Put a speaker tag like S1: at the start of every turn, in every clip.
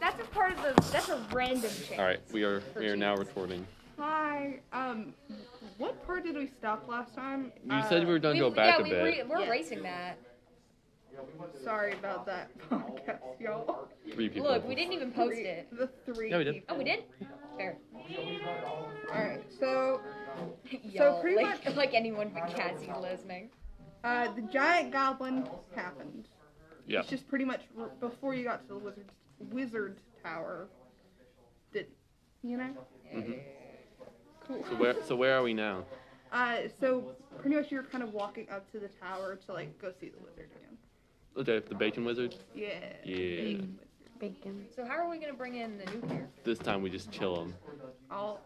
S1: That's a part of the. That's a random change.
S2: All right, we are we are now recording.
S3: Hi. Um, what part did we stop last time?
S2: You said we were done. Go back a
S4: Uh, we,
S2: bit.
S4: We're, we're
S3: Yeah.
S4: erasing that.
S3: Uh, Sorry about that podcast, y'all.
S2: Three people.
S4: Look, we didn't even post it.
S3: The three.
S2: Yeah, we did.
S4: Oh, we did? Fair.
S3: All right. So,
S4: Y'all,
S3: pretty
S4: like,
S3: much-
S4: like anyone but Cassie listening.
S3: uh, the giant goblin happened.
S2: Yeah.
S3: It's just pretty much r- before you got to the wizard wizard tower. Did you know?
S2: Mhm.
S3: Cool.
S2: So where so where are we now?
S3: Uh, so pretty much you're kind of walking up to the tower to like go see the wizard again.
S2: Okay, the bacon wizard.
S3: Yeah.
S2: Yeah.
S3: Big wizard.
S1: Bacon.
S4: So how are we gonna bring in the new character?
S2: This time we just chill him.
S3: I'll.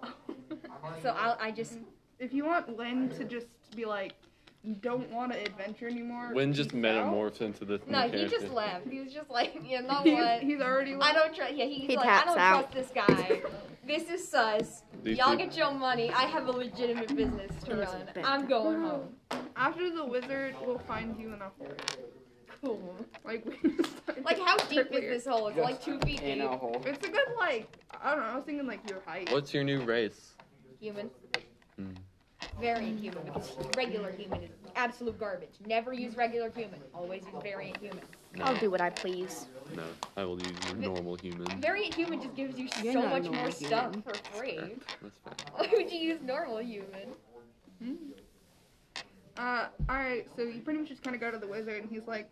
S4: So I'll, I just
S3: If you want Lynn to just be like, don't want to adventure anymore.
S2: When just
S3: peace out,"
S2: metamorphs into this new
S4: no. He
S2: character.
S4: just left. He was just like, you know
S3: He's,
S4: what?
S3: he's already.
S4: I don't trust. Yeah, he's
S1: He
S4: like, I
S1: taps
S4: don't
S1: out.
S4: trust this guy. This is sus.
S2: These
S4: Y'all
S2: two-
S4: get your money. I have a legitimate business to
S1: He's
S4: run.
S1: bad.
S4: I'm going home.
S3: After the wizard will find you in a hole.
S4: Cool.
S3: Like we. started
S4: Like how deep
S3: earlier.
S4: is this hole? It's like two feet
S5: in
S4: deep.
S5: a hole.
S3: It's a good like. I don't know. I was thinking like your height.
S2: What's your new race?
S4: Human.
S2: Mm.
S4: Variant human because regular human is absolute garbage. Never use regular human. Always use variant human.
S2: No,
S1: I'll do what I please.
S2: no. I will use your normal human.
S4: Variant human just gives you
S1: You're
S4: so
S1: not
S4: much
S1: normal
S4: more stuff
S1: human.
S4: for free.
S2: That's fine.
S4: Why would you use normal human?
S3: Mm-hmm. Uh, all right. So you pretty much just kind of go to the wizard, and he's like,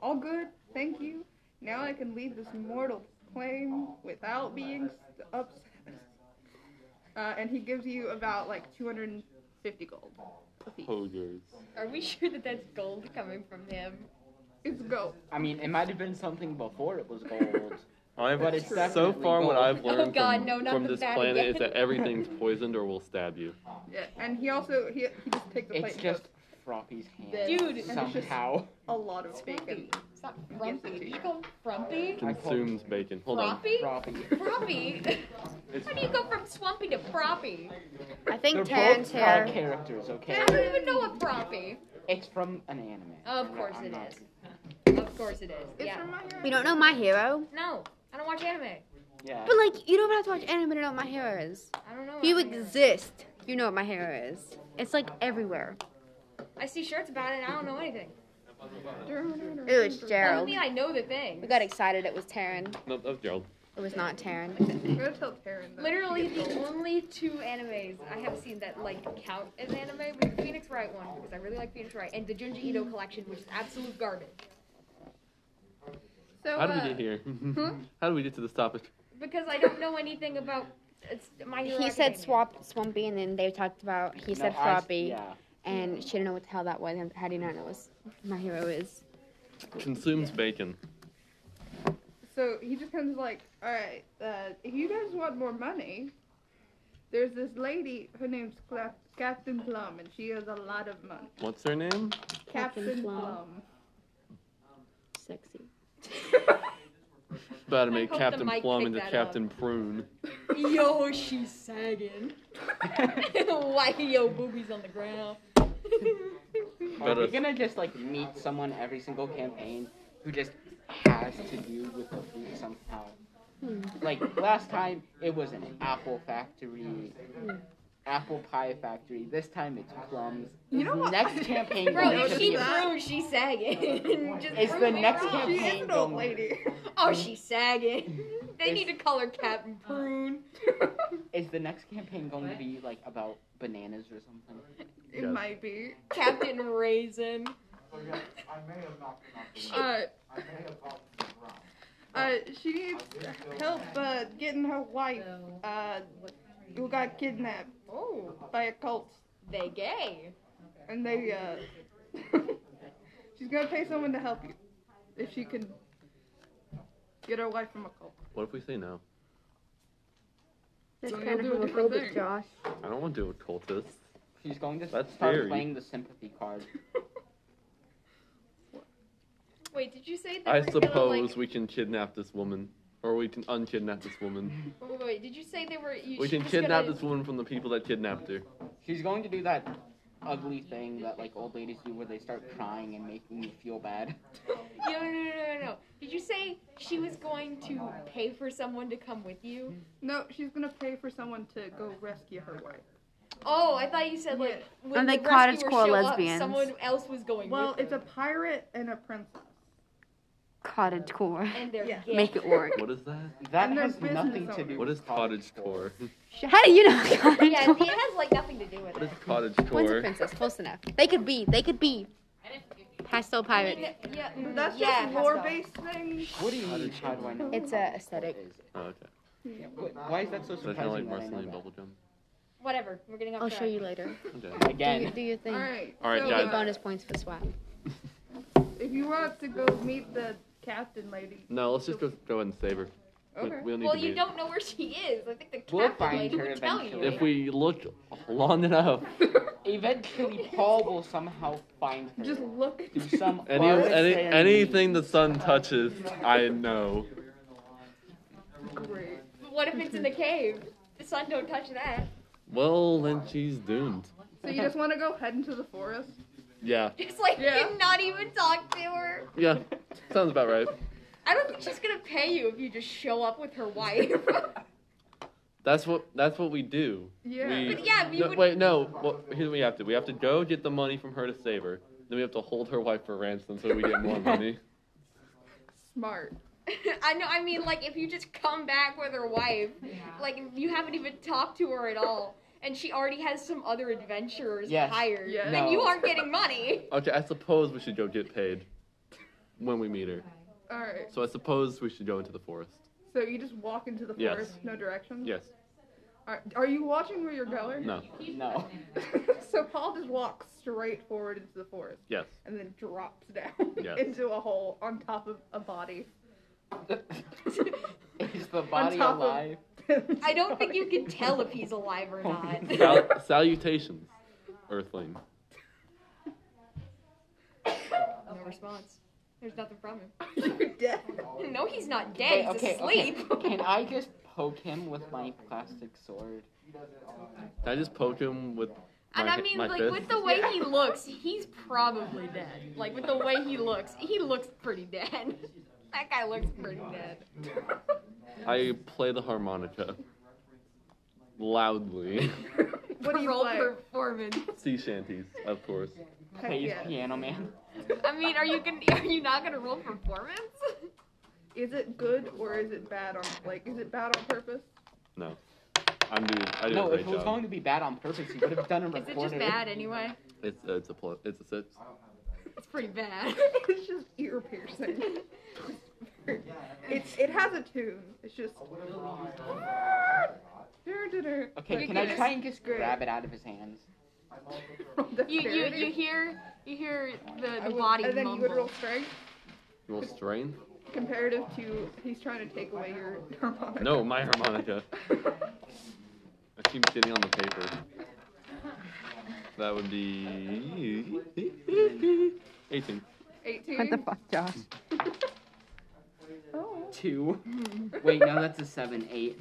S3: all good, thank you. Now I can leave this mortal plane without being st- upset. Uh, and he gives you about like 250 gold. a piece.
S2: Pogers.
S4: Are we sure that that's gold coming from him?
S3: It's gold.
S5: I mean, it might have been something before it was gold.
S2: I've
S5: But it's
S2: so
S5: definitely
S2: far what
S5: gold.
S2: I've learned
S4: Oh, God,
S2: from,
S4: no, not
S2: from
S4: the
S2: this
S4: bat
S2: planet is
S4: again.
S2: that everything's poisoned or will stab you.
S3: Yeah, and he also he, he just takes a plate
S5: it's
S3: and
S5: just
S3: goes,
S5: Froppy's hand.
S3: This.
S4: Dude,
S3: And it's just
S5: Somehow.
S3: a lot of
S4: Frumpy.
S3: bacon.
S4: Stop
S3: Yes, it
S4: frumpy.
S3: is.
S4: You call him frumpy?
S5: I call-
S2: Consumes bacon. Hold on.
S4: Froppy?
S5: Froppy.
S4: Froppy?
S2: It's
S4: How do you go from swampy to froppy?
S1: I
S5: They're
S1: think Tan's
S5: both bad
S1: hair.
S5: characters, okay?
S4: I don't even know what froppy.
S5: It's from an anime.
S4: Of
S5: I'm
S4: course
S5: not-
S4: it
S5: I'm
S4: is.
S5: not-
S4: Of course it is.
S3: It's
S4: Yeah.
S3: from my hair.
S1: We don't know my hero.
S4: No, I don't watch anime.
S5: Yeah.
S1: But like, you don't have to watch anime to know what my hero is.
S4: I don't know.
S1: If you
S4: anime.
S1: exist, you know what my hero is. It's like everywhere.
S4: I see shirts about it and I don't know anything.
S1: Ooh, it's
S4: That doesn't
S1: Gerald.
S4: mean I know the thing.
S1: We got excited. It was Taryn.
S2: no, that was Gerald.
S1: It was not Taryn.
S3: I'm gonna tell Taryn. that
S4: Literally
S3: she gets
S4: the
S3: gold.
S4: only two animes I have seen that like count as anime was the Phoenix Wright one because I really like Phoenix Wright and the Junji Ito collection which is absolute garbage. Oh,
S3: So,
S2: How did we
S3: uh,
S2: get here?
S4: hmm?
S2: How did we get to this topic?
S4: Because I don't know anything about it's my Hero
S1: He said
S4: Academia.
S1: swap, swampy, and then they talked about he
S5: No,
S1: said
S5: I-
S1: floppy,
S5: Yeah.
S1: and she didn't know what the hell that was. And how do you not know what my hero is?
S2: Consumes bacon.
S3: So he just comes like, all right, uh, if you guys want more money, there's this lady. Her name's Cla- Captain Plum, and she has a lot of money.
S2: What's her name?
S3: Captain,
S1: Captain Plum.
S3: Plum.
S1: Sexy.
S2: About to
S4: I
S2: make
S4: hope the
S2: Captain
S4: mic
S2: Plum
S4: picked
S2: into
S4: that up.
S2: Captain Prune.
S4: Yo, she's sagging. Why yo boobies on the ground?
S5: Are we
S2: Better-
S5: gonna just like meet someone every single campaign who just has to do with the food somehow?
S3: Hmm.
S5: Like last time, it was an apple factory,
S3: Hmm.
S5: apple pie factory. This time it's plums.
S3: You know what?
S5: Next campaign,
S4: Bro,
S5: going
S4: if
S5: to
S4: she
S5: be-
S4: grew, Oh, she's sagging. Just
S5: It's
S4: prove
S5: the
S4: me
S5: next
S4: wrong.
S3: She
S5: campaign.
S3: is an old lady.
S4: Oh, she's sagging. They
S5: It's-
S4: need to call her Captain Prune.
S5: is the next campaign going to be like about bananas or something?
S3: it
S2: Yeah.
S3: might be.
S4: Captain Raisin.
S3: Uh, uh, she needs help uh, getting her wife. Uh, who got kidnapped
S4: Oh,
S3: by a cult,
S4: they gay.
S3: and they uh, she's gonna pay someone to help you if she can get her wife from a cult.
S2: What if we say no?
S3: That's kind of homophobic,
S1: Josh.
S2: I don't want to do a cultist.
S5: She's going to
S2: That's
S5: start
S2: scary.
S5: playing the sympathy card.
S4: Wait, did you say that?
S2: I
S4: we're gonna,
S2: suppose
S4: like-
S2: we can kidnap this woman. Or we can unkidnap this woman.
S4: Wait, wait, wait, did you say they were? You
S2: We
S4: she
S2: can
S4: was
S2: kidnap
S4: gonna-
S2: this woman from the people that kidnapped her.
S5: She's going to do that ugly thing that like old ladies do where they start crying and making you feel bad.
S4: No, no, no, no, no. Did you say she was going to pay for someone to come with you?
S3: No, she's gonna pay for someone to go rescue her wife.
S4: Oh, I thought you said like when
S6: Aren't
S4: the
S6: they cottage
S4: rescuers
S6: core
S4: show up,
S6: lesbians?
S4: someone else was going
S3: Well,
S4: with
S3: it's a
S4: them,
S3: pirate and a princess.
S6: Cottage core.
S4: and they're
S3: Yeah.
S4: gay.
S6: Make it work.
S2: What is that?
S5: That
S3: And they're
S5: has nothing
S3: business
S5: to do.
S3: owners.
S2: What
S5: with
S2: is cottage core?
S6: How do you know cottage
S4: yeah, it
S6: core?
S4: has like nothing to do with
S2: What
S4: it.
S2: is cottage
S1: One's a
S2: core?
S1: princess, close enough.
S6: They could be. They could be. Pastel pirate.
S4: Yeah, yeah,
S3: But that's
S4: yeah,
S3: just
S4: Pascal.
S3: lore-based things.
S5: What do you mean? How do I know?
S1: It's a aesthetic.
S2: Oh, okay.
S5: Yeah, wh- Why is that so
S2: So I kind of like
S5: surprising? that I know
S2: Marceline
S5: that?
S2: Bubblegum.
S4: Whatever. We're getting off
S1: I'll
S4: track.
S1: show you later.
S2: Okay.
S1: Do, your-
S5: Again,
S1: do your thing.
S3: All right.
S2: All right,
S3: so,
S2: guys.
S3: uh,
S1: Bonus points for swag.
S3: If you want to go meet the captain lady,
S2: No, let's just go go and save her. We,
S3: okay.
S2: we don't need
S4: Well,
S2: to
S4: you
S2: be-
S4: don't know where she is. I think the
S5: We'll
S4: captain
S5: find
S4: lady
S5: her
S4: would tell you.
S5: eventually.
S2: If we look long enough,
S5: eventually Paul will somehow find her
S3: Just look.
S5: through some
S2: any, any
S5: arbitrary
S2: anything the sun touches, I know.
S3: Great.
S4: But what if it's in the cave? The sun don't touch that.
S2: Well, then she's doomed.
S3: So you just want to go head into the forest?
S2: Yeah,
S4: Just like
S3: Yeah.
S4: not even talk to her.
S2: yeah, sounds about right.
S4: I don't think she's gonna pay you if you just show up with her wife.
S2: That's what that's what we do.
S3: Yeah.
S2: We,
S4: But yeah, we
S2: no,
S4: would-
S2: wait, no. Well, here's what we have to. We have to go get the money from her to save her. Then we have to hold her wife for ransom so we get more money.
S3: Smart.
S4: I know. I mean, like if you just come back with her wife, like if you haven't even talked to her at all, and she already has some other adventurers
S5: Yes.
S4: hired,
S3: Yes.
S4: then you
S5: No.
S4: aren't getting money.
S2: Okay, I suppose we should go get paid when we meet her.
S3: All right.
S2: So I suppose we should go into the forest.
S3: So you just walk into the
S2: Yes.
S3: forest, no directions.
S2: Yes.
S3: Are, are you watching where you're going?
S2: No.
S5: No.
S3: so Paul just walks straight forward into the forest
S2: Yes.
S3: and then drops down
S2: Yes.
S3: into a hole on top of a body.
S5: Is the body
S3: top of-
S5: alive?
S4: I don't think you can tell if he's alive or not.
S2: Sal- salutations, Earthling.
S4: No response. There's nothing from him.
S3: You're dead.
S4: No, he's not
S5: Wait,
S4: dead. He's
S5: okay, okay.
S4: asleep.
S5: Can I just poke him with my plastic sword?
S2: Can I just poke him with my,
S4: And I
S2: hi-
S4: mean,
S2: my
S4: like
S2: fist?
S4: with the way he looks, he's probably dead. Like with the way he looks, he looks pretty dead. that guy looks pretty dead.
S2: I play the harmonica loudly.
S3: What do you
S4: Parole
S3: play?
S4: performance.
S2: sea shanties, of course.
S3: Heck
S5: Plays
S3: yeah.
S5: piano man.
S4: I mean, are you gonna? Are you not gonna roll performance?
S3: Is it good or is it bad on like is it bad on purpose?
S2: No, I'm doing. I do a
S5: No, if
S2: great
S5: it was
S2: job.
S5: going to be bad on purpose, you would have done a
S4: Is it
S5: recorded.
S4: just bad anyway?
S2: It's uh, it's a plus. It's a six.
S4: It's pretty bad.
S3: it's just ear piercing. It's it has a tune. It's just.
S5: Okay,
S3: Like,
S5: can I
S3: it's
S5: try and just
S3: great.
S5: grab it out of his hands?
S3: from the
S4: You you
S3: parody?
S4: you hear you hear the,
S3: I
S4: the
S3: would-
S4: body
S3: And then you would roll
S4: mumble.
S3: strength
S2: You want strain?
S3: comparative to he's trying to take away your harmonica.
S2: No, my harmonica. I keep getting on the paper. That would be eighteen.
S3: Eighteen.
S6: What the fuck, Josh?
S3: Oh.
S5: Two. Wait, no, that's a seven, eight.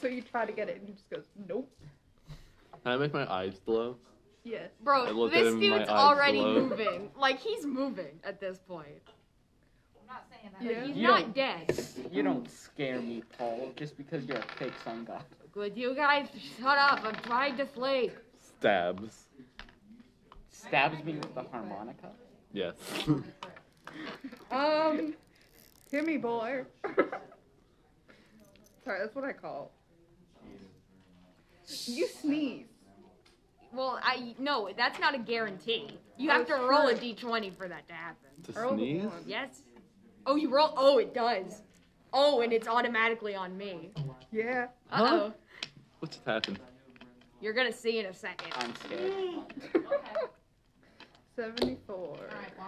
S3: So you try to get it and he just goes nope.
S2: Can I make my eyes glow?
S3: Yes.
S2: I
S4: Bro,
S2: looked at
S4: this
S2: him, my
S4: dude's
S2: eyes
S4: already
S2: glowed.
S4: moving. Like he's moving at this point.
S3: Yeah.
S4: He's
S5: You
S4: not
S5: don't-
S4: dead.
S5: You don't scare me, Paul, just because you're a fake sun god.
S4: Would you guys shut up? I'm trying to sleep.
S2: Stabs.
S5: Stabs me with the harmonica.
S2: Yes.
S3: Um, Timmy boy. Sorry, that's what I call. You sneeze.
S4: Well, I no, that's not a guarantee. You
S3: Oh,
S4: have to roll a
S3: sure.
S4: d20 for that to happen.
S2: to
S3: Earl the
S2: sneeze.
S3: one.
S4: Yes. Oh, you roll. Oh, it does. Oh, and it's automatically on me.
S3: Yeah.
S4: Uh oh.
S2: What just happened?
S4: You're gonna see in a second.
S5: I'm scared.
S3: 74.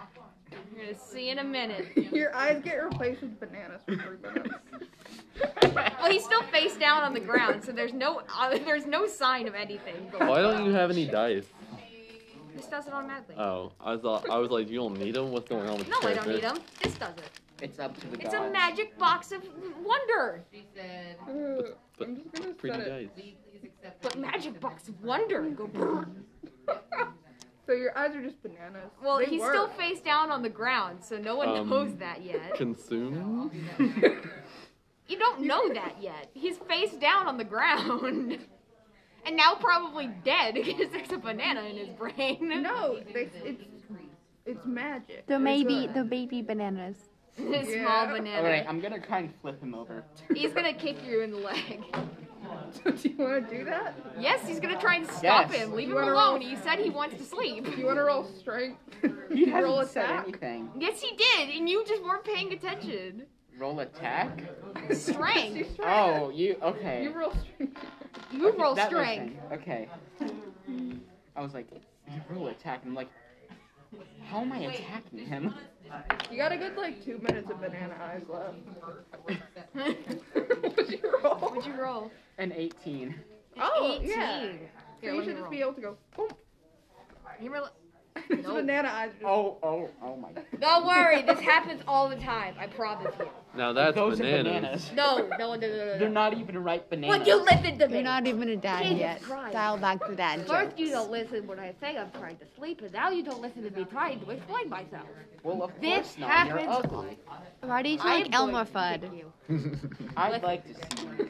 S4: You're gonna see in a minute.
S3: Your eyes get replaced with bananas for three minutes.
S4: Oh, he's still face down on the ground, so there's no uh, there's no sign of anything. going
S2: Why
S4: on.
S2: don't you have any dice?
S4: This does it automatically.
S3: Uh,
S2: Oh, I thought I was like, you don't need them. What's going on with
S4: no,
S2: your
S4: I don't
S2: character?
S4: need them. This does it.
S5: It's up to the
S4: It's
S5: gods.
S4: a magic box of wonder.
S3: Uh,
S2: But
S3: I'm just gonna
S2: pretty
S3: set it.
S2: dice.
S4: But magic box of wonder. Go. brrr.
S3: So your eyes are just bananas.
S4: Well,
S3: They
S4: he's
S3: were.
S4: still face down on the ground, so no one
S2: Um,
S4: knows that yet.
S2: Consume?
S4: You don't know that yet. He's face down on the ground. And now probably dead because there's a banana in his brain.
S3: No, they, it's it's magic.
S6: The
S3: It's
S6: maybe
S3: a-
S6: the baby bananas.
S4: His
S3: Yeah.
S4: small
S5: All right,
S4: banana.
S5: I'm gonna try and flip him over.
S4: He's gonna kick you in the leg.
S3: do you want to do that?
S4: Yes, he's gonna try and stop
S5: Yes.
S4: him. Leave
S3: You
S4: him
S3: wanna
S4: alone.
S3: roll?
S4: He said he wants to sleep.
S3: Do you want to roll strength?
S5: He
S3: roll
S5: hasn't said
S3: attack.
S5: anything.
S4: Yes, he did, and you just weren't paying attention.
S5: Roll attack.
S3: You
S4: Strength.
S3: strength.
S5: Oh, you okay?
S3: You roll strength.
S4: You roll
S5: That makes
S4: strength.
S5: sense. Okay. I was like, you roll attack. and I'm like, how am I attacking him?
S3: You got a good like two minutes of banana eyes left. What'd you roll?
S4: What'd you roll?
S5: An 18.
S3: Oh,
S4: 18.
S3: yeah.
S4: Here,
S3: So you
S4: let me
S3: should just
S4: roll.
S3: be able to go. Boom.
S4: You roll-
S3: It's
S4: Nope.
S3: banana eyes. Just,
S5: Oh, oh, oh my. God.
S4: Don't worry, this happens all the time. I promise you.
S2: Now that's
S5: Those
S2: bananas.
S5: are bananas.
S4: No, no, no, no,
S5: They're
S4: no. no.
S5: not even ripe bananas.
S4: Would you listen to me?
S6: You're not even a dad
S4: Jesus
S6: yet.
S4: Christ.
S6: Dial back to dad joke.
S4: First you don't listen when I say I'm trying to sleep, and now "Oh, you don't listen to me trying to explain myself.
S5: Well, of
S4: This
S5: course not. You're
S4: happens-
S5: ugly.
S6: Why do you
S4: I am
S6: like Elmer
S4: going to
S6: Fudd?
S4: kick you.
S5: I'd like to see you.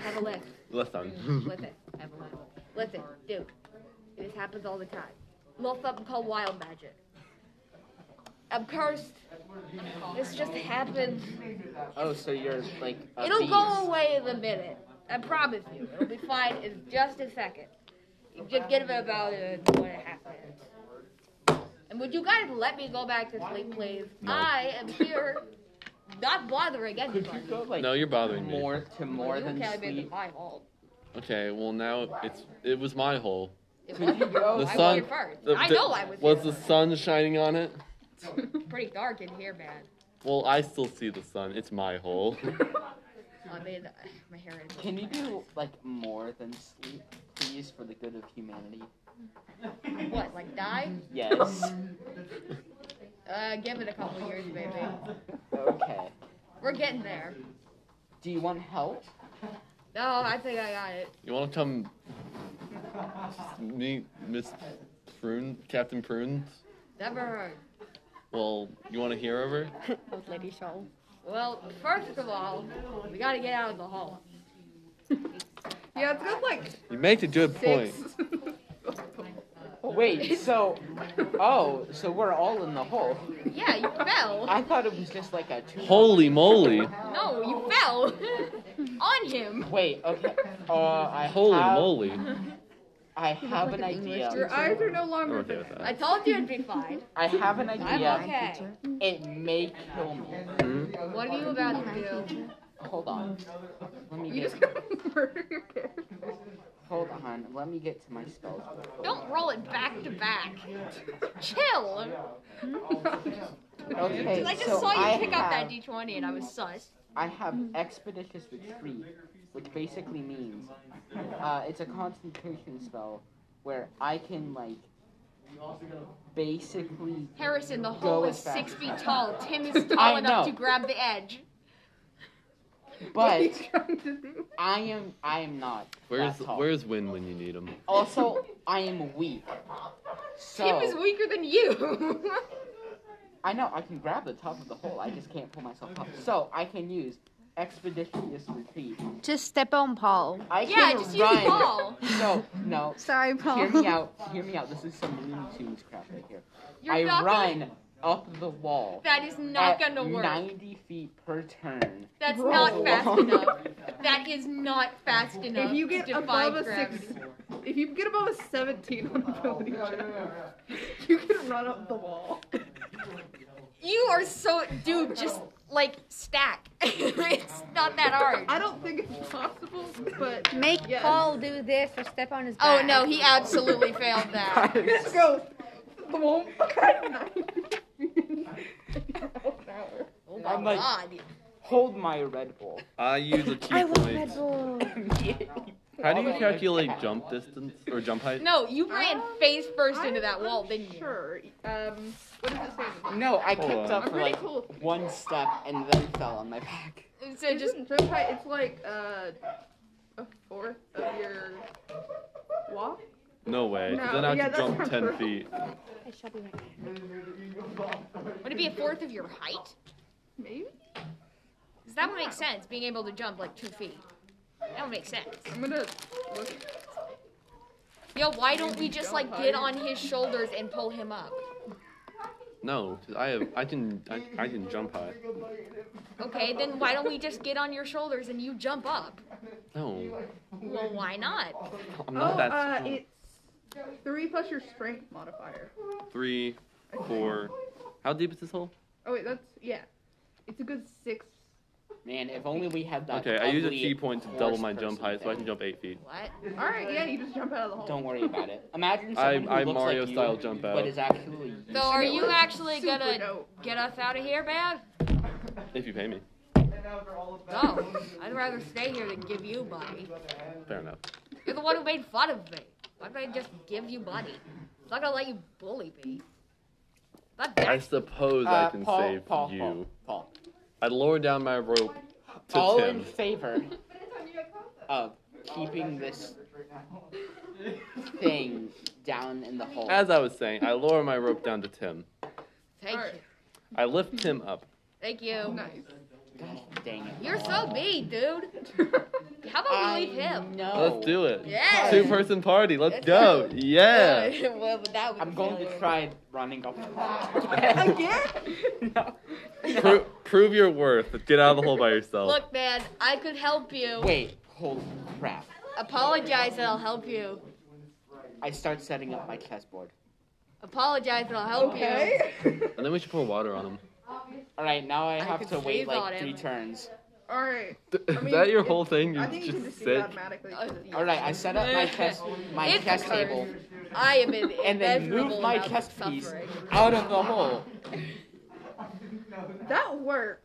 S4: Have a lift.
S2: Less time.
S4: Listen, everyone. Listen, dude. This happens all the time. Little something called wild magic. I'm cursed. This just happens.
S5: Oh, so you're like. A
S4: It'll
S5: beast.
S4: go away in a minute. I promise you. It'll be fine in just a second. You just get about it in one and a half minutes. And would you guys let me go back to sleep, please?
S2: No.
S4: I am here, not bothering
S5: Could you
S4: anybody.
S5: go like
S2: No, you're bothering me.
S5: more to more
S4: you
S5: than
S4: can't be
S5: sleep?
S4: my fault.
S2: Okay, well now it's it was my hole.
S4: It
S5: Could
S4: wasn't
S5: you go-
S4: your-
S2: The
S4: I
S2: sun-
S4: was first.
S2: the-
S4: I
S2: the-
S4: know I was.
S2: Was
S4: here
S2: the sun shining on it?
S4: first. pretty dark in here, man?
S2: Well, I still see the sun. It's my hole.
S4: I mean, my hair is.
S5: Can you do like more than sleep, please, for the good of humanity?
S4: what? Like die?
S5: Yes.
S4: Uh, give it a couple years, baby.
S5: okay.
S4: We're getting there.
S5: Do you want help?
S4: No, I think I got it.
S2: You want to come meet Miss Prune, Captain Prunes?
S4: Never heard.
S2: Well, you want to hear over?
S6: Old lady show.
S4: Well, first of all, we gotta get out of the hall.
S3: yeah, it's got like
S2: You make a good point.
S3: six.
S5: Wait. So, oh, so we're all in the hole.
S4: Yeah, you fell.
S5: I thought it was just like a two.
S2: Holy moly!
S4: No, you fell on him.
S5: Wait. Okay. Uh, I
S2: Holy
S5: have,
S2: moly!
S5: I have an idea.
S3: Your eyes are no
S2: I'm
S3: longer.
S2: okay with
S4: I
S2: that.
S4: told you it'd be fine.
S5: I have an
S4: I'm
S5: idea.
S4: okay.
S5: It may kill me.
S4: What are you about to do?
S5: Hold on. Let me
S3: You
S5: get.
S3: just gotta murder your character.
S5: Hold on. Let me get to my spells.
S4: Don't roll it back to back. Chill.
S5: Okay.
S4: I just
S5: so
S4: saw you
S5: I
S4: pick up that
S5: have-
S4: d20 and I was sus.
S5: I have expeditious retreat, which basically means uh, it's a concentration spell where I can like basically.
S4: Harrison, the
S5: Go
S4: hole
S5: as
S4: is
S5: fast
S4: six
S5: as
S4: feet
S5: possible.
S4: tall. Tim is tall
S5: I
S4: enough
S5: know.
S4: to grab the edge.
S3: What are you
S5: But
S3: trying to do?
S5: I am I am not.
S2: Where's
S5: that tall.
S2: Where's Win when you need him?
S5: Also, I am weak.
S4: Tim is
S5: So
S4: weaker than you.
S5: I know I can grab the top of the hole. I just can't pull myself up. So I can use expeditious retreat.
S6: Just step on Paul.
S5: I
S4: yeah,
S5: can
S4: just use
S5: run.
S4: the ball.
S5: No, no.
S6: Sorry, Paul.
S5: Hear me out. Hear me out. This is some Looney Tunes crap right here.
S4: You're
S5: I
S4: not
S5: run
S4: Gonna,
S5: up the wall.
S4: that is not
S5: at
S4: gonna work.
S5: 90 feet per turn.
S4: That's
S5: Bro.
S4: not fast enough. That is not fast enough.
S3: If you get
S4: to defy
S3: above a
S4: gravity. Oh,
S3: six, if you get above a seventeen on ability check, you can run up the wall.
S4: you are so dude. Just like stack. it's not that hard.
S3: I don't think it's possible, but
S6: Make
S3: Yes.
S6: Paul do this or step on his
S4: Oh
S6: back.
S4: no, he absolutely failed that.
S3: just go. The wall.
S4: Oh my
S5: I'm like-
S4: god.
S5: Hold my Red Bull.
S2: I use a key
S6: I want
S2: point.
S6: Red Bull.
S2: How do you calculate jump distance or jump height?
S4: No, you ran
S3: Um,
S4: face first
S3: I'm
S4: into that wall,
S3: unsure.
S4: didn't you?
S3: Um, what does it say?
S5: No, I
S2: Hold on.
S5: kept up for
S3: Really
S5: like
S3: cool.
S5: one step and then fell on my back.
S4: So
S3: It
S4: just
S3: isn't jump height. It's like uh, a fourth of your walk.
S2: No way. 'cause
S3: No,
S2: then I have
S3: yeah,
S2: to
S3: that's
S2: jump
S3: not
S2: ten
S3: true.
S2: feet.
S1: I shall be right back.
S4: Would it be a fourth of your height?
S3: Maybe?
S4: Because that would make sense, being able to jump like two feet. That would make sense.
S3: I'm gonna look.
S4: Yo, why don't we just like get on his shoulders and pull him up?
S2: No, 'cause I have. I can. I, I can jump high.
S4: Okay, then why don't we just get on your shoulders and you jump up?
S2: No,
S4: Well, why not?
S2: I'm
S3: Oh,
S2: not that
S3: uh,
S2: strong.
S3: it's three plus your strength modifier.
S2: Three, four. How deep is this hole?
S3: Oh wait, that's yeah. It's a good six.
S5: Man, if only we had that.
S2: Okay, I use a
S5: ugly
S2: T point to
S5: horse
S2: double my jump
S5: person
S2: height, so I
S5: thing.
S2: can jump eight feet.
S4: What?
S3: All right, yeah, you just jump out of the hole.
S5: Don't worry about it. Imagine
S2: I
S5: someone who
S2: I
S5: looks
S2: Mario
S5: like you,
S2: style jump out.
S5: but is actually.
S4: So are
S3: It
S4: you
S3: was
S4: actually
S3: super
S4: gonna
S3: dope.
S4: get us out of here, Bab?
S2: If you pay me,
S4: No, I'd rather stay here than give you money.
S2: fair enough.
S4: You're the one who made fun of me. Why would I just give you money? I'm not gonna let you bully me. Not
S2: I
S4: that
S2: suppose I
S5: Uh,
S2: can
S5: Paul,
S2: save
S5: Paul,
S2: you.
S5: Paul, Paul.
S2: I lower down my rope to
S5: All
S2: ten.
S5: in favor of keeping this thing down in the hole.
S2: As I was saying, I lower my rope down to Tim.
S4: Thank you.
S2: I lift Tim up.
S4: Thank you.
S3: Nice.
S5: God dang it.
S4: You're so mean, dude. How about
S5: I
S4: we leave him?
S5: know.
S2: Let's do it.
S4: Yes.
S2: Two person party. Let's
S4: Let's
S2: go.
S4: go.
S2: Yeah.
S4: well, but that would
S5: I'm going to try running up.
S3: Again?
S5: no.
S2: Pro- prove your worth. Get out of the hole by yourself.
S4: Look, man, I could help you.
S5: Wait, holy crap.
S4: Apologize and I'll help you.
S5: I start setting up my chessboard.
S4: Apologize and I'll help you.
S3: Okay.
S2: And then we should pour water on him.
S5: Alright, now I
S4: I
S5: have
S4: could
S5: to wait
S4: save on
S5: like
S4: it.
S5: three turns.
S3: All right.
S2: Is
S3: mean,
S2: that your
S3: it-
S2: whole thing? You're
S3: I think you can
S2: just
S3: just do
S2: sick.
S3: that automatically.
S4: Uh,
S5: Alright, I set up my chess my
S4: It's
S5: chess
S4: okay.
S5: table
S4: I am in
S5: and then move
S4: immeasurable
S5: my
S4: amount of
S5: chess piece
S4: suffering.
S5: out of the hole.
S3: That works.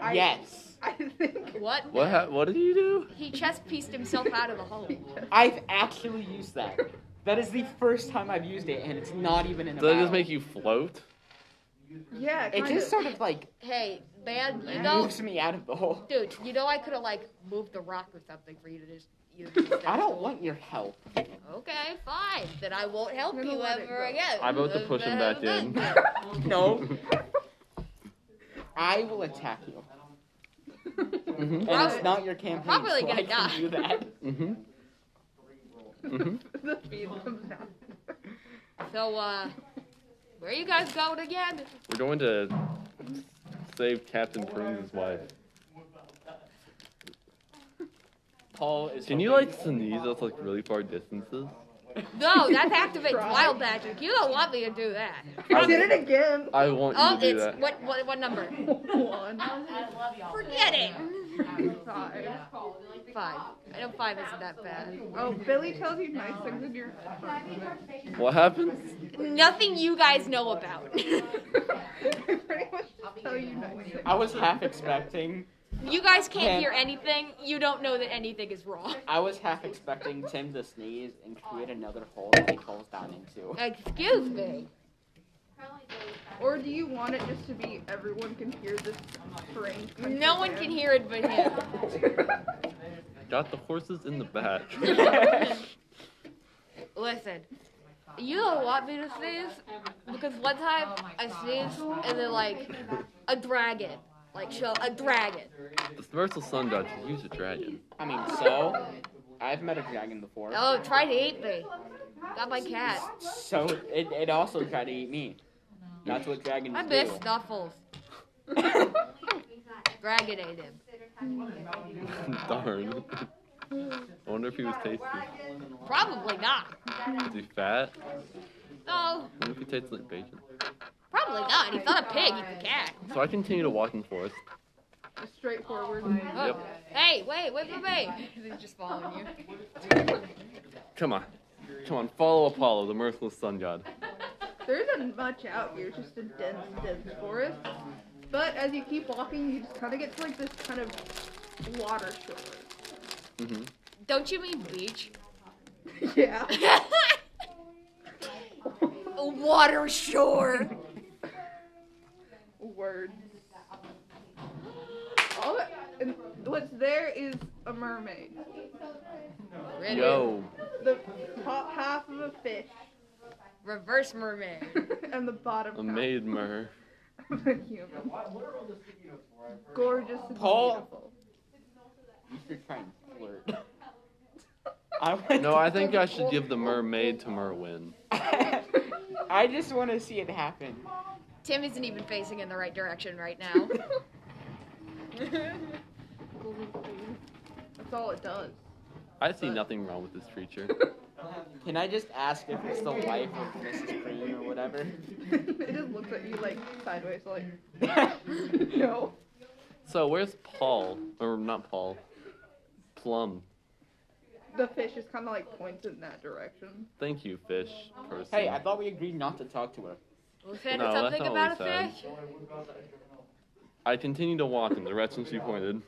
S3: I,
S5: Yes.
S3: I think.
S4: What?
S2: What? Ha- what did you do?
S4: He chess pieced himself out of the hole.
S5: I've actually used that. That is the first time I've used it and it's not even in a
S2: Did I just
S5: battle.
S2: make you float?
S3: Yeah.
S5: It
S3: kind
S5: just
S3: of.
S5: sort of like
S4: Hey, man, you know,
S5: moves me out of the hole.
S4: dude, you know I could have like moved the rock or something for you to just. You to just
S5: I don't want your help.
S4: Okay, fine. Then I won't help
S3: No, no,
S4: you
S3: let it
S4: ever
S3: go.
S4: again.
S2: I vote to push him back in.
S5: No. I will attack you.
S2: Mhm.
S5: And
S4: Probably-
S5: it's not your campaign.
S4: probably
S5: so
S4: gonna
S5: I can
S4: die.
S5: do that.
S2: Mhm. Mhm.
S3: the feed comes down.
S4: So, uh, where you guys going again?
S2: We're going to save Captain Prunes' wife.
S5: Paul is.
S2: Can you
S5: hoping-
S2: like sneeze us like really far distances?
S4: No, that activates wild magic. You don't want me to do that.
S3: I did it again. Um,
S2: I want you
S4: Oh,
S2: to do
S4: it's
S2: that.
S4: what, what what number?
S3: One.
S4: Forget it.
S3: Five.
S4: Five. I know five isn't that bad.
S3: Oh, Billy tells you nice things in your
S2: What happens?
S4: Nothing you guys know about.
S3: I pretty much just tell you nice things.
S5: I was half expecting.
S4: you guys can't
S5: Yeah.
S4: hear anything. You don't know that anything is wrong.
S5: I was half expecting Tim to sneeze and create another hole that he falls down into.
S4: Excuse me.
S3: Or do you want it just to be everyone can hear this strange? country
S4: No one
S3: band?
S4: can hear it but him.
S2: Got the horses in the back.
S4: Listen, you don't want me to sneeze because one time I sneezed and then like a dragon, like show a dragon.
S2: The Submersible Sun Dodge is use a dragon.
S5: I mean, so I've met a dragon before.
S4: Oh, it tried to eat me. Got my cat.
S5: So it, it also tried to eat me. That's what dragons
S4: I
S5: do.
S4: miss Snuffles. Dragon ate him.
S2: Darn. I wonder if he was tasty.
S4: Probably not.
S2: Is he fat?
S4: No,
S2: I wonder if he tastes like bacon.
S4: probably not. He's not a pig. He's a cat.
S2: So I continue to walk in the forest.
S3: Just straightforward.
S4: Oh.
S2: Yep.
S4: Hey, wait, wait for me. He's just following you.
S2: Come on. Come on, follow Apollo, the merciless sun god.
S3: There isn't much out here, it's just a dense, dense forest. But as you keep walking, you just kind of get to like this kind of water shore.
S2: hmm
S4: Don't you mean beach?
S3: yeah.
S4: Water shore.
S3: Words. All that, and, what's there is a mermaid.
S4: Really?
S2: Yo,
S3: The top half of a fish
S4: Reverse mermaid.
S3: and the bottom
S2: a
S3: half
S2: maid mer.
S3: of a human. Gorgeous and
S5: Paul.
S3: beautiful.
S5: You should try and flirt. I want
S2: No, I think I should give the mermaid to Merwin.
S5: I... just want to see it happen.
S4: Tim isn't even facing in the right direction right now.
S3: That's all it does.
S2: I see nothing wrong with this creature.
S5: Can I just ask if it's the wife of Mrs. Cream or whatever?
S3: it just looks at you like sideways, like no.
S2: So where's Paul? Or not Paul. Plum.
S3: The fish just kind of like points in that direction.
S2: Thank you, fish person.
S5: hey, I thought we agreed not to talk to her.
S4: we said
S2: No, that's
S4: something
S2: not
S4: about a
S2: what we said.
S4: fish.
S2: I continue to walk in the direction she pointed.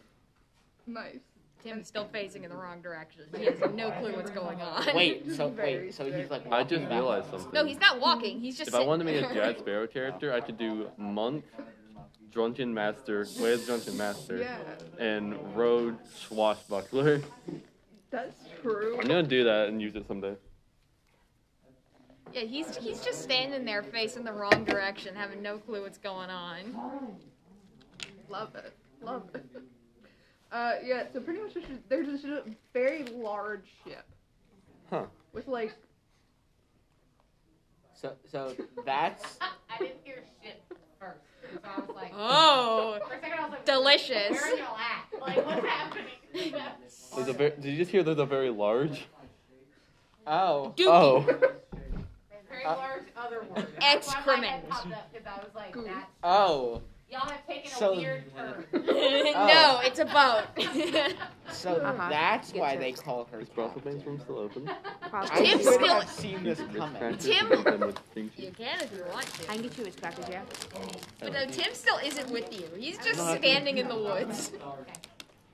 S3: Nice.
S4: Tim's still facing in the wrong direction. He has no clue what's going on.
S5: Wait, so
S3: Very
S5: wait, so he's like.
S2: I
S5: walking
S2: just
S5: back.
S2: realized something.
S4: No, he's not walking. He's just.
S2: If I
S4: sitting
S2: wanted to make a
S4: there.
S2: Jad Sparrow character, I could do Monk, Drunken Master, Where's Drunken Master?
S3: Yeah,
S2: And Road Swashbuckler.
S3: that's true.
S2: I'm gonna do that and use it someday.
S4: Yeah, he's he's just standing there facing the wrong direction, having no clue what's going on.
S3: Love it. Love it. Uh, yeah, so pretty much there's just- there's just a very large ship.
S2: Huh.
S3: With like,
S5: So so that's
S7: I didn't hear shit first. So I was like,
S4: Oh,
S7: for a second I was like,
S4: delicious.
S7: where are y'all at? Like, what's happening?
S2: There's a ver- Did you just hear there's a very large?
S5: oh
S4: Dude,
S2: Oh.
S7: Very
S5: Uh,
S7: large other word.
S4: Excrement.
S7: That's why my mind popped up, 'cause I was like, that's,
S5: oh.
S7: y'all have taken a
S5: So-
S7: weird turn.
S2: Oh.
S4: no, Oh, it's a boat.
S5: So
S4: Uh-huh.
S5: that's why they call her.
S2: Is Brothelbane's room still open?
S5: I
S4: Tim's
S5: should
S4: still-
S5: have seen this coming.
S4: Tim- you
S2: Tim.
S4: can if you want
S6: I
S4: to.
S6: can get you his crackers, yeah?
S4: But
S2: Oh.
S4: no, Tim still isn't with you. He's just
S5: No, I-
S4: standing in the woods.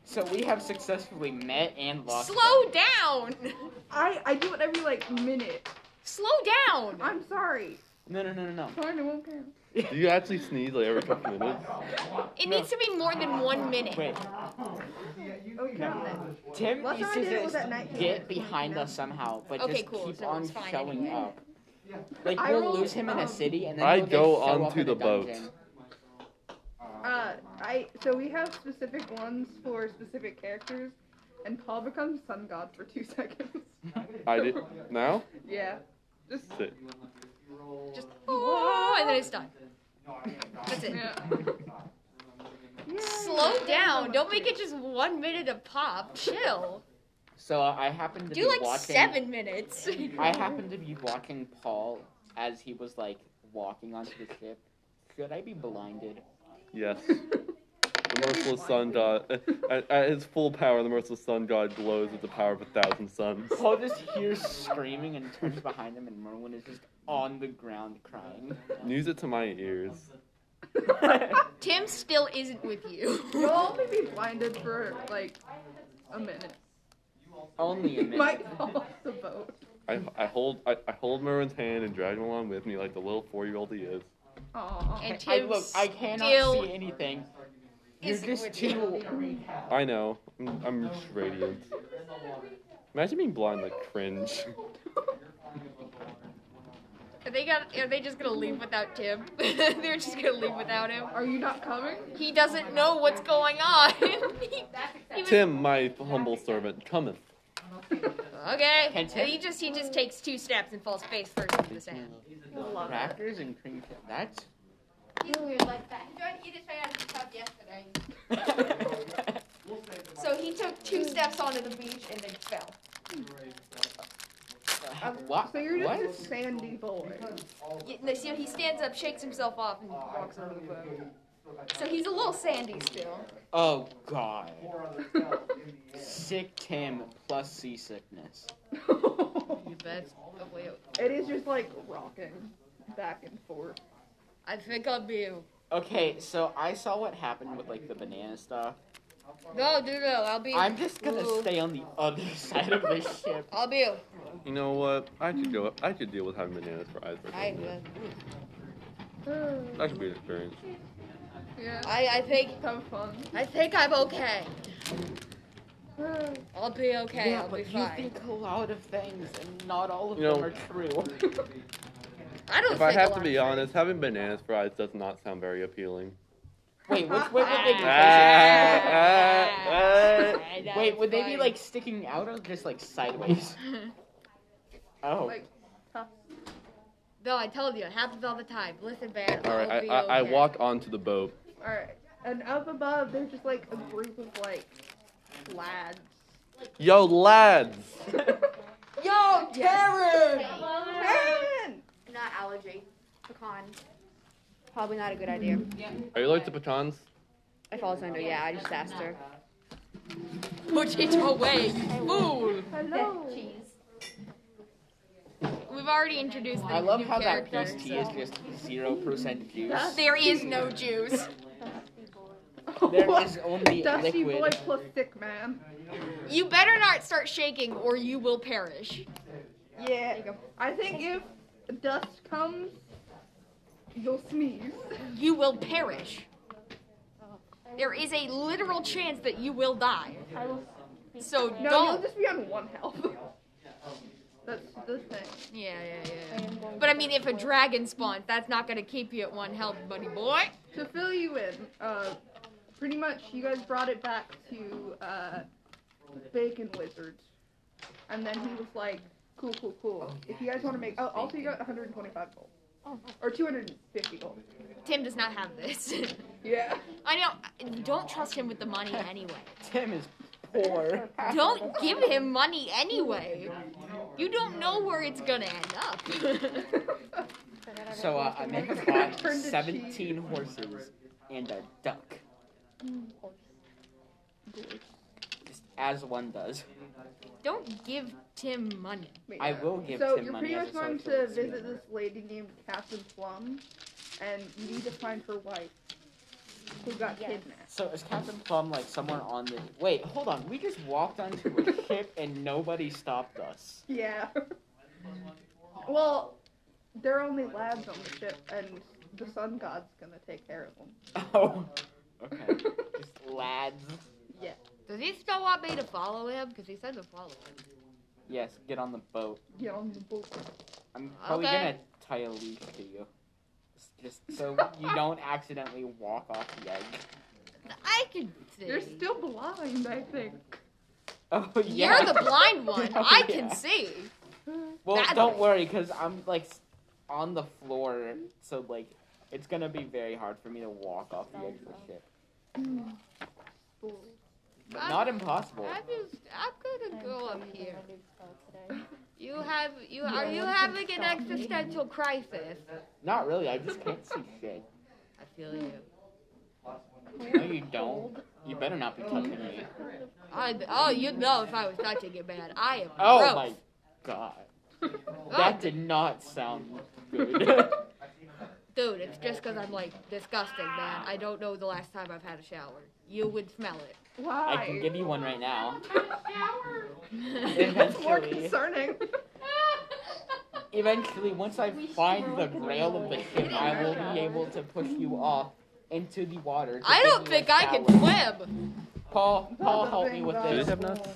S5: So we have successfully met and lost.
S4: Slow down.
S3: I I do it every like minute.
S4: Slow down.
S3: I'm sorry.
S5: No no no no no.
S3: Fine, it won't count.
S2: Do you actually sneeze like every couple minutes?
S4: It needs to be more than one minute.
S5: Wait,
S3: Oh, count it.
S5: Tim
S3: Last
S5: needs
S3: time I did it
S5: to
S3: was at night.
S5: just get behind us somehow, but
S4: Okay,
S5: just
S4: cool,
S5: keep
S4: so
S5: on
S4: it's fine
S5: showing
S4: anyway.
S5: up. Like
S3: I
S5: we'll
S3: rolled,
S5: lose him in
S3: um,
S5: a city, and then
S2: I
S5: he'll just
S2: go
S5: show up
S2: onto
S5: in a
S2: the boat.
S5: dungeon.
S3: Uh, I so we have specific ones for specific characters, and Paul becomes sun god for two seconds.
S2: I did. Now?
S3: yeah, just
S2: Sick.
S4: Just oh, and then it's done. That's it.
S3: yeah. Yay.
S4: Slow down. Don't make it just one minute a pop. Chill.
S5: So I happened to
S4: Do
S5: be
S4: like
S5: watching.
S4: seven minutes.
S5: I happened to be watching Paul as he was like walking onto the ship. Should I be blinded?
S2: Yes. The merciless sun god. At, at his full power, the merciless sun god glows with the power of a thousand suns.
S5: Paul just hears screaming and turns behind him, and Merwin is just on the ground crying.
S2: News it to my ears.
S4: Tim still isn't with you.
S3: You'll only be blinded for like a minute.
S5: Only a
S3: You
S5: minute.
S3: might fall off the boat.
S2: I, I hold I, I hold Merwin's hand and drag him along with me like the little four year old he is.
S3: Aw.
S4: And
S5: I
S4: Tim
S5: look. I cannot
S4: still
S5: see anything. You're
S4: isn't
S5: just
S4: with you.
S5: too
S2: I know. I'm, I'm just radiant. Imagine being blind like cringe.
S4: Are they got? Are they just gonna leave without Tim? They're just gonna leave without him.
S3: Are you not coming?
S4: He doesn't know what's going on. He- he was-
S2: Tim, my humble servant, cometh.
S4: Okay.
S5: Can Tim-
S4: He just he just takes two steps and falls face first into the sand.
S5: Crackers and cream. cheese. That's.
S7: He's weird like that. He tried to eat his way out of the tub yesterday.
S4: So he took two steps onto the beach and then fell.
S5: what?
S3: So you're just
S5: what?
S3: a sandy boy.
S4: Yeah, no, so he stands up, shakes himself off, and walks over the boat. So he's a little sandy still.
S5: Oh God. Sick Tim plus seasickness.
S4: You bet. Oh, wait.
S3: it is just like rocking back and forth.
S4: I think I'll be.
S5: Okay, so I saw what happened with like the banana stuff.
S4: No, no, no. I'll be.
S5: I'm just
S4: Ooh.
S5: gonna stay on the other side of the ship.
S4: I'll be.
S2: You know what? I could go. I could deal with having bananas for eyes. for a
S4: I
S2: little bit. That could be an experience.
S3: Yeah.
S4: I, I think
S3: Have fun.
S4: I think I'm okay. I'll be okay.
S5: yeah,
S4: I'll be
S5: but you
S4: fine.
S5: think a lot of things, and not all of
S2: You know-
S5: them are true.
S4: I don't.
S2: If I
S4: think a
S2: have
S4: lot
S2: to
S4: of
S2: be
S4: things.
S2: honest, having bananas fries does not sound very appealing.
S5: Wait, what, what would they be?
S2: Ah, ah, ah.
S4: I know,
S5: Wait,
S4: it's
S5: would they be
S4: fine.
S5: like sticking out or just like sideways? oh,
S3: Like,
S4: No, I told you, it happens all the time. Listen, man.
S2: All right,
S4: I'll
S2: I,
S4: be
S2: I, I
S4: okay.
S2: walk onto the boat.
S3: alright. And up above, they're just like a group of like lads.
S2: Yo, lads!
S4: Yo, Darren.
S3: Aaron!
S7: Not allergy. Pecan.
S1: Probably not a good idea.
S2: Are you allergic to pecans?
S1: It falls under, yeah, I just asked her.
S4: Put it away, fool.
S3: Hello.
S7: Cheese.
S4: We've already introduced the
S5: I love
S4: new
S5: how that
S4: characters.
S5: peach tea is just zero percent juice.
S4: There is no juice.
S5: There is only
S3: Dusty boy
S5: liquid.
S3: plus sick man.
S4: You better not start shaking, or you will perish.
S3: Yeah. I think if dust comes, you'll sneeze.
S4: You will perish. There is a literal chance that you will die.
S7: I will.
S4: So
S3: No,
S4: don't.
S3: you'll just be on one health. That's the thing.
S4: Yeah, yeah, yeah, yeah. But I mean, if a dragon spawns, that's not gonna keep you at one health, buddy boy.
S3: To fill you in, uh, pretty much you guys brought it back to uh, Bacon Wizard, and then he was like, "Cool, cool, cool. If you guys want to make, oh, also you got 125 gold, or 250 gold.
S4: Tim does not have this.
S3: Yeah.
S4: I know. Don't trust him with the money anyway.
S5: Tim is poor.
S4: Don't give him money anyway. You don't know where it's gonna end up.
S5: So uh, I make a bought
S3: Turned to
S5: seventeen horses and a duck. Just as one does.
S4: don't give Tim money.
S3: Wait,
S5: I
S3: no.
S5: will give
S3: So
S5: Tim
S3: you're
S5: money
S3: pretty
S5: as
S3: much
S5: a
S3: going
S5: social
S3: to
S5: experiment.
S3: visit this lady named Captain Plum, and you need to find her wife, who got kidnapped.
S5: So is Captain Plum like someone on the? Wait, hold on. We just walked onto a ship and nobody stopped us.
S3: Yeah. well, there are only lads on the ship, and the sun god's gonna take care of them.
S5: Oh. Okay. Just lads.
S3: Yeah.
S4: Does he still want me to follow him? Because he said to follow him.
S5: Yes, get on the boat.
S3: Get on the boat.
S5: I'm probably
S4: Okay.
S5: gonna tie a leash to you. Just so you don't accidentally walk off the edge.
S4: I can see.
S3: You're still blind, I think.
S5: Oh yeah.
S4: You're the blind one.
S5: Oh,
S4: I can
S5: yeah.
S4: see.
S5: Well,
S4: Badly.
S5: don't worry, cause I'm like s- on the floor, so like it's gonna be very hard for me to walk off the edge of the ship. But not impossible.
S4: I'm just. I'm gonna go up here. You have. You are you having an existential crisis?
S5: Not really. I just can't see shit.
S4: I feel you.
S5: No, you don't. You better not be touching me.
S4: I, oh, you'd know if I was touching it, man. I am
S5: Oh
S4: gross.
S5: my god.
S4: Oh,
S5: That did not sound good.
S4: Dude, it's just because I'm like disgusting, man. I don't know the last time I've had a shower. You would smell it.
S3: Why?
S5: I can give you one right now.
S3: That's more
S5: Eventually,
S3: concerning.
S5: eventually, once I find the grail of the ship, I will be able to push you off into the water. to
S4: I
S5: give
S4: don't
S5: you a
S4: think I can
S5: shower.
S4: swim.
S5: Paul, Paul, help me with
S2: Do they
S5: this.
S2: have nuts?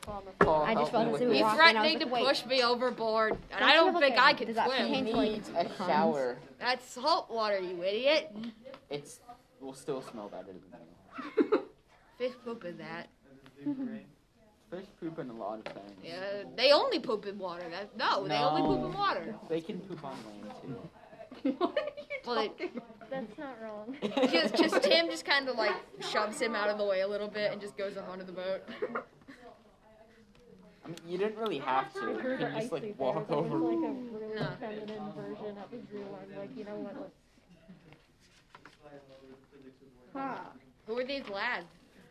S5: Paul,
S6: I just
S5: help
S6: fell
S5: me with
S6: into
S5: this.
S4: He's
S6: Walking, I
S4: threatening
S6: was
S4: to
S6: like, wait.
S4: push me overboard, and
S6: Don't
S4: I
S6: you
S4: don't
S6: have,
S4: think
S6: like,
S4: I
S6: a-
S4: can
S6: does that
S4: swim.
S6: contain-
S5: He needs a shower.
S4: That's salt water, you idiot.
S5: It's will still smell better than you.
S4: Fish poop in that.
S5: Fish poop in a lot of things.
S4: Yeah, they only poop in water. That, no, they only poop in
S5: No.
S4: water.
S5: They can poop on land
S3: what are you
S4: Well,
S3: talking about?
S6: That's not wrong.
S5: too.
S4: Just, just Tim just kind of like shoves him out of the way a little bit and just goes up onto the boat.
S5: I mean, you didn't really have to. You could just like walk over.
S8: like a really
S4: No.
S8: feminine version of a drill. I'm like, you know what? Let's
S3: Ah,
S4: Who are these lads?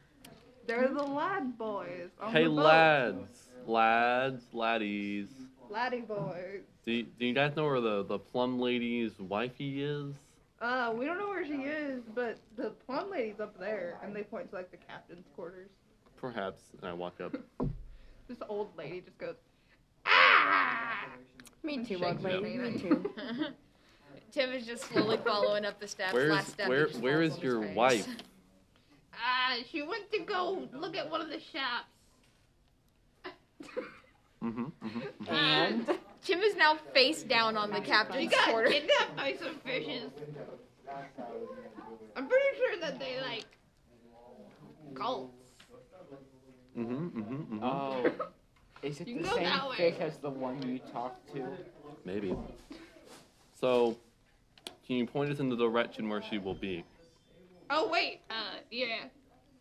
S3: they're the lad boys. On
S2: Hey,
S3: the boat.
S2: lads, lads, laddies.
S3: Laddie boys.
S2: Do, do you guys know where the, the plum lady's wifey is?
S3: Uh, we don't know where she is, but the plum lady's up there, and they point to like the captain's quarters.
S2: Perhaps. And I walk up.
S3: This old lady just goes, ah!
S1: Me
S3: and
S1: too,
S3: shakes
S1: old
S3: her
S1: lady.
S3: hand.
S1: Me too.
S4: Tim is just slowly following up the steps.
S2: Where's
S4: last step. he
S2: where
S4: just
S2: where
S4: falls
S2: is
S4: on
S2: your
S4: his face.
S2: wife?
S7: Ah, she went to go look at one of the shops.
S2: Mm-hmm.
S4: Uh,
S5: And
S4: Tim is now face down on the
S7: Uh, She
S4: captain's
S7: got
S4: quarter.
S7: kidnapped by some fishes. I'm pretty sure that they like cults.
S2: Mm-hmm. Mm-hmm. hmm
S5: oh, is it
S7: You can
S5: the
S7: go
S5: same
S7: that way.
S5: fish as the one you talked to?
S2: Maybe. So, can you point us in the direction where she will be?
S7: Oh wait, uh, yeah,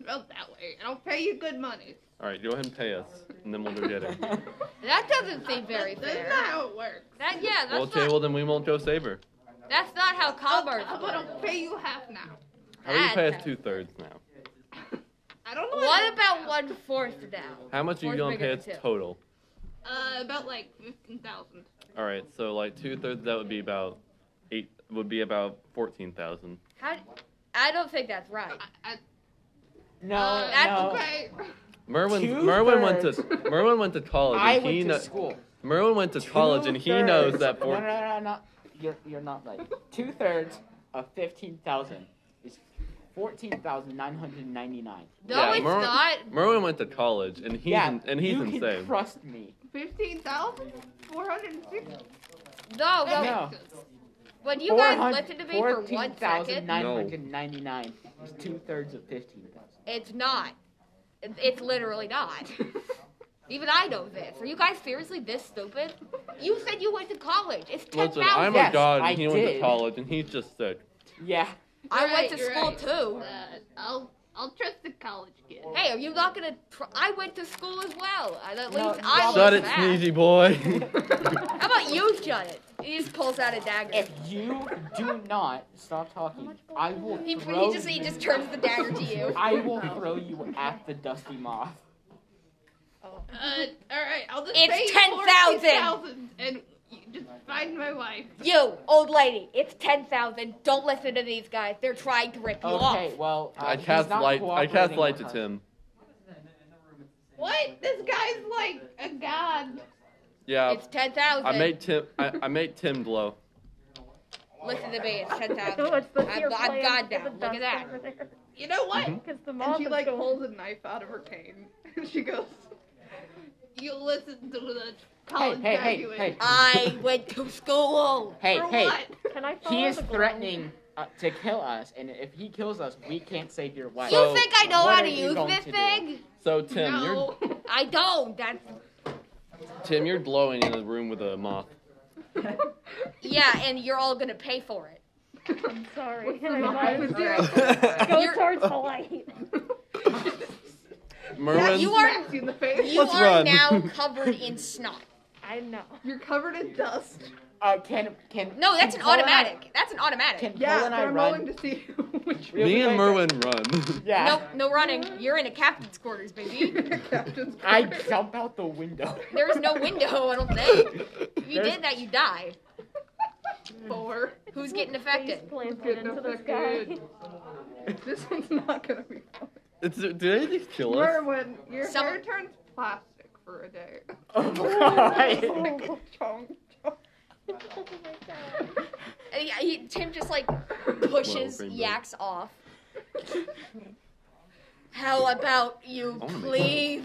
S7: well that way, and I'll pay you good money.
S2: All right, go ahead and pay us, and then we'll go get her.
S4: That doesn't seem very
S7: That's
S4: fair.
S7: not how it works.
S4: That yeah, that's
S2: well, okay,
S4: not
S2: well then we won't go save her.
S4: that's not how Colbert.
S7: I'm gonna pay you half now.
S2: How do you
S4: That-
S2: pay us two thirds now?
S7: I don't know.
S4: What about one fourth down?
S2: How much are you
S4: Four's
S2: gonna
S4: bigger
S2: pay
S4: than two.
S2: us total?
S7: Uh, about like fifteen thousand.
S2: All right, so like two thirds that would be about eight would be about fourteen thousand.
S4: How? I don't think that's right.
S7: I,
S5: No,
S7: uh,
S5: no.
S4: that's
S7: okay.
S2: Merwin Merwin went to Merwin went to college.
S5: I
S2: and he
S5: went
S2: kno-
S5: to school.
S2: Merwin went to college, and he knows
S5: Two-thirds-
S2: that
S5: No,
S2: four.
S5: no, no, no, not- You're, you're not right. Two thirds of fifteen thousand is fourteen thousand nine hundred ninety nine.
S4: No,
S2: Yeah,
S4: it's
S2: Mer-
S4: not.
S2: Merwin went to college, and he's
S5: yeah,
S2: in, and he's
S5: you Can
S2: insane.
S5: trust me.
S7: Fifteen thousand four hundred and fifty.
S4: No, no.
S5: No.
S4: When you guys listen to me for one second,
S5: Nine hundred ninety nine is two thirds of fifteen thousand.
S4: it's not. It's, it's literally not. Even I know this. Are you guys seriously this stupid? You said you went to college. It's ten
S2: Listen, I'm
S4: thousand.
S5: Yes,
S2: a god,
S5: I
S2: and he went to
S5: did.
S2: college, and he's just sick.
S5: Yeah.
S4: I
S7: Right,
S4: went to
S7: you're
S4: school
S7: right.
S4: too.
S7: Uh, I'll I'll trust the college kid.
S4: Hey, are you not gonna? Tr- I went to school as well. Uh, At least
S5: No,
S4: I was
S2: Shut it,
S4: back.
S2: Sneezy boy.
S5: Uh,
S4: How about you shut it? He just pulls out a dagger.
S5: If you do not stop talking, I will
S4: He,
S5: throw.
S4: he just he just turns the dagger to you.
S5: I will throw you at the dusty moth.
S7: Uh, all right, I'll just
S4: It's
S7: pay you
S4: 10,000.
S7: 14,000, and you just find my wife.
S4: You, old lady, it's ten thousand. Don't listen to these guys. They're trying to rip you
S5: Okay,
S4: off.
S5: well, uh,
S2: I
S5: he's
S2: cast
S5: not
S2: light. I cast
S5: cooperating
S2: light
S5: with
S2: to
S5: us.
S2: Tim.
S7: What? This guy's like a god.
S2: Yeah,
S4: It's ten thousand.
S2: I made Tim. I, I made Tim glow.
S4: Listen to me. It's ten
S8: No,
S4: thousand.
S8: it's the
S4: I'm, I'm God now. Look at that.
S7: You know what?
S8: Because the
S3: And
S8: moth
S3: she
S8: is
S3: like
S8: going-
S3: holds a knife out of her cane, and she goes,
S7: You listen to the
S5: Hey,
S7: college
S5: hey, hey,
S7: graduate.
S5: hey,
S4: I went to school.
S5: hey,
S7: For
S5: hey.
S7: what?
S8: Can I follow
S5: He is
S8: the glow?
S5: threatening uh, to kill us, and if he kills us, we can't save your wife.
S2: So-
S4: you think I know
S5: what
S4: how
S5: are
S4: to
S5: you
S4: use
S5: going
S4: this
S5: to do?
S4: thing?
S2: So Tim,
S7: no.
S4: I don't. That's
S2: you're Tim. You're glowing in a room with a moth.
S4: yeah, and you're all gonna pay for it.
S8: I'm sorry. I
S3: "I would
S8: must
S3: do it."
S8: Go
S4: You're-
S8: towards the light.
S2: Merwin,
S4: You are-
S3: Smacks you in the face.
S4: You
S2: Let's
S4: are
S2: run.
S4: now covered in snot.
S8: I know.
S3: You're covered in dust.
S5: Uh, can can
S4: No, that's an
S5: can Cole and I-
S4: automatic. That's an automatic.
S5: Can
S3: Yeah,
S5: Cole
S3: but
S5: and I
S3: I'm
S5: run?
S3: rolling to see which
S5: Really
S2: me and
S5: quick.
S2: Merwin run.
S5: Yeah.
S4: Nope, no running. You're in a captain's quarters, baby.
S3: captain's
S5: I
S3: quarters.
S5: jump out the window.
S4: There is no window, I don't think. If you did that, you die.
S3: Four.
S4: Who's getting
S8: He's
S4: affected?
S8: planted
S3: Getting
S8: into the sky.
S3: affected. This one's not gonna be. fun.
S2: It's, did they just kill us?
S3: Merwin, your
S4: Some-
S3: hair turns plastic for a day.
S5: Alright.
S3: Like, chong, chong.
S8: Oh my god.
S4: Uh, yeah, he- Tim just like pushes
S2: Well, rainbow.
S4: Yaks off. How about you
S2: Oh my God.
S4: please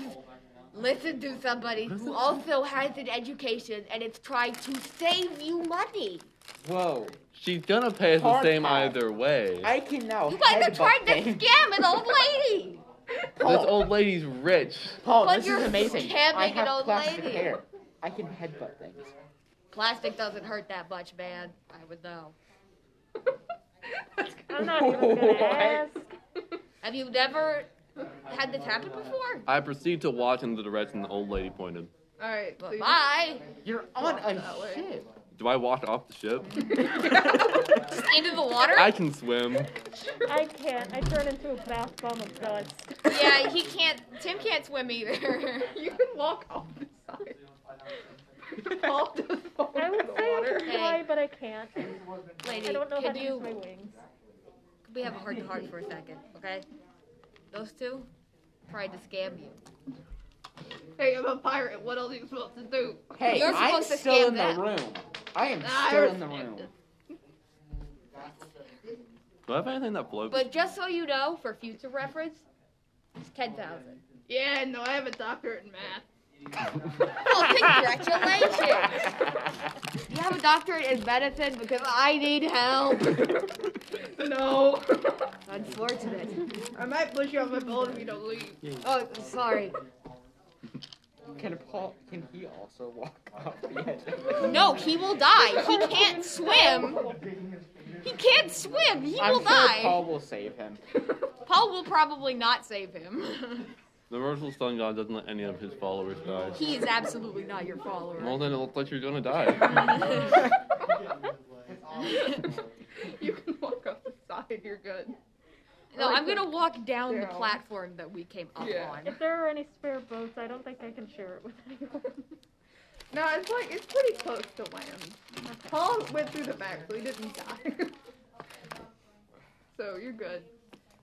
S4: listen to somebody who also has an education and is trying to save you money?
S5: Whoa.
S2: She's gonna pay us the
S5: Hard
S2: same
S5: hat.
S2: either way.
S5: I can now.
S4: You guys are
S5: headbutt
S4: trying to
S5: things.
S4: scam an old lady.
S2: This
S5: Paul,
S2: old lady's rich.
S5: Paul,
S4: But
S5: this
S4: you're
S5: is amazing.
S4: scamming
S5: I
S4: an
S5: have
S4: old
S5: plastic
S4: lady.
S5: hair. I can headbutt things.
S4: Plastic doesn't hurt that much, man. I would know.
S8: I'm not even gonna
S5: What?
S8: ask.
S4: Have you never had this happen before?
S2: I proceed to walk in the direction the old lady pointed.
S3: All right, so you-
S4: Bye.
S5: You're on a
S3: That way.
S5: ship.
S2: Do I walk off the ship?
S4: Into the water?
S2: I can swim.
S8: I can't. I turn into a bath bomb of dust.
S4: Yeah, he can't. Tim can't swim either.
S3: you can walk off the side. Paul just falls
S8: I
S3: in
S8: would
S3: the
S8: say I
S3: water.
S8: can fly, but I can't.
S4: Lady,
S8: I don't know how
S4: could
S8: to
S4: you?
S8: use my wings.
S4: We have a hard to heart for a second, okay? Those two tried to scam you.
S7: Hey, I'm a pirate. What else are you supposed to do?
S5: Hey,
S4: You're
S5: I'm
S4: supposed to
S5: still
S4: scam
S5: in the
S4: them.
S5: room. I am
S7: I
S5: still in the
S7: respect
S5: room.
S7: it.
S2: Do I have anything that floats?
S4: But just so you know, for future reference, it's ten thousand.
S3: Yeah, no, I have a doctorate in math.
S4: Oh, congratulations! you have a doctorate in medicine because I need help.
S3: No.
S4: Unfortunate.
S3: I might push you off my bowl if you don't leave.
S4: Oh, sorry.
S5: Can Paul? Can he also walk up the edge?
S4: No, he will die. He can't swim. He can't swim. He
S5: I'm
S4: will
S5: sure
S4: die.
S5: Paul will save him.
S4: Paul will probably not save him.
S2: the merciful sun god doesn't let any of his followers die.
S4: he is absolutely not your
S2: Well,
S4: follower.
S2: then it looks like you're gonna die.
S3: You can walk up the side, you're good.
S4: No, I'm gonna walk down the
S3: Down.
S4: platform that we came up
S3: Yeah.
S4: on.
S9: If there are any spare boats, I don't think I can share it with anyone.
S3: No, it's like, it's pretty close to land. Paul went through the back, so he didn't die. so you're good.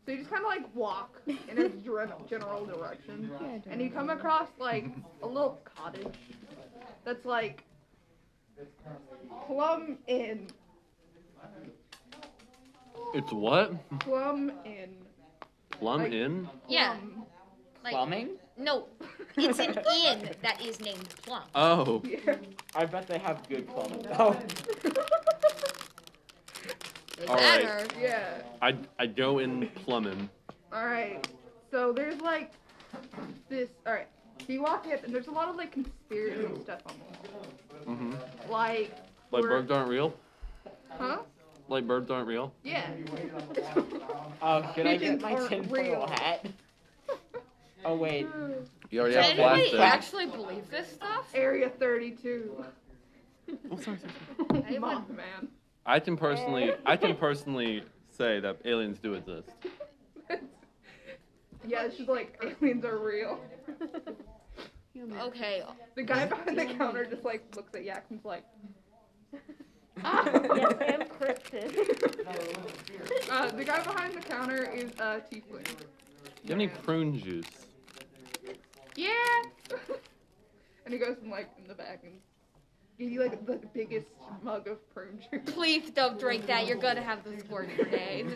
S3: So you just kind of like walk in a dre- general direction. and you come across like a little cottage that's like Plum Inn.
S2: it's what?
S3: Plum Inn.
S2: Plum
S3: Like-
S2: in?
S4: Yeah.
S5: Plumbing?
S4: No, it's an inn that is named Plum.
S2: Oh,
S3: Yeah.
S5: I bet they have good plumbing. though.
S4: They
S2: All right.
S4: better.
S3: yeah.
S2: I I go in plumbing.
S3: All right. So there's like this. All right. So you walk in, and there's a lot of like conspiracy stuff on the wall.
S2: hmm
S3: Like,
S2: Like
S3: Or-
S2: birds aren't real.
S3: huh?
S2: Like birds aren't real.
S3: Yeah.
S5: Oh, should I get
S3: Pigeons
S5: my
S3: aren't
S5: tinfoil
S3: real.
S5: hat? Oh wait,
S2: You already
S4: Does
S2: have
S4: anybody
S2: plastic.
S4: actually believe this stuff?
S3: Area 32.
S4: Anyone?
S3: Mothman.
S2: I can personally I can personally say that aliens do exist.
S3: Yeah, she's like aliens are real.
S4: Okay.
S3: The guy behind the counter just like looks at Yak and's like,
S9: yes, I am cryptid.
S3: Uh, the guy behind the counter is uh, Tiefling.
S2: Do you have any prune juice?
S3: Yeah. and he goes in like in the back and gives you like the biggest mug of prune juice.
S4: Please don't drink that. You're gonna have the squirt grenade.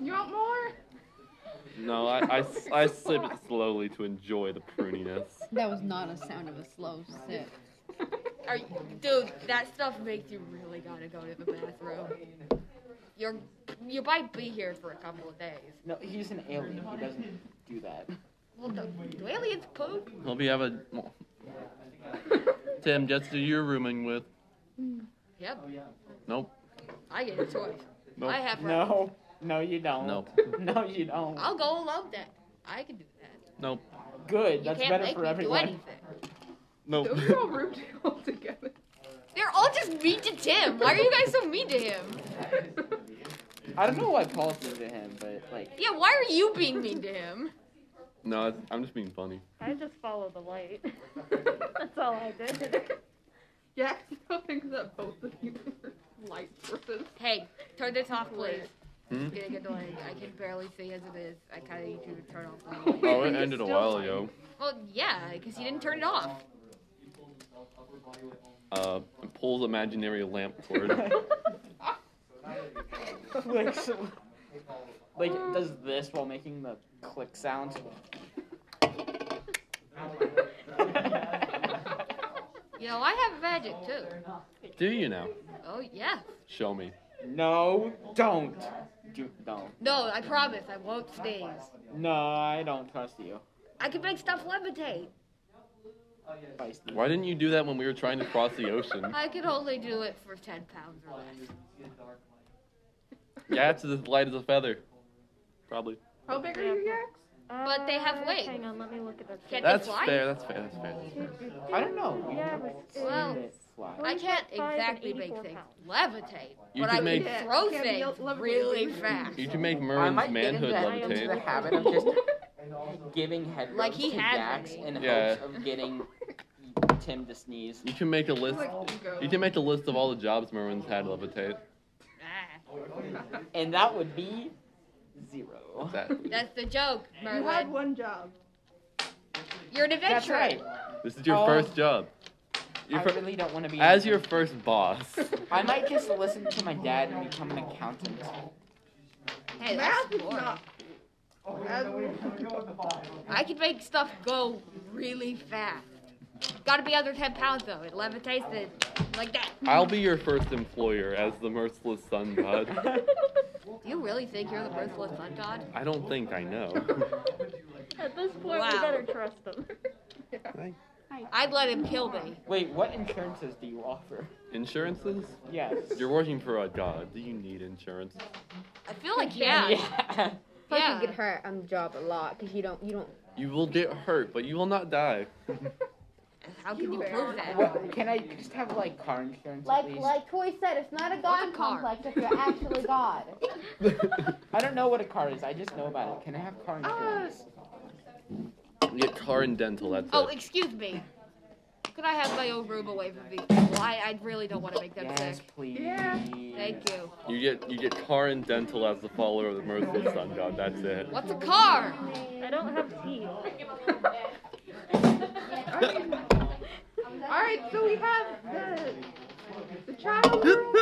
S3: You want more?
S2: No, I, I, I sip it slowly to enjoy the pruniness.
S1: That was not a sound of a slow sip.
S4: Are you, dude, that stuff makes you really gotta go to the bathroom. You're you might be here for a couple of days.
S5: no, he's an alien. He doesn't do that.
S4: Well, do, do aliens poop?
S2: Hope you have a. Tim, just who you're rooming with.
S4: Yep,
S2: Nope.
S4: I get a choice.
S2: Nope.
S4: I have.
S5: No, no, you don't.
S2: Nope.
S5: no, you don't.
S4: I'll go alone then. I can do that.
S2: Nope.
S5: Good.
S4: You
S5: That's
S4: can't
S5: better
S4: make
S5: for
S4: me do
S5: everyone.
S4: anything.
S2: Nope.
S3: Those are all room all together.
S4: They're all just mean to Tim. Why are you guys so mean to him?
S5: I don't know why Paul's mean to him, but like,
S4: Yeah, why are you being mean to him?
S2: no, it's- I'm just being funny.
S9: I just follow the light. That's all I did.
S3: Yak still thinks that both of you are light sources.
S4: Hey, turn this off, please.
S2: Hmm?
S4: It's getting annoying. I can barely see as it is. I kind of need you to turn off. the light.
S2: Oh, it ended a while ago.
S4: Well, yeah, because you didn't turn it off.
S2: Uh, and pulls imaginary lamp cord.
S5: like, so- like does this while making the click sound.
S4: You know, I have magic too.
S2: Do you now?
S4: Oh yeah.
S2: Show me.
S5: no, don't. Do, no,
S4: No, I promise I won't sneeze.
S5: no, I don't trust you.
S4: I can make stuff levitate.
S5: Feisty.
S2: Why didn't you do that when we were trying to cross the ocean?
S4: I can only do it for ten pounds or less.
S2: Yeah, it's as light as a feather. Probably.
S3: How big are you, Yaks?
S4: But they have
S9: Uh,
S4: weight.
S9: Hang on, let me look at this.
S4: Can't
S2: That's
S4: they fly?
S2: fair. That's fair. That's fair.
S5: I don't know.
S9: Yeah, but
S4: Well,
S5: It flies.
S4: I can't
S9: 1.5 and
S4: exactly make
S9: 84
S4: things
S9: pounds.
S4: levitate,
S2: You
S4: but
S2: can
S4: I
S2: make-
S4: can throw
S3: Yeah, yeah,
S4: things
S3: levitate.
S4: really fast.
S2: You can make
S5: I
S2: Merlin's
S5: might get into,
S2: manhood
S5: I am into the
S2: levitate.
S5: habit of just giving head
S4: Like
S5: rubs
S4: he
S5: to
S4: had
S5: Dax
S4: me.
S5: in
S2: Yeah.
S5: hopes of getting Tim to sneeze.
S2: You can make a list.
S3: Like, you go.
S2: You can make a list of all the jobs Merlin's had levitate.
S4: Ah,
S5: And that would be zero.
S2: Exactly.
S4: that's the joke,
S3: You had
S4: Merlin.
S3: one job.
S4: You're an
S5: That's
S4: adventurer.
S5: right.
S2: This is your
S5: Oh.
S2: first job. Your
S5: I
S2: fir-
S5: really don't want to be.
S2: as your first boss.
S5: I might just listen to my dad and become an accountant.
S4: Hey, that's
S3: Math is
S4: boring.
S3: not. Math-
S4: I can make stuff go really fast. Gotta be under 10 pounds though. It levitates it like that.
S2: I'll be your first employer as the merciless sun god.
S4: Do you really think you're the merciless sun god?
S2: I don't think I know.
S8: At this point, we
S4: Wow.
S8: better trust them.
S4: I'd let him kill me.
S5: Wait, what insurances do you offer?
S2: Insurances?
S5: Yes.
S2: You're working for a god. Do you need insurance?
S4: I feel like yeah. Yeah.
S5: Yeah.
S1: Plus you get hurt on the job a lot because you don't you don't
S2: You will get hurt, but you will not die.
S4: How can you prove that?
S5: What, can I just have like car insurance? at least?
S1: Toy said, it's not a
S4: god What's a car? complex
S1: if you're actually God.
S5: I don't know what a car is. I just know about it. Can I have car insurance?
S2: You get car and dental, that's
S4: Oh,
S2: it.
S4: excuse me. Could I have my own room away from these people? I, I really don't want to make them
S5: yes,
S4: sick.
S5: please.
S4: Thank you.
S2: You get you get car and dental as the follower of the merciless sun god, that's it.
S4: What's a car?
S8: I don't have teeth.
S3: All right, so we have the the child room,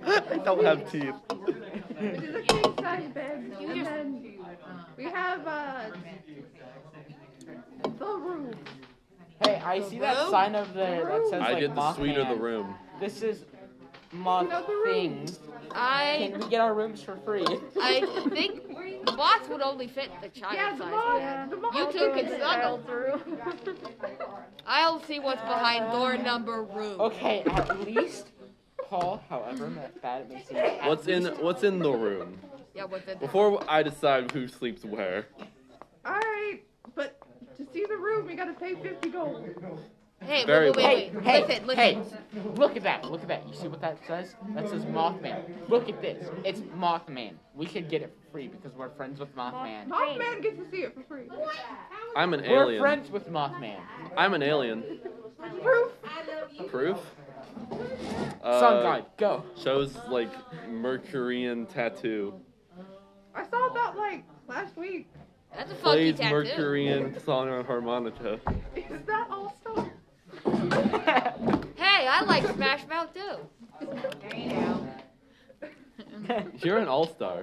S3: the,
S2: I don't have teeth.
S3: which is a king size bed, and
S4: just-
S3: then we have uh the room.
S5: Hey, I see that
S4: room?
S5: sign over there that says
S2: I
S5: like
S2: get the suite of the
S5: Mothman.
S2: room.
S5: This is moth
S3: Another room.
S5: things. Can
S4: I
S5: we get our rooms for free?
S4: I think bots would only fit the
S3: Yeah,
S4: child
S3: the
S4: size.
S3: mom, the mom.
S4: You two can snuggle.
S8: through.
S4: I'll see what's behind door number room.
S5: okay, at least Paul, however bad it may seem. at
S2: What's in
S5: least-
S2: what's in the room?
S4: Yeah, with it.
S2: Before I decide who sleeps where,
S3: All right, but to see the room, we gotta pay fifty gold.
S4: Hey, wait,
S2: Very
S4: wait, wait,
S5: Hey,
S4: wait.
S5: hey,
S4: listen, listen.
S5: hey! Look at that! Look at that! You see what that says? That says Mothman. Look at this. It's Mothman. We should get it for free because we're friends with Mothman.
S3: Mothman gets to see it for free.
S2: I'm an
S5: we're
S2: alien.
S5: friends with Mothman.
S2: I'm an alien.
S3: Proof.
S2: Proof? Uh,
S5: Sun God, go.
S2: Shows like Mercurian tattoo.
S3: I saw that like last week.
S4: That's a funky
S2: Plays
S4: tattoo.
S2: Mercurian song on harmonica.
S3: Is that all stuff?
S4: Hey, I like Smash Mouth too.
S2: You're an all star.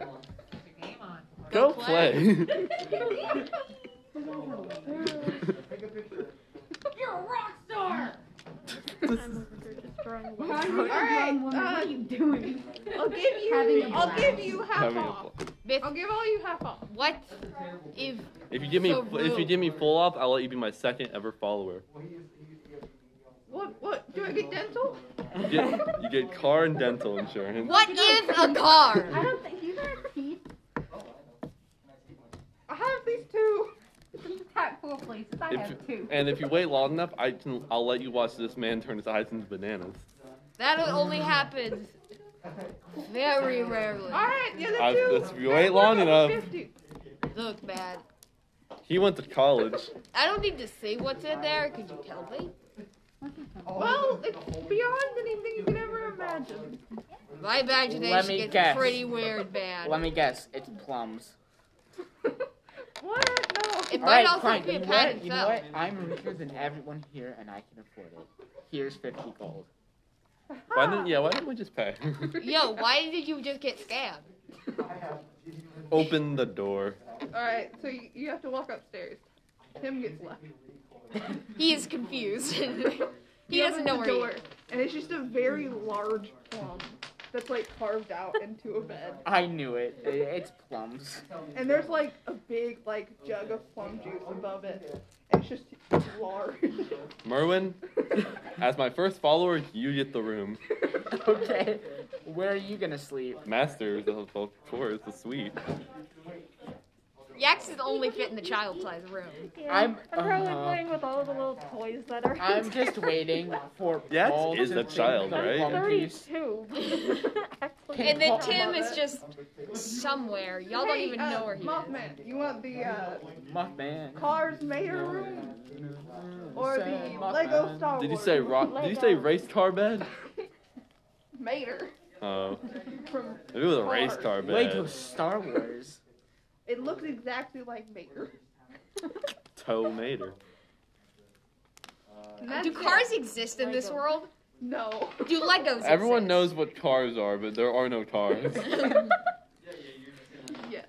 S4: Go
S2: Go
S4: play.
S2: play.
S3: All right. what are you doing? I'll give you. I'll give you half
S2: Having a
S3: off.
S2: ball.
S4: Miss,
S3: I'll give all you half off.
S4: what if
S2: if you give me
S4: So
S2: if you
S4: rude.
S2: give me full off, I'll let you be my second ever follower.
S3: What? What? Do I get dental?
S2: You get, you get car and dental insurance.
S4: what is a car?
S8: I don't think you got teeth.
S3: I have these two.
S7: Tactful, please. I
S2: If,
S7: have two.
S2: and if you wait long enough, I can I'll let you watch this man turn his eyes into bananas.
S4: That only happens very rarely.
S3: All right. The other
S2: I-
S3: two.
S2: if you wait long enough.
S3: 50.
S4: Look, man,
S2: He went to college.
S4: I don't need to see what's in there. Could you tell me?
S3: Well, it's beyond anything you can ever imagine.
S4: My
S5: Let
S4: imagination
S5: me
S4: gets
S5: guess.
S4: pretty weird, man.
S5: Let me guess. It's plums.
S3: What? No.
S4: it
S5: All
S4: might
S5: right,
S4: also
S5: fine.
S4: be
S5: You
S4: a
S5: know
S4: pattern
S5: what? You know
S4: felt.
S5: what? I'm richer than everyone here, and I can afford it. Here's 50 gold.
S2: Why didn't yeah? Why didn't we just pay?
S4: Yo, why did you just get scammed?
S2: Open the door.
S3: All right. So you, you have to walk upstairs. Tim gets left.
S4: He is confused. he
S3: You
S4: doesn't
S3: open
S4: know
S3: the
S4: where he
S3: door, And it's just a very large plum that's like carved out into a bed.
S5: I knew it. I- It's plums.
S3: And there's like a big like jug of plum juice above it. And it's just large.
S2: Merwin, as my first follower, you get the room.
S5: Okay. Where are you gonna sleep?
S2: Masters, of of course, the suite.
S4: Yaks is only fit in the child size room.
S8: Yeah.
S5: I'm-
S8: probably
S5: uh-huh.
S8: playing with all the little toys that are.
S5: I'm just waiting for
S2: Yes,
S5: Paul
S2: is
S5: to
S2: the
S5: think
S2: child,
S5: of
S2: right?
S5: plum juice.
S8: Thirty-two.
S5: Can
S4: And then
S5: Paul-
S4: Tim is just somewhere. Y'all don't
S3: Hey,
S4: even
S3: uh,
S4: know where he is.
S3: Mothman, you want the uh,
S5: Mothman.
S3: Cars Mayor room or the
S5: Mm-hmm. Say Mothman.
S3: Lego Star Wars?
S2: Did you say rock? Did you say race car bed?
S3: Mater?
S2: Oh,
S3: From
S2: it was a race car
S5: Lego
S2: bed.
S5: Star Wars.
S3: it looks exactly like Mater.
S2: Toe mater.
S3: That's
S4: Do
S3: it.
S4: cars exist in this world?
S3: No.
S4: Do Legos
S2: Everyone
S4: exist?
S2: knows what cars are, but there are no cars.
S3: Yes.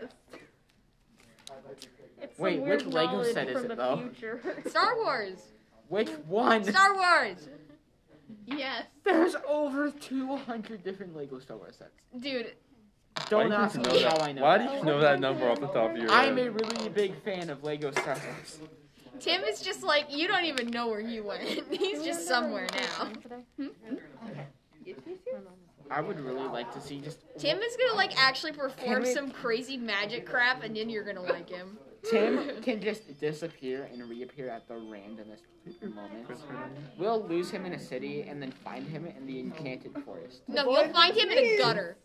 S9: It's
S5: Wait,
S9: some weird
S5: which Lego
S9: knowledge
S5: set is
S9: from
S5: it,
S9: the
S5: though?
S9: future.
S4: Star Wars.
S5: Which one?
S4: Star Wars.
S3: Yes.
S5: There's over 200 different Lego Star Wars sets.
S4: Dude,
S5: Don't
S2: Why
S5: ask
S2: did you
S5: me
S2: know
S5: how
S2: that?
S5: I know.
S2: Why
S5: that.
S2: did you know that number off the top of your head?
S5: I'm a really big fan of Lego Star Wars.
S4: Tim is just like, you don't even know where he went. He's just somewhere now.
S5: I would really like to see just
S4: Tim is gonna like actually
S5: Can
S4: perform
S5: we-
S4: some crazy magic crap and then you're gonna like him.
S5: Tim can just disappear and reappear at the randomest moments. We'll lose him in a city and then find him in the enchanted forest.
S4: No, you'll find him in a gutter.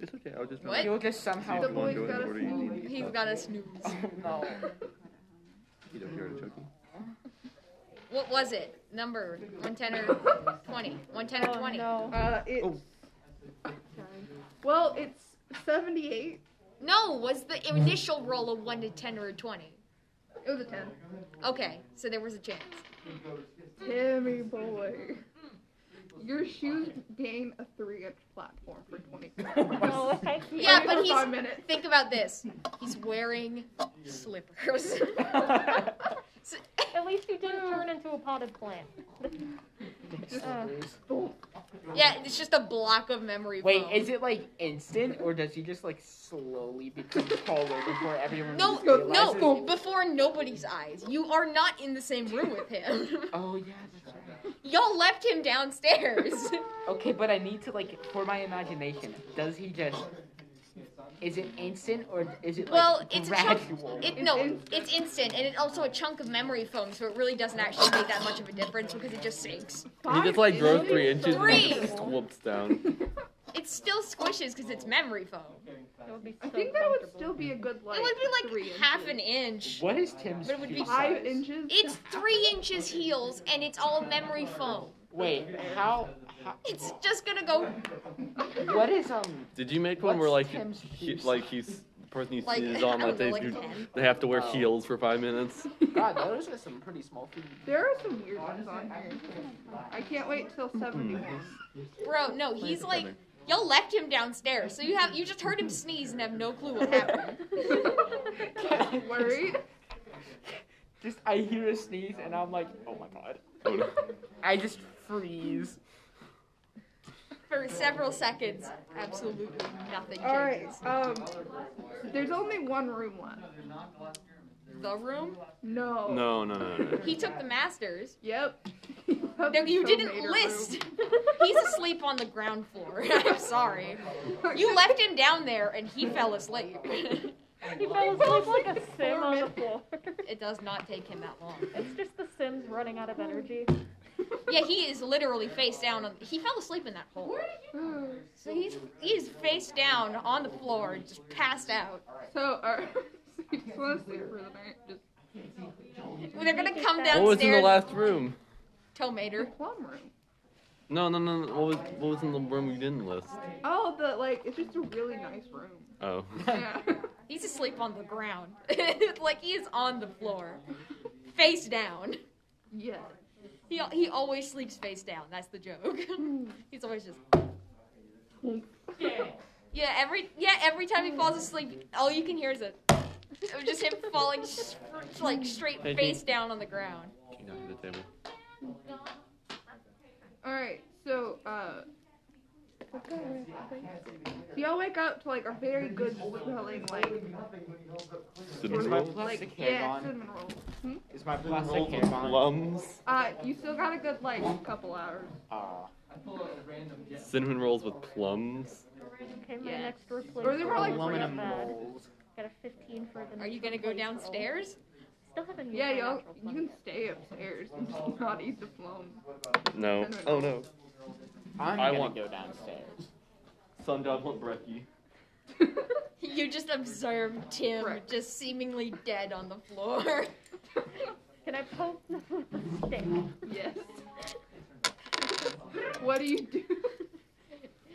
S2: It's okay, I'll just
S4: What?
S5: He'll just
S2: see if
S5: somehow.
S2: you want to go in the order you need.
S4: He's gotta snooze.
S5: Oh no.
S2: You don't hear it, Chucky?
S4: What was it? Number 110 or 20? 110 or
S9: Oh,
S4: 20?
S9: no.
S3: Uh, it's.
S5: Oh.
S3: Well, it's 78.
S4: No, was the initial roll a 1 to 10 or a 20?
S3: It was a 10.
S4: Okay, so there was a chance.
S3: Timmy boy. Your shoes gain a 3-inch platform for 20
S9: No, I see.
S4: Yeah, but
S3: for
S4: he's-
S3: five minutes.
S4: Think about this. He's wearing slippers. So-
S9: At least you didn't turn into a potted plant.
S4: yeah, it's just a block of memory.
S5: Wait,
S4: foam.
S5: is it like instant or does he just like slowly become taller before everyone
S4: No,
S5: realizes?
S4: no, before nobody's eyes. You are not in the same room with him.
S5: Oh yeah, that's right.
S4: Y'all left him downstairs.
S5: Okay, but I need to like for my imagination. Does he just? Is it instant or is it like
S4: well, it's a chunk.
S5: gradual?
S4: It, no, it's instant, and it's also a chunk of memory foam, so it really doesn't actually make that much of a difference because it just sinks.
S2: He just like grows three inches
S4: Three.
S2: and just slumps down.
S4: It still squishes because it's memory foam.
S9: That would be
S3: I
S9: so
S3: think that would
S9: comfortable.
S3: still be a good like.
S4: It would be
S3: three
S4: like half
S3: inches.
S4: an inch.
S5: What is Tim's
S4: But it would be
S5: shoe
S3: Five
S5: size?
S3: inches.
S4: It's three inches heels, and it's all memory foam.
S5: Wait, how, how?
S4: It's just gonna go
S5: What is um?
S2: Did you make one where like
S5: What's Tim's
S2: he,
S5: shoe
S2: like he's the person you
S4: Like,
S2: see is on
S4: I don't know,
S2: like they
S4: like
S2: do-
S4: 10.
S2: they have to wear
S5: Oh.
S2: heels for five minutes?
S5: God, those are some pretty small feet.
S3: There are some weird ones on here. I can't wait
S2: Mm-hmm.
S3: till 71.
S4: Bro, no, he's like y'all left him downstairs, so you have you just heard him sneeze and have no clue what happened.
S3: Worried?
S5: Just I hear a sneeze and I'm like, oh my god.
S2: Oh, no.
S5: I just freeze.
S4: For several seconds, absolutely nothing changes.
S3: All right. Um, there's only one room left.
S4: The room?
S3: No.
S2: No, no, no, no.
S4: He took the masters.
S3: Yep.
S4: No, you
S3: So
S4: didn't
S3: made a
S4: list.
S3: room.
S4: He's asleep on the ground floor. I'm sorry. You left him down there and he fell asleep.
S9: He fell asleep like a sim on the floor.
S4: it does not take him that long.
S9: It's just the Sims running out of energy.
S4: Yeah, he is literally face down on he fell asleep in that hole. So he's he's face down on the floor, just passed out.
S3: So, alright. So you just want to sleep for the night? Just
S4: Well, They're gonna come downstairs.
S2: What was in the last room?
S4: Tomater.
S3: plum room.
S2: No, no, no. no. What was what was in the room you didn't list?
S3: Oh, the like. It's just a really nice room.
S2: Oh,
S3: Yeah.
S4: He's asleep on the ground. like he is on the floor, face down.
S3: yeah.
S4: He he always sleeps face down. That's the joke. He's always just. Yeah, every yeah every time he falls asleep, all you can hear is a, of just him falling s- like straight
S2: Hey,
S4: face down on the ground.
S2: she knocked at the table.
S3: Alright, so, uh. So y'all wake up to like a very good smelling like
S5: Is
S2: Cinnamon
S5: my
S2: rolls.
S5: plastic
S3: like
S5: hair
S3: yeah
S5: gone?
S3: cinnamon roll.
S5: Is my plastic
S2: Rolls
S5: hair
S2: with
S5: gone?
S2: plums.
S3: Uh, you still got a good like couple hours.
S5: Aw.
S2: Cinnamon rolls with plums.
S9: Okay, my
S3: Yeah.
S9: next door place.
S3: Or they were, like,
S5: aluminum
S9: bad.
S5: rolls.
S9: Got a 15 for the
S4: Are you
S9: next
S4: gonna go
S9: place roll.
S4: downstairs?
S9: Still haven't used
S3: Yeah,
S9: my
S3: y'all,
S9: natural
S3: you
S9: plum
S3: can
S9: yet.
S3: stay upstairs and just not eat the plum.
S2: No. Oh no.
S5: I'm
S2: I
S5: gonna
S2: want-
S5: go downstairs.
S2: Sundog want brekkie.
S4: You just observe Tim
S3: Correct.
S4: just seemingly dead on the floor.
S9: Can I poke them with a stick?
S3: yes. what do you do?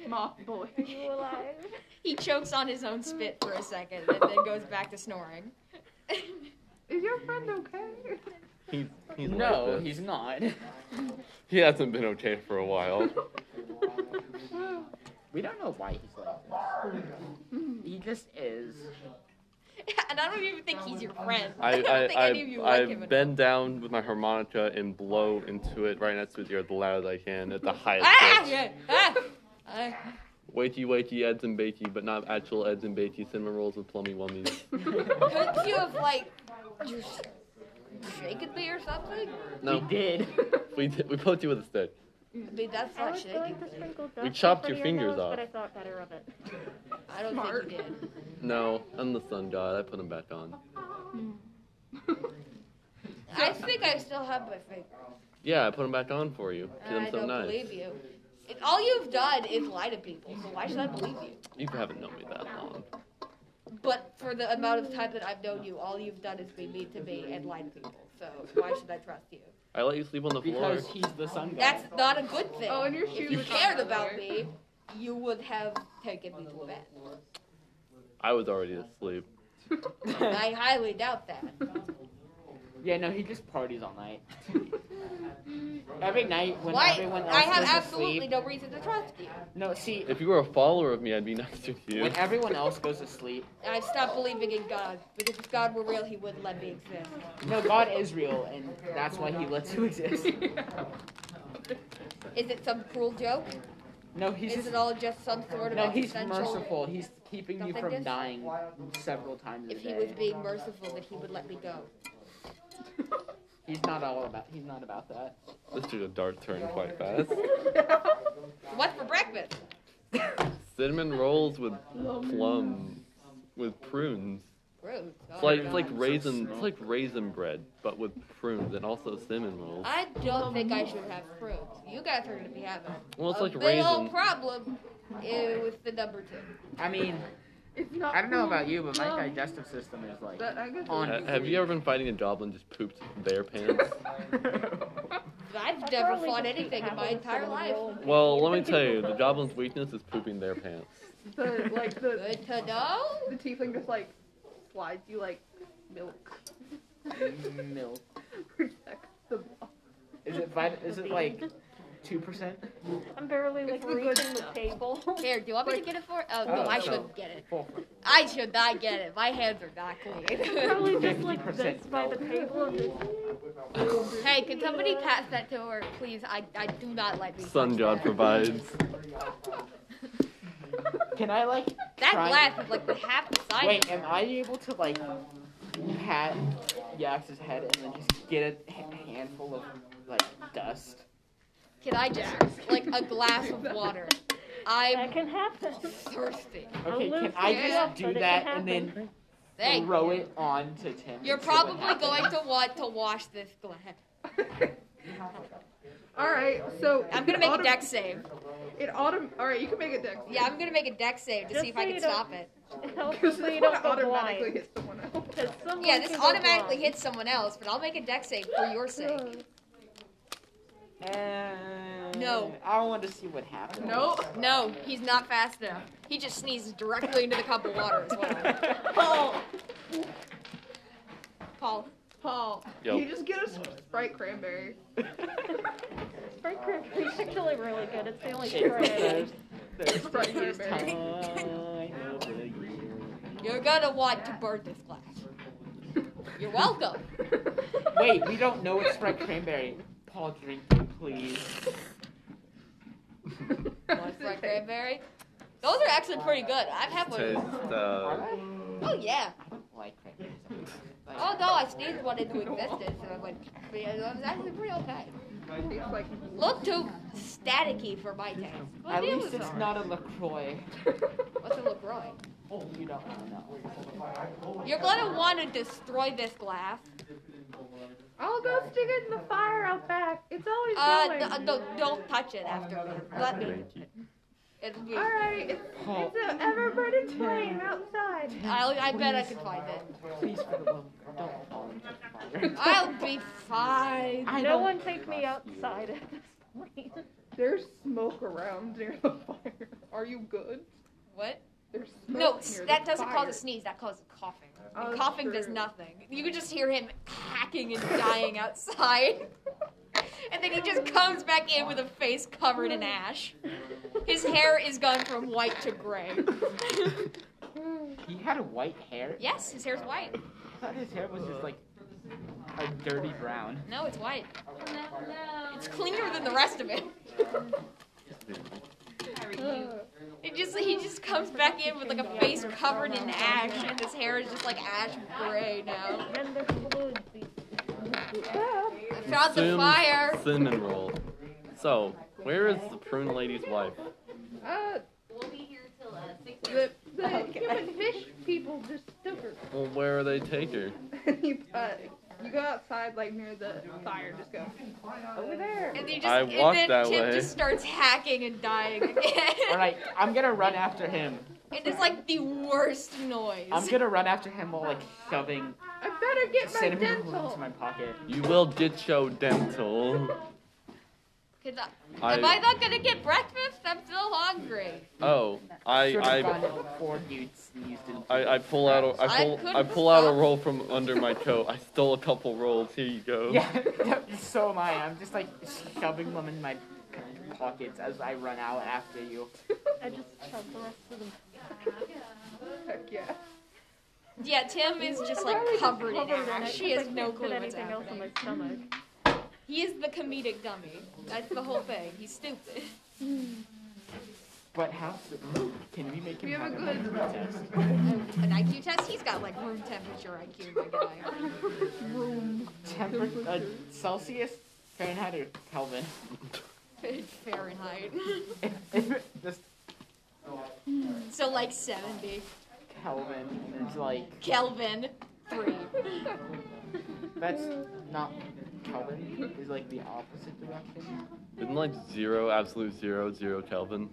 S3: Moth boy.
S9: Are you alive?
S4: He chokes on his own spit for a second and then goes back to snoring.
S3: Is your friend okay?
S2: He's, he's
S5: no,
S2: like this.
S5: he's not.
S2: He hasn't been okay for a while.
S5: We don't know why he's like this. He just is.
S9: and I don't even think he's your friend.
S2: I,
S9: don't think
S2: I,
S9: any of you
S2: I,
S9: like him.
S2: I bend down with my harmonica and blow into it right next to his ear the loudest I can at the highest
S9: Ah!
S2: pitch.
S9: Yeah. Ah! I-
S2: Wakey wakey Eds and Bakey, but not actual Eds and Bakey cinnamon rolls with plummy wummies.
S9: Couldn't you have like just shaken me or something?
S2: No,
S5: He did.
S2: we did, we poked you with a stick.
S9: I mean, that's
S8: I
S9: not
S8: was
S9: shaking.
S8: going to sprinkle dust.
S2: We chopped
S8: in
S2: your
S8: front of
S2: fingers
S8: nose,
S2: off.
S8: But I thought better of it.
S9: I don't think you did.
S2: No, I'm the sun god. I put him back on.
S9: I think I still have my finger.
S2: Yeah, I put him back on for you because
S9: I
S2: I'm so
S9: don't
S2: nice.
S9: believe you. It, all you've done is lie to people, so why should I believe you?
S2: You haven't known me that long.
S9: But for the amount of time that I've known you, all you've done is be mean to me and lie to people. So why should I trust you?
S2: I let you sleep on the floor.
S5: Because he's the sun god.
S9: That's not a good thing.
S3: Oh, and your
S9: if
S3: shoes
S9: you
S3: are
S9: cared
S3: gone,
S9: about
S3: right?
S9: me, you would have taken me to bed.
S2: I was already asleep.
S9: I highly doubt that.
S5: yeah, no, he just parties all night. Every night when
S9: Why?
S5: everyone else
S9: I have
S5: goes
S9: absolutely
S5: to sleep.
S9: no reason to trust you.
S5: No, see,
S2: If you were a follower of me, I'd be nice to you.
S5: when everyone else goes to sleep,
S9: I've stopped believing in God because if God were real, He wouldn't let me exist.
S5: no, God is real, and that's why he lets you exist.
S9: Is it some cruel joke?
S5: No, he's
S9: Is
S5: just,
S9: it all just some sort of
S5: no, he's
S9: existential-
S5: merciful. He's keeping you
S9: Nothing
S5: from
S9: is-
S5: dying several times a
S9: If he was
S5: day.
S9: being merciful, then he would let me go.
S5: He's not all about. He's not about that.
S2: This took a dark turn quite fast.
S9: What for breakfast?
S2: Cinnamon rolls with plum, with prunes.
S9: Rude.
S2: It's
S9: Oh,
S2: like
S9: God.
S2: it's like raisin, it's like raisin bread, but with prunes and also cinnamon rolls.
S9: I don't think I should have fruits. You guys are gonna be having.
S2: Well, it's
S9: a
S2: like
S9: big
S2: raisin.
S9: old problem eh, with the number two.
S5: I mean,
S3: It's not.
S5: I don't know
S3: cool.
S5: about you, but my
S3: Um,
S5: digestive system is like
S3: That, I guess
S5: on.
S2: Ha- have you ever been fighting a goblin just pooped their pants?
S9: I've
S8: I'd
S9: never
S8: probably
S9: fought
S8: just eat
S9: anything in
S8: half
S9: my
S8: of the
S9: entire
S8: cinnamon
S9: life.
S8: roll and-
S2: Well, let me tell you, the goblin's weakness is pooping their pants.
S3: the like the
S9: Good to know.
S3: the tiefling just like slides you like milk.
S5: milk.
S3: Protect the ball.
S5: Is it vit- Is it like two percent?
S8: I'm barely like
S3: the good
S8: reaching the table.
S9: Here, do you want me to get it for? Oh no,
S5: Oh,
S9: I
S5: no.
S9: shouldn't get it.
S5: Full.
S9: I should not get it. My hands are not clean.
S8: Probably just like
S5: 50%
S8: this by the table and just
S9: hey, can somebody pass that to her, please? I, I do not like me.
S2: Sun
S9: touch
S2: god
S9: that.
S2: provides.
S5: Can I like?
S9: That
S5: try-
S9: glass is like the half the size.
S5: Wait, am I able to like pat Yax's head and then just get a h- handful of like dust?
S9: Can I just like a glass of water?
S8: that
S9: I'm
S8: can happen.
S9: thirsty.
S5: Okay,
S8: I'll
S5: can
S8: lose
S5: I
S8: the
S5: just
S8: cup,
S5: do
S8: Oh, but it
S5: that
S8: can
S5: and then
S8: happen.
S9: Thank
S5: throw
S9: you.
S5: it on to Tim?
S9: You're
S5: and see what
S9: probably
S5: happens?
S9: going to want to wash this glass.
S3: All right, so
S9: I'm gonna make a
S3: autom-
S9: deck save.
S3: It autumn. All right, you can make a deck.
S9: Yeah, I'm gonna make a deck save to
S8: Just
S9: see if
S8: so
S9: I
S8: you
S9: can
S8: don't-
S9: stop it.
S8: It helps
S3: Because
S8: if
S3: this
S8: you
S3: one
S8: don't go
S3: automatically
S8: blind.
S3: hits someone else.
S8: 'Cause someone
S9: Yeah, this
S8: can go
S9: automatically
S8: blind.
S9: hits someone else, but I'll make a deck save for your sake.
S5: Uh,
S9: No.
S5: I want to see what happens.
S3: No.
S9: No, he's not fast enough. He just sneezes directly into the cup of water as well.
S5: Oh.
S9: Paul.
S3: Paul,
S2: Yo.
S3: you just get a Sprite cranberry.
S8: Sprite cranberry is actually really good. It's the only
S5: It's
S8: Sprite I
S5: the
S8: like.
S5: first- the
S3: Sprite
S5: first
S3: cranberry.
S5: time of the year.
S9: You're gonna want to burn this glass. You're welcome.
S5: Wait, we don't know it's Sprite Cranberry. Paul, drink it, please.
S9: One fried cranberry. Those are actually pretty good. I've had one. of
S2: Tastes,
S9: those.
S5: Are
S2: uh,
S5: they?
S9: Oh yeah.
S5: I don't like cranberries.
S9: Oh no, I sneezed one into existence, and I went. But yeah, it was actually pretty okay.
S3: It's like
S9: Look too staticky for my taste. But
S5: At
S9: it
S5: least
S9: was
S5: it's
S9: alright.
S5: not a LaCroix.
S9: What's it look like?
S5: Oh, You don't know.
S9: You're gonna want to destroy this glass.
S3: I'll go stick it in the fire out back. It's always
S9: Uh,
S3: going.
S9: no, uh, no, don't touch it after me. Let me.
S2: Yankee.
S9: It'll be.
S3: All right, it's,
S5: Paul,
S3: it's an ever burning flame outside.
S9: I'll, I bet I can find it.
S5: please, for the love of God, don't fall into the fire.
S9: I'll be fine.
S5: I
S8: No
S5: don't
S8: one take me
S5: trust you.
S8: outside at this point.
S3: There's smoke around near the fire. Are you good?
S9: What?
S3: There's smoke
S9: No,
S3: in here,
S9: that
S3: there's
S9: doesn't
S3: fire.
S9: cause a sneeze. That causes coughing. And
S3: Oh,
S9: coughing does
S3: true.
S9: nothing. You could just hear him hacking and dying outside. and then he just comes back in with a face covered in ash. His hair is gone from white to gray.
S5: He had a white hair.
S9: Yes, his hair's white.
S5: I thought his hair was just like a dirty brown.
S9: No, it's white. It's cleaner than the rest of it. It just he just comes back in with like a face covered in ash and his hair is just like ash gray now.
S8: And there's balloons.
S9: I found the
S2: Sims
S9: fire.
S2: Cinnamon roll. So, where is the prune lady's wife?
S3: Uh,
S4: We'll be here till uh, six.
S3: the, the human fish people just took her.
S2: Well, where are they take her?
S3: you, uh, you go outside, like near the fire, just go over there.
S9: And, they just,
S2: I walk
S9: and then
S2: that
S9: Tim
S2: way.
S9: just starts hacking and dying again.
S5: All right, I'm gonna run after him.
S9: It is like the worst noise.
S5: I'm gonna run after him while like shoving
S3: I better get my
S5: cinnamon roll into
S3: dental.
S5: my pocket.
S2: You will get your dental.
S9: Cause I- Am I
S2: I
S9: not gonna get breakfast? I'm still hungry.
S2: oh I
S5: Should've
S2: I
S5: gone out before you sneezed and
S2: I, I pull out a, I
S9: I
S2: pull
S9: couldn't
S2: I pull out a
S9: stop.
S2: roll from under my coat. I stole a couple rolls. Here you go.
S5: Yeah, yeah, so am I. I'm just like shoving them in my pockets as I run out after you.
S8: I just shoved the rest of them.
S3: Heck yeah.
S9: Yeah, Tim is just like covered in ash. She has no clue what's
S8: anything else in
S9: happening.
S8: my stomach.
S9: He is the comedic dummy. That's the whole thing. He's stupid.
S5: But how can we make him
S3: We have
S5: have
S3: a
S5: a
S3: good-
S5: memory test?
S9: An IQ test? He's got like room temperature IQ, my guy.
S5: Temper- uh, Celsius, Fahrenheit, or Kelvin?
S9: Fahrenheit.
S5: just
S9: So like 70.
S5: Kelvin. It's like
S9: Kelvin, 3.
S5: that's not Kelvin. Is like the opposite direction.
S2: Isn't like zero absolute zero zero Kelvin?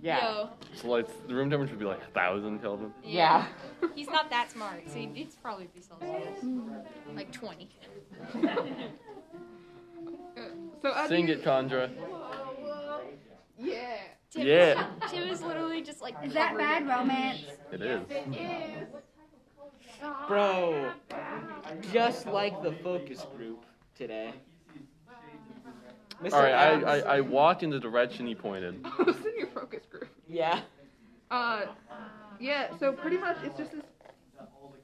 S5: Yeah.
S9: Yo,
S2: So like the room temperature would be like a thousand Kelvin.
S5: Yeah.
S9: he's not that smart, so he- it's probably be Celsius. Like 20.
S3: So as
S2: Sing
S3: you,
S2: it, Chandra.
S3: Yeah.
S9: Tim,
S2: Yeah.
S9: Tim is literally just like.
S4: Is that
S9: covered
S4: bad
S9: in-
S4: romance?
S2: It is.
S5: Bro, just like the focus group today. Mr.
S2: All right,
S5: Adams,
S2: I, I, I walk in the direction he pointed.
S3: I was in your focus group.
S5: yeah.
S3: Uh, yeah. So pretty much, it's just this.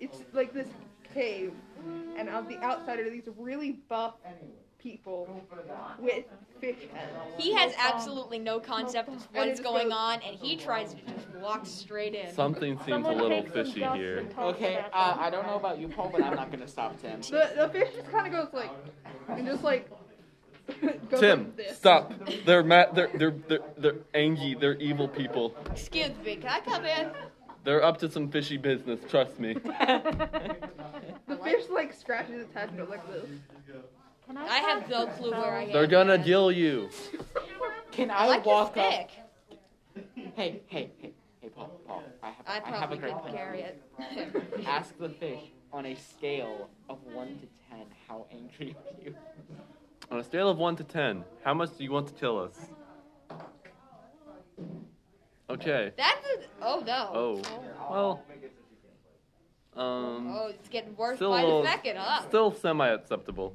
S3: It's like this cave, and on the outside are these really buff people with fish heads.
S9: He has absolutely no concept of
S3: And
S9: what
S3: it
S9: is
S3: just
S9: going
S3: goes-
S9: on, and he tries to just walk straight in.
S2: Something seems a
S8: Someone
S2: little
S8: take some
S2: fishy
S8: dust
S2: here.
S8: and toss it
S5: Okay,
S8: at
S5: uh,
S8: them.
S5: I don't know about you, Paul, but I'm not gonna stop Tim.
S3: The the fish just kind of goes like, and just like. goes
S2: Tim,
S3: like this.
S2: stop. They're ma- they're, they're they're they're angry. They're evil people.
S9: Excuse me, can I come in?
S2: They're up to some fishy business. Trust me.
S3: The fish like scratches its head and goes like this.
S8: Can
S9: I have no clue where I am.
S2: They're gonna
S9: man.
S2: deal you.
S5: Can
S9: I
S5: I
S9: like your
S5: walk up?
S9: stick.
S5: Hey, hey, hey, hey, Paul, Paul. I have,
S9: I
S5: I have a
S9: probably
S5: great
S9: could
S5: plan.
S9: carry it.
S5: Ask the fish on a scale of one to ten how angry are you?
S2: On a scale of one to ten, how much do you want to kill us? Okay.
S9: That's a, oh no.
S2: Oh. Well. Um.
S9: Oh, it's getting worse
S2: Still
S9: by
S2: a little-
S9: the second. Uh, Up.
S2: Still semi-acceptable.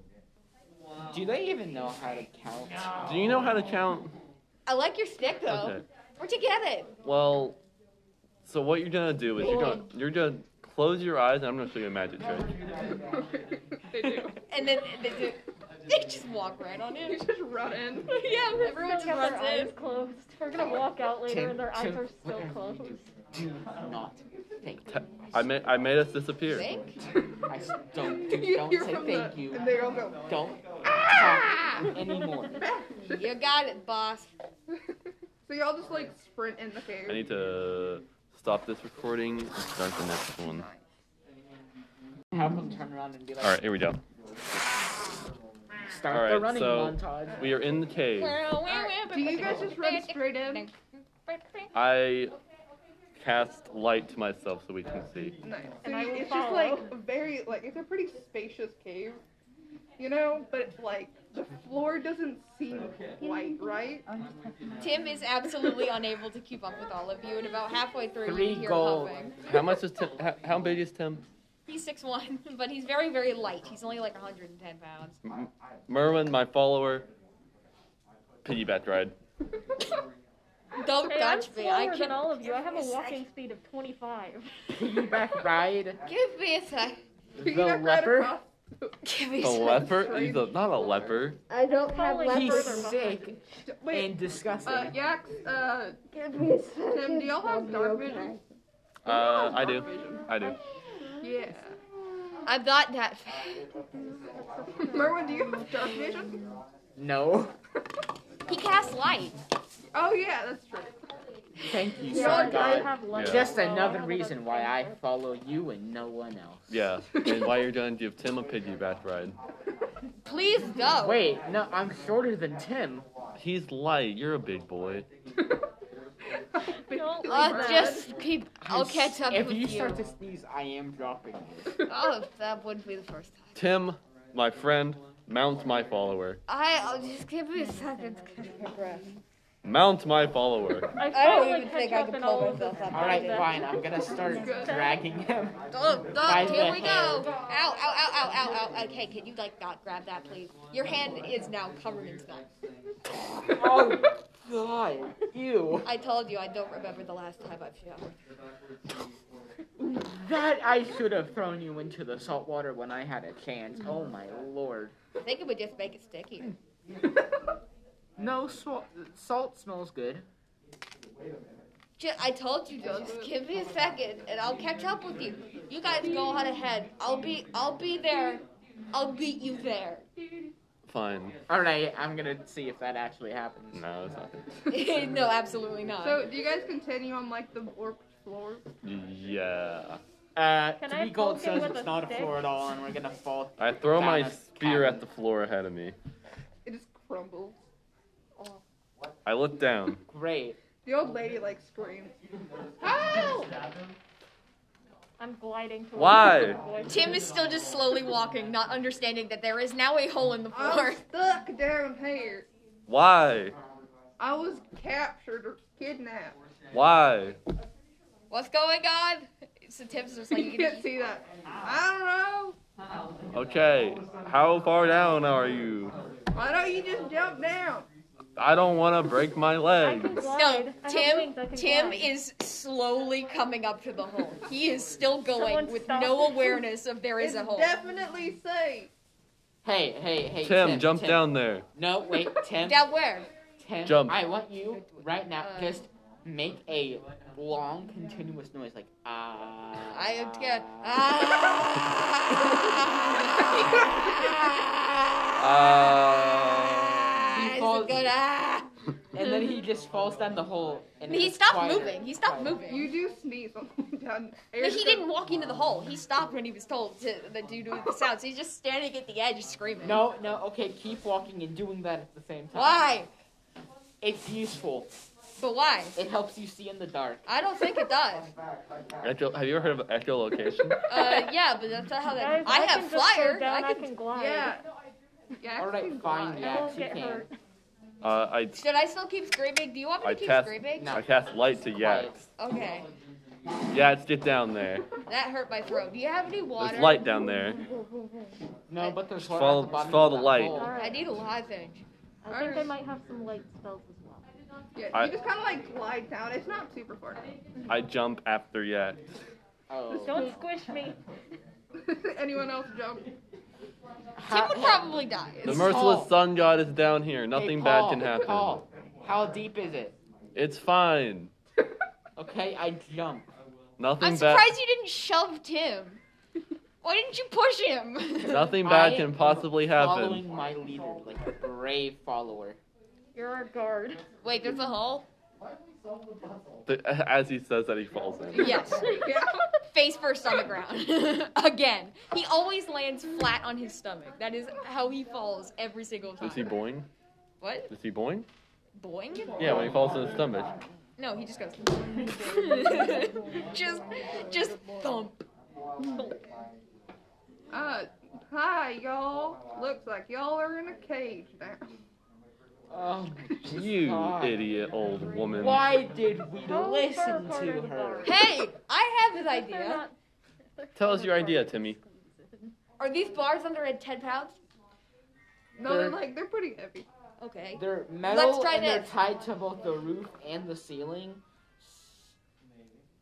S5: Do they even know how to count?
S2: Do you know how to count?
S9: I like your stick though.
S2: Okay.
S9: Where'd you get it?
S2: Well, so what you're gonna do is you're gonna you're gonna close your eyes and I'm gonna show you a magic trick.
S3: they do.
S9: And then they, do, they just walk right on in.
S3: You just run in.
S9: yeah, everyone just
S8: Got their
S9: runs
S8: eyes
S9: in.
S8: closed. We're gonna walk out later
S5: Tim,
S8: and their eyes
S5: Tim,
S8: are still
S5: whatever
S8: closed.
S5: you Do, do not thank
S2: Ta-
S5: you.
S2: I made I made us disappear.
S9: Think?
S5: I s- don't do,
S3: You
S5: not
S3: hear
S5: say
S3: from
S5: thank
S3: the,
S5: you.
S3: and they all go.
S5: Don't talk anymore.
S9: You got it, boss.
S3: so y'all just like sprint in the cave.
S2: I need to stop this recording and start the next one.
S5: Have them turn around and be like,
S2: All right, here we go.
S5: start
S2: all
S5: the
S2: right,
S5: running
S2: so-
S5: montage.
S2: We are in the cave.
S3: Do you guys just run straight in?
S2: I cast light to myself so we can see.
S3: Nice. So
S8: And I
S3: you-
S8: will
S3: it's
S8: follow.
S3: just like very like it's a pretty spacious cave. you know, but like the floor doesn't seem white, right?
S9: Tim is absolutely unable to keep up with all of you, and about halfway through,
S5: Three
S9: you hear
S5: gold.
S9: huffing.
S2: How much is Tim? How, how big is Tim?
S9: He's six one, but he's very, very light. He's only like 110 pounds.
S2: Merwin, my follower. Piggyback ride.
S9: Don't
S8: Hey, I'm
S9: touch me. I
S8: slower than
S9: can.
S8: all of you. I have a walking speed of 25.
S5: Piggyback ride.
S9: Give me a sec.
S5: The
S3: Piggyback ride
S5: leper.
S3: across-
S9: Give me a
S2: The
S9: sec.
S2: leopard? He's a, not a leper.
S1: I don't have
S8: Holy
S1: leopard.
S8: shit.
S5: He's sick
S3: Wait,
S5: and disgusting.
S3: uh, Yax, uh,
S1: Give me a second.
S3: Tim, do y'all
S1: I'll
S3: have
S1: be
S3: dark
S1: okay.
S3: vision?
S2: Uh, I do. I do.
S3: Yeah.
S9: I'm not that fat.
S3: Merwin, do you have dark vision?
S5: No.
S9: He casts light.
S3: Oh yeah, that's true.
S5: Thank you,
S8: Yeah,
S5: Sun
S8: I I
S5: God.
S8: have less.
S2: Yeah.
S5: Just another reason why I follow you and no one else.
S2: Yeah. And while you're done, give Tim a piggyback ride.
S9: Please no.
S5: Wait, no, I'm shorter than Tim.
S2: He's light. You're a big boy.
S8: Don't
S9: I'll just keep. I'll catch up
S5: if
S9: with
S5: you.
S9: you.
S5: start to sneeze, I am dropping you.
S9: Oh, that wouldn't be the first time.
S2: Tim, my friend, mount my follower.
S9: I. I'll just give me a second. to catch my breath.
S2: Mount my follower.
S8: I,
S9: I don't
S8: feel
S9: even
S8: like
S9: think
S8: think
S9: I
S8: I
S9: could
S8: in
S9: pull
S8: all of
S9: myself
S8: this.
S9: up.
S5: All right, fine. I'm gonna start dragging him.
S9: Oh,
S5: By
S9: oh here
S5: the
S9: we go.
S5: hand.
S9: Ow, ow, ow, ow, ow, ow. Okay, can you, like, not grab that, please? Your hand is now covered in snot.
S5: Oh God, ew.
S9: I told you I don't remember the last time I've showered.
S5: That I should have thrown you into the salt water when I had a chance. Oh my lord.
S9: I think it would just make it stickier.
S5: No, salt, salt smells good.
S9: Ju- I told you, just give me a second, and I'll catch up with you. You guys go on ahead. I'll be, I'll be there. I'll meet you there.
S2: Fine.
S5: All right, I'm gonna see if that actually happens.
S2: No, it's not.
S9: no, absolutely not.
S3: So, do you guys continue on like the warped floor?
S2: Yeah.
S5: Uh,
S8: Can I
S5: three gold
S8: poke it
S5: says
S8: with
S5: it's
S8: a
S5: not a
S8: stick?
S5: floor at all, and we're gonna fall.
S2: I throw my
S5: Down a
S2: spear
S5: cabin.
S2: at the floor ahead of me.
S3: It just crumbles.
S2: I look down.
S5: Great.
S3: The old lady like screams. Help!
S8: I'm gliding towards
S2: Why?
S8: the voice.
S9: Tim is still just slowly walking, not understanding that there is now a hole in the
S8: Oh.
S9: floor.
S3: I'm stuck down here.
S2: Why?
S3: I was captured or kidnapped.
S2: Why?
S9: What's going on? So Tim's just like,
S3: You can't see that. I
S2: Okay. How far down are you?
S3: don't know. Why don't you just jump down?
S2: I don't want to break my
S8: I can
S2: legs.
S8: glide.
S9: No,
S8: I have
S9: Tim.
S8: wings, I can
S9: Tim
S8: glide.
S9: is slowly coming up to the hole. He is still going
S8: Someone
S9: with
S8: stop
S9: no
S8: him.
S9: awareness of there is
S3: It's
S9: a hole.
S3: definitely safe.
S5: Hey, hey, hey.
S2: Tim,
S5: Tim
S2: jump
S5: Tim.
S2: down there.
S5: No, wait, Tim.
S9: Down where?
S5: Tim.
S2: Jump.
S5: I want you right now.
S9: Uh,
S5: just make a long, continuous noise, like ah.
S9: I uh, am scared. Ah!
S2: Uh,
S9: It's a
S5: falls-
S9: good ah.
S5: And then he just falls down the hole. And
S9: He
S5: it's
S9: stopped
S5: quieter,
S9: moving. He stopped
S5: quieter.
S9: moving.
S3: You do sneeze on the way down. there.
S9: But he didn't walk into the hole. He stopped when he was told to the dude with the sound. So he's just standing at the edge screaming.
S5: No, no. Okay, keep walking and doing that at the same time.
S9: Why?
S5: It's useful.
S9: But why?
S5: It helps you see in the dark.
S9: I don't think it does.
S2: echo, have you ever heard of echolocation?
S9: Uh, yeah, but that's not how
S8: Guys,
S9: that. I
S8: can
S9: have
S8: just go
S9: flyer.
S8: Down,
S9: I
S8: I
S9: can.
S8: can glide.
S3: Yeah. Yeah.
S5: All right, fine.
S8: I
S5: Yeah,
S8: won't
S5: you
S8: get
S5: can.
S8: hurt.
S2: Uh, I,
S9: Should I still keep screaming? Do you want me to
S2: I
S9: keep
S2: cast-
S9: screaming?
S5: No.
S2: I cast light to Yax.
S9: Okay,
S2: Yax, get down there.
S9: that hurt my throat. Do you have any water?
S2: There's light down there.
S5: No, but there's
S2: Just
S5: water at
S2: follow-
S5: the
S2: just
S5: bottom
S2: follow
S5: of
S2: the
S5: that
S2: light.
S5: hole.
S9: I need a lozenge.
S8: I think I might have some light spells as well.
S3: Yeah,
S2: I-
S3: you just kind of like glide down. It's not super far down.
S2: I jump after Yax.
S5: Oh.
S8: Don't squish me.
S3: Anyone else jump?
S9: Tim would probably die.
S2: The
S5: It's
S2: merciless
S5: Paul.
S2: sun god is down here. Nothing
S5: Hey,
S2: bad
S5: Paul,
S2: can happen.
S5: Paul, how deep is it?
S2: It's fine.
S5: Okay, I jump.
S2: Nothing
S9: I'm
S2: bad.
S9: surprised you didn't shove Tim. Why didn't you push him?
S2: Nothing bad
S5: I
S2: can
S5: am
S2: possibly happen.
S5: Following my leader, like a brave follower.
S8: You're our guard.
S9: Wait, there's a hole.
S2: The- as he says that, he falls in.
S9: Yes. Face first on the ground. Again. He always lands flat on his stomach. That is how he falls every single time.
S2: Is he boing?
S9: What?
S2: Is he boing?
S9: Boing?
S2: Yeah, when he falls in his stomach.
S9: No, he just goes. just, just thump.
S3: Uh, Hi, y'all. Looks like y'all are in a cage now.
S5: Oh, my
S2: You
S5: God.
S2: idiot old woman.
S5: Why did we
S8: Don't
S5: listen
S8: throw Carter
S5: to
S8: the
S5: her?
S8: bar.
S9: Hey, I have this
S8: They're
S9: idea.
S8: not-
S2: Tell us your idea, Timmy.
S9: Are these bars under at 10 pounds?
S3: No, they're
S5: They're-
S3: like they're pretty heavy.
S9: Okay.
S5: They're metal
S9: try
S5: and they're
S9: this.
S5: tied to both the roof and the ceiling,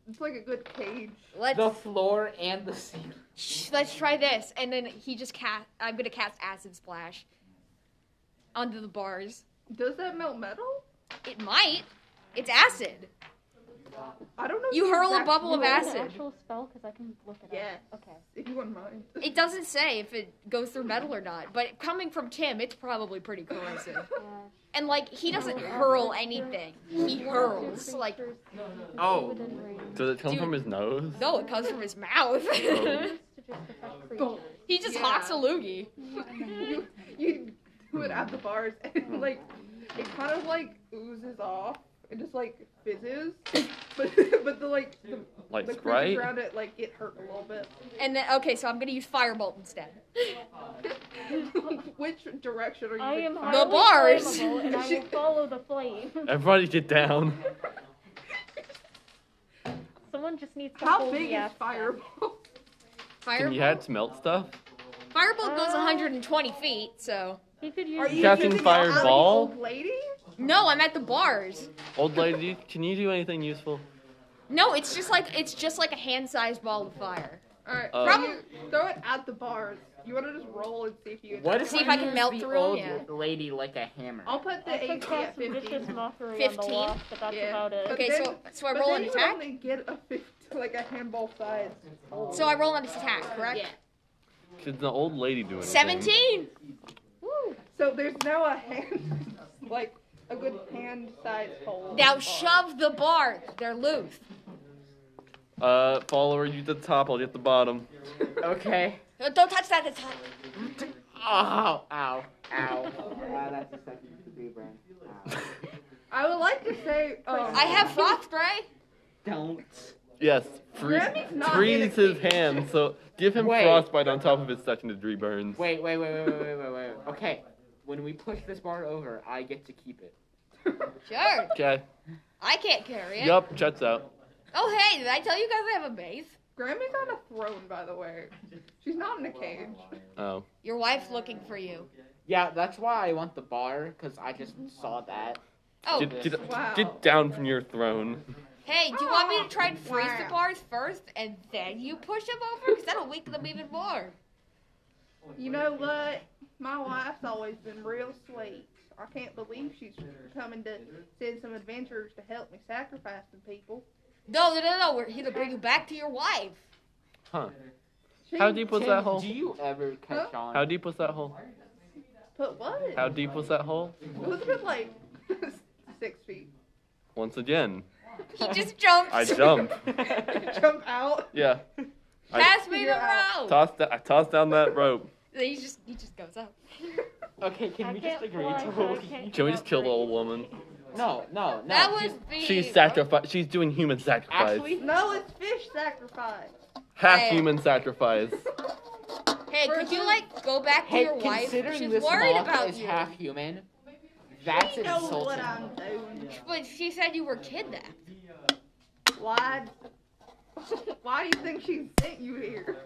S3: It's like a good cage.
S9: Let's
S5: the floor and the ceiling.
S9: Shh, let's try this. And then he just cast. I'm gonna cast acid splash onto the bars.
S3: Does that melt metal?
S9: It might. It's acid.
S3: I don't know.
S9: You
S3: the
S9: hurl a
S3: exact
S9: bubble of
S3: rule.
S9: acid.
S6: An actual spell because I can look it
S3: Yes.
S6: up. Okay.
S3: If you wouldn't mind.
S9: It doesn't say if it goes through metal or not, but coming from Tim, it's probably pretty corrosive. And like he doesn't hurl anything. He hurls. Like
S5: Oh,
S2: Does it come
S9: Dude.
S2: from his nose?
S9: no, it comes from his mouth.
S2: Oh.
S9: he just
S3: Yeah.
S9: hawks a loogie.
S3: you do it at the bars and like it kind of like oozes off and just like fizzes but but the like the,
S2: Like
S3: the creatures
S2: Sprite?
S3: around it like it hurt a little bit
S9: And then okay, so I'm gonna use firebolt instead.
S3: which direction are you
S8: I am
S3: gonna-
S8: highly
S9: bars.
S8: flammable, and I will follow the flame.
S2: Everybody get down.
S8: Someone just needs to
S3: how
S8: hold
S3: big
S8: the
S3: is
S8: ass back.
S3: fireball
S2: Can
S9: Firebolt.
S2: you had smelt stuff?
S9: Firebolt goes
S8: Uh.
S9: 120 feet, so
S8: He could
S3: are
S8: use.
S3: you
S2: Captain
S3: keeping an eye on the
S2: Fireball?
S3: old lady
S9: no, I'm at the bars.
S2: Old lady, can you do anything useful?
S9: No, it's just like it's just like a hand-sized ball of fire.
S3: all right
S2: Uh,
S3: probably throw it at the bars you want to just roll and see if you
S5: what if
S9: See if
S5: I
S9: I can
S5: use
S9: melt
S5: the
S9: through 'em,
S5: old
S9: yeah.
S5: lady like a hammer?
S3: i'll put the
S8: I could
S3: AC at
S8: cast some
S3: 15
S8: vicious mockery on
S9: 15?
S8: the loft, but that's
S3: Yeah.
S8: about it.
S3: But
S9: Okay,
S3: then-
S9: so so I
S3: but
S9: roll
S3: then
S9: an
S3: you
S9: attack.
S3: only get a 50, like a handball size
S9: So I roll an attack, correct?
S2: Did the old lady do anything?
S9: 17.
S3: so there's now a hand like a good hand size hole
S9: Now shove the bar. They're loose.
S2: Uh, follower, you at the top, I'll get the bottom.
S5: Okay. Oh,
S9: Uh, Don't touch that. That's hot.
S5: Ow, ow, ow. wow, that's a second to do, Brian. Ow.
S3: I would like to say um,
S9: I have frost spray.
S5: Don't.
S2: Yes, freeze,
S3: Grammy's not
S2: freeze
S3: in a
S2: his hand. So give him
S5: Wait.
S2: frostbite on top of his second degree burns.
S5: Wait, wait, wait, wait, wait, wait, wait, wait. Okay. When we push this bar over, I get to keep it.
S9: Sure.
S2: Okay.
S9: I can't carry it.
S2: Yup, checks out.
S9: Oh hey, did I tell you guys I have a base?
S3: Grammy's on a throne, by the way. She's not in a cage.
S2: Oh.
S9: Your wife's looking for you.
S5: Yeah, that's why I want the bar, because I just saw that.
S9: Oh,
S2: Get, get,
S3: Wow.
S2: get down from your throne.
S9: hey, do you want me to try and freeze
S3: Wow.
S9: the bars first and then you push them over? Because that'll weaken them even more.
S3: You know what? My wife's always been real sweet. I can't believe she's coming to send some adventurers to help me sacrifice some people.
S9: No, no, no, no. We're here to bring you back to your wife.
S2: Huh.
S3: She
S2: How deep was
S5: Tim,
S2: that hole?
S5: Do you ever catch on?
S2: How deep was that hole?
S3: put what? It
S2: How deep was that hole?
S3: was a good like six feet.
S2: Once again,
S9: He just jumped.
S2: I jumped.
S3: Jump out.
S2: Yeah. I
S9: Pass me
S3: You're
S9: the
S3: out.
S9: rope.
S2: tossed, that, I tossed down that rope.
S9: Then he just he just goes up.
S5: okay, can
S8: I
S5: we just
S8: can't
S5: agree
S8: fly,
S5: to
S8: so I can't
S2: Can we just kill the
S8: breathe.
S2: old woman?
S5: No, no, no.
S9: That was the
S2: She's sacrifice. She's doing human sacrifice.
S5: Actually,
S3: No, it's fish sacrifice.
S2: Half
S9: Hey.
S2: human sacrifice.
S9: Hey, could you like go back to
S5: hey,
S9: your wife?
S5: considering
S9: She's
S5: this
S9: worried
S5: moth
S9: about
S5: is
S9: you.
S5: half human, that's
S3: She knows what
S5: insulting.
S3: I'm doing.
S9: But she said you were kidnapped.
S3: Why? Why do you think she sent you here?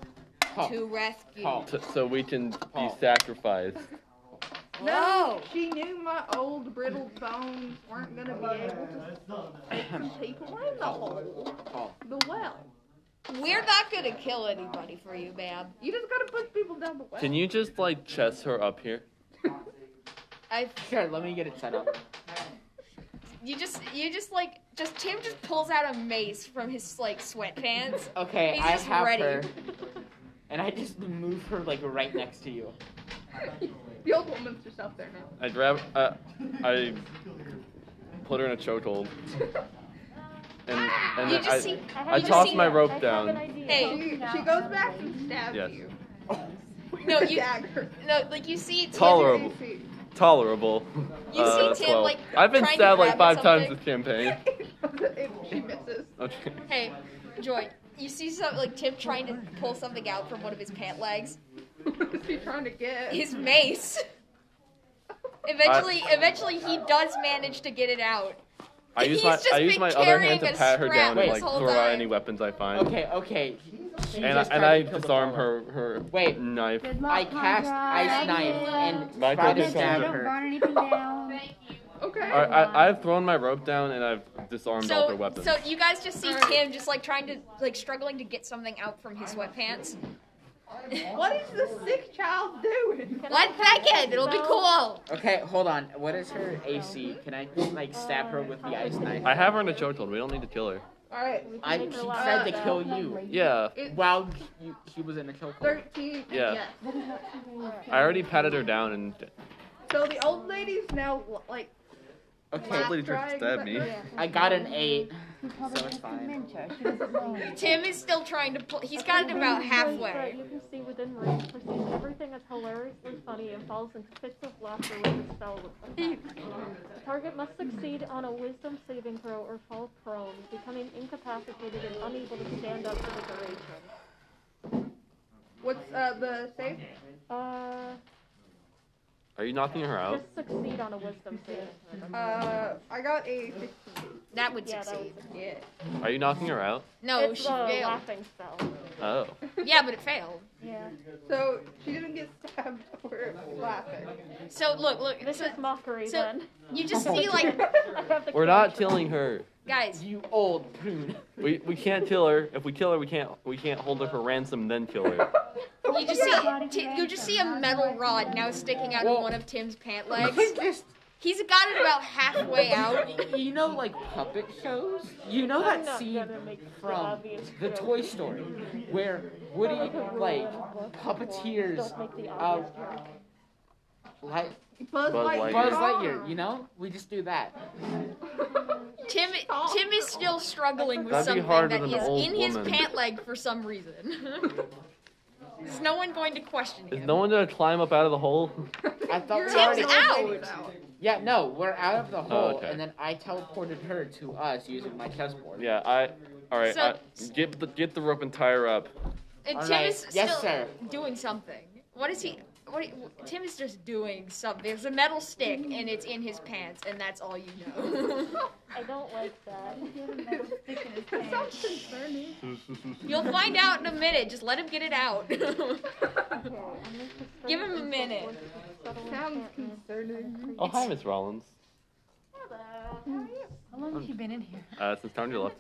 S5: Paul,
S9: To rescue.
S5: Paul,
S2: T- so we can be
S5: Paul.
S2: sacrificed.
S3: No,
S9: No.
S3: she knew my old brittle bones weren't gonna be able to take some people in the hole,
S5: Paul.
S3: the well.
S9: We're not gonna kill anybody for you, ma'am.
S3: You just gotta push people down the well.
S2: Can you just like chest her up here?
S9: I
S5: Sure, let me get it set up.
S9: you just you just like just Tim just pulls out a mace from his like sweatpants.
S5: Okay,
S9: He's
S5: I
S9: just
S5: have
S9: ready.
S5: her. And I just move her like right next to you.
S3: The old woman's just up there now.
S2: I grab. Uh, I put her in a chokehold. And and
S9: You
S2: then
S9: just
S2: I,
S9: see-
S8: have
S2: I
S8: an
S2: tossed
S8: idea.
S2: my rope
S8: I have
S2: down.
S8: an idea.
S9: Hey.
S3: She, she goes back and stabs
S2: Yes.
S3: you.
S9: No,
S3: With a
S9: you
S3: dagger.
S9: no like you see Tim.
S2: Tolerable.
S3: You see-
S2: tolerable.
S9: You see
S2: uh,
S9: Tim,
S2: 12.
S9: like,
S2: I've been
S9: trying to
S2: stabbed like
S9: grab
S2: five
S9: at
S2: times
S9: something.
S2: this campaign.
S3: if she misses.
S2: Okay.
S9: Hey, Joy. You see some like Tim trying to pull something out from one of his pant legs,
S3: What is he trying to get?
S9: his mace. Eventually, eventually he does manage to get it out.
S2: I use
S9: He's
S2: my
S9: just
S2: I use
S9: been
S2: my other
S9: carrying
S2: hand to
S9: a
S2: pat her
S9: strap
S2: down and
S9: this
S2: like
S9: whole
S2: throw out
S9: time.
S2: any weapons I find.
S5: Okay, okay. She
S2: And I,
S5: just
S2: and
S5: tried
S2: I
S5: to kill the
S2: disarm
S5: fella.
S2: her her
S5: Wait.
S2: knife.
S5: I cast ice knife and
S2: Michael,
S5: try to
S2: disarm
S5: stab
S2: her.
S5: her.
S3: Okay.
S2: I, I I've thrown my rope down and I've disarmed all her
S9: So,
S2: weapons.
S9: so you guys just see Tim just like trying to like struggling to get something out from his sweatpants.
S3: What is the sick child doing?
S9: Let back in. It'll be cool.
S5: Okay, hold on. What is her AC? Can I like stab her with the ice knife?
S2: I have her in a chokehold. We don't need to kill her.
S3: Alright.
S5: I she tried to kill you.
S2: Yeah,
S5: While you, she was in a chokehold.
S3: 13.
S2: Yeah.
S3: Yes.
S2: I already patted her down and
S3: So the old lady's now like
S5: Okay,
S2: old lady tried to stab
S3: trying to-
S2: me.
S5: I got an eight, so it's fine.
S9: Tim is still trying to. Pl- he's got it about halfway.
S8: You can see within range, perceives everything as hilariously funny and falls into fits of laughter when the spell was attacked. The target must succeed on a wisdom saving throw or fall prone, becoming incapacitated and unable to stand up for the duration.
S3: what's uh the safe?
S8: Uh,
S2: Are you knocking her
S5: Oh.
S2: out?
S8: just succeed on a wisdom saving throw.
S3: Uh I got a 15.
S9: That would
S8: Yeah, that was
S9: succeed.
S3: Yeah.
S2: Are you knocking her out?
S9: No,
S8: it's
S9: she
S8: the
S9: failed.
S8: laughing spell.
S2: Oh,
S9: Yeah, but it failed.
S8: Yeah.
S3: So she didn't get stabbed or laughing.
S9: So look, look.
S8: This
S9: so
S8: is mockery
S9: so-
S8: then.
S9: you just see like
S8: I have the
S2: we're not killing her.
S9: guys.
S5: You old prune.
S2: We we can't kill her. If we kill her, we can't we can't hold her for ransom then kill her.
S9: You just see Ti- you just see a metal rod now sticking out of one of Tim's pant legs.
S5: Just-
S9: He's got it about halfway out.
S5: you know, like puppet shows. You know
S8: I'm
S5: that
S8: not
S5: scene
S8: gonna make the
S5: from
S8: obvious
S5: the
S8: joke.
S5: Toy Story where Woody like puppeteers
S8: Don't make the
S5: uh,
S8: obvious joke.
S5: like
S3: Buzz,
S2: Buzz
S3: Lightyear.
S5: Buzz Lightyear. You know, we just do that.
S9: Tim Tim is still struggling with
S2: That'd be
S9: something
S2: harder
S9: that
S2: than
S9: is
S2: an old
S9: in his
S2: woman.
S9: pant leg for some reason. Is no one going to question
S2: Is
S9: him?
S2: no one gonna climb up out of the hole?
S5: I thought we
S9: Tim's
S5: already.
S9: out.
S5: Yeah, no, we're out of the hole,
S2: Oh, okay.
S5: and then I teleported her to us using my chessboard.
S2: Yeah, I. All right,
S9: So-
S2: I, get the get the rope and tie her up.
S9: And
S5: All
S9: Tim
S5: right.
S9: is
S5: Yes,
S9: still
S5: sir.
S9: doing something. What is he? What Tim is just doing something. There's a metal stick and it's in his pants, and that's all you know.
S8: I don't like that.
S9: You'll find out in a minute. Just let him get it out. Give him a minute.
S3: Sounds concerning.
S2: Oh hi, Miss Rollins.
S1: Hmm. How long have you been in here?
S2: Uh, since time you left.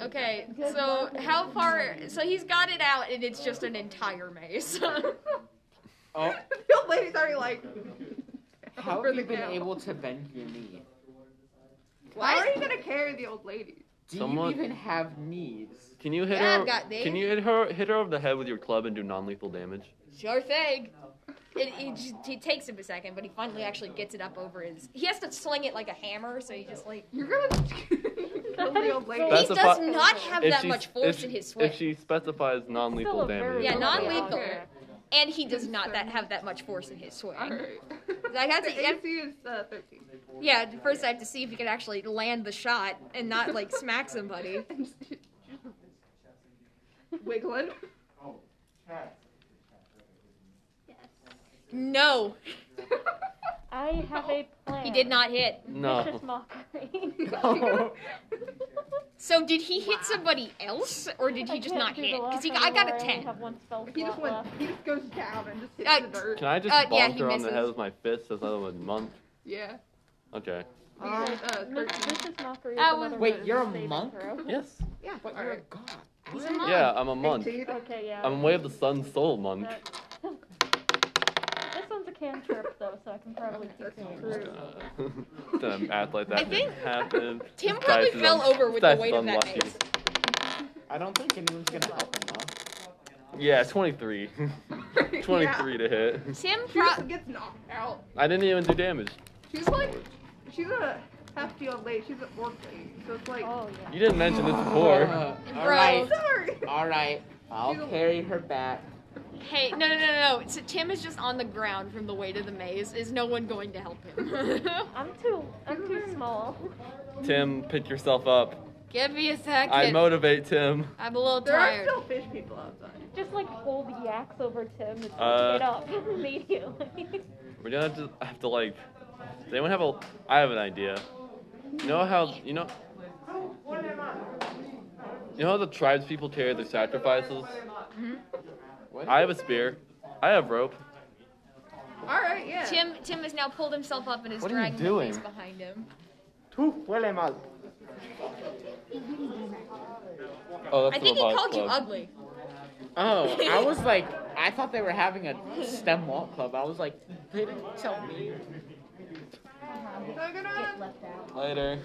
S9: Okay, so how far? So he's got it out, and it's just an entire maze.
S5: Oh,
S3: The old lady's already like,
S5: how
S3: For
S5: have
S3: the
S5: you been
S3: count.
S5: able to bend your knee?
S3: how
S9: What?
S3: are you gonna carry the old lady?
S5: Do
S2: Someone-
S5: you even have knees?
S2: Can you hit
S9: Yeah, I've
S2: her?
S9: got these.
S2: Can you hit her? Hit her over the head with your club and do non-lethal damage.
S9: Sure thing. It, it, just, it takes him a second, but he finally actually gets it up over his. He has to sling it like a hammer, so he just like
S3: You're gonna kill the old lady.
S2: That's
S9: he
S2: a
S9: does
S2: fu-
S9: not have
S2: If
S9: that
S2: she-
S9: much
S2: if
S9: force
S2: she-
S9: in his
S2: If
S9: swing,
S2: she specifies non-lethal
S8: Still a
S2: damage.
S8: very
S9: Yeah,
S8: low
S9: non-lethal.
S8: barrier.
S9: and he does not that have that much force in his swing.
S3: Alright.
S9: Like, that's-
S3: the AC is uh, 13.
S9: Yeah, first I have to see if he can actually land the shot and not like smack somebody.
S3: Wiggling.
S9: No,
S8: I have a plan.
S9: he did not hit.
S2: No.
S8: Vicious mockery.
S9: So did he hit somebody else, or did he
S8: I
S9: just
S8: can't
S9: not
S8: do the
S9: hit? Because he,
S8: laugh
S9: I got a
S8: anymore, I only
S9: ten.
S8: have one spell
S3: He just
S8: slot
S3: went,
S8: left.
S3: he just goes down and just hits
S9: Uh,
S3: the dirt.
S2: Can I just
S9: Uh,
S2: bonk
S9: yeah, he
S2: her on the
S9: misses.
S2: head with my fist as I was monk?
S3: Yeah.
S2: Okay.
S3: Uh,
S8: Miss-
S3: 13.
S8: Vicious mockery is
S9: I was-
S8: another
S5: Wait,
S8: wisdom
S5: you're a
S8: saving
S5: monk?
S8: throw.
S2: Yes.
S3: Yeah.
S5: But you're a
S3: Alright.
S5: god.
S9: He's a monk.
S2: Yeah, I'm a monk.
S3: 18.
S8: Okay, yeah.
S2: I'm way of the sun soul monk.
S8: That- this one's a cantrip though, so I can probably keep it.
S3: True.
S2: Damn, act like that
S9: I
S2: didn't happen.
S9: Tim
S2: Dice
S9: probably
S2: is
S9: fell
S2: un-
S9: over with
S2: dice
S9: the
S2: is
S9: weight of that
S2: unlucky.
S9: mace.
S5: I don't think anyone's gonna help him though.
S2: Yeah, 23. 23 to hit.
S9: Tim
S3: She
S9: pro-
S3: just gets knocked out.
S2: I didn't even do damage.
S3: She's like, she's a hefty old lady. She's an orc lady. So it's like,
S8: Oh yeah.
S2: You didn't mention this before.
S5: Uh,
S9: Bro.
S5: all right,
S3: sorry.
S5: all right.
S3: You-
S5: I'll carry her back.
S9: Hey, no, no, no, no. So Tim is just on the ground from the weight of the maze. Is no one going to help him?
S8: I'm too. I'm too small.
S2: Tim, pick yourself up.
S4: Give me a second.
S2: I
S4: I'm,
S2: motivate Tim.
S4: a little
S3: There are
S4: tired.
S3: still fish people outside.
S8: Just like hold yaks over Tim and
S2: Uh,
S8: get up immediately.
S2: We're gonna have to have to like. Does anyone have a? I have an idea. You know how you know. You know how the tribes people carry their sacrifices.
S5: What?
S2: I have a spear. I have rope.
S3: All right, yeah.
S4: Tim Tim has now pulled himself up and is
S5: What are you
S4: dragging
S5: doing?
S4: the face behind him.
S5: Tú huele mal.
S2: Oh, that's
S4: I
S2: the
S4: think he
S2: robotics
S4: called you
S2: club.
S4: ugly.
S5: Oh, I was like, I thought they were having a STEM walk club. I was like, they didn't tell me.
S3: So gonna.
S2: Later.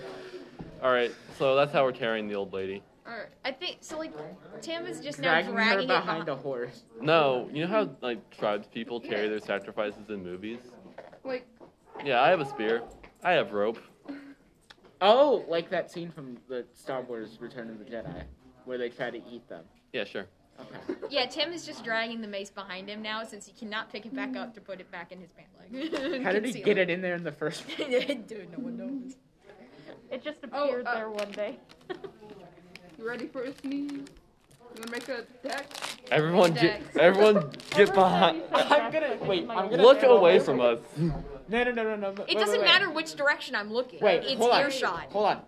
S2: All right, so that's how we're carrying the old lady.
S4: Or I think so. Like Tim is just now
S5: Dragging her
S4: dragging him
S5: behind a horse.
S2: No, you know how like tribes people carry their sacrifices in movies.
S3: Like-
S2: Yeah, I have a spear. I have rope.
S5: Oh, like that scene from the Star Wars Return of the Jedi, where they try to eat them.
S2: Yeah, sure.
S5: Okay.
S4: Yeah, Tim is just dragging the mace behind him now since he cannot pick it back up to put it back in his pant leg.
S5: How did he
S4: Conceal
S5: get it in there in the first
S4: it? Dude, no one knows.
S8: it just
S4: Oh,
S8: appeared
S4: uh,
S8: there one day.
S3: You ready for a sneeze? You wanna make a deck?
S2: Everyone get
S4: Dex.
S2: everyone get behind.
S5: I'm gonna- wait, I'm gonna-
S2: Look away from us.
S5: No, no, no, no, no. It
S4: It doesn't matter which direction I'm looking.
S5: Wait,
S4: it's
S5: hold on.
S4: earshot.
S5: Hold on.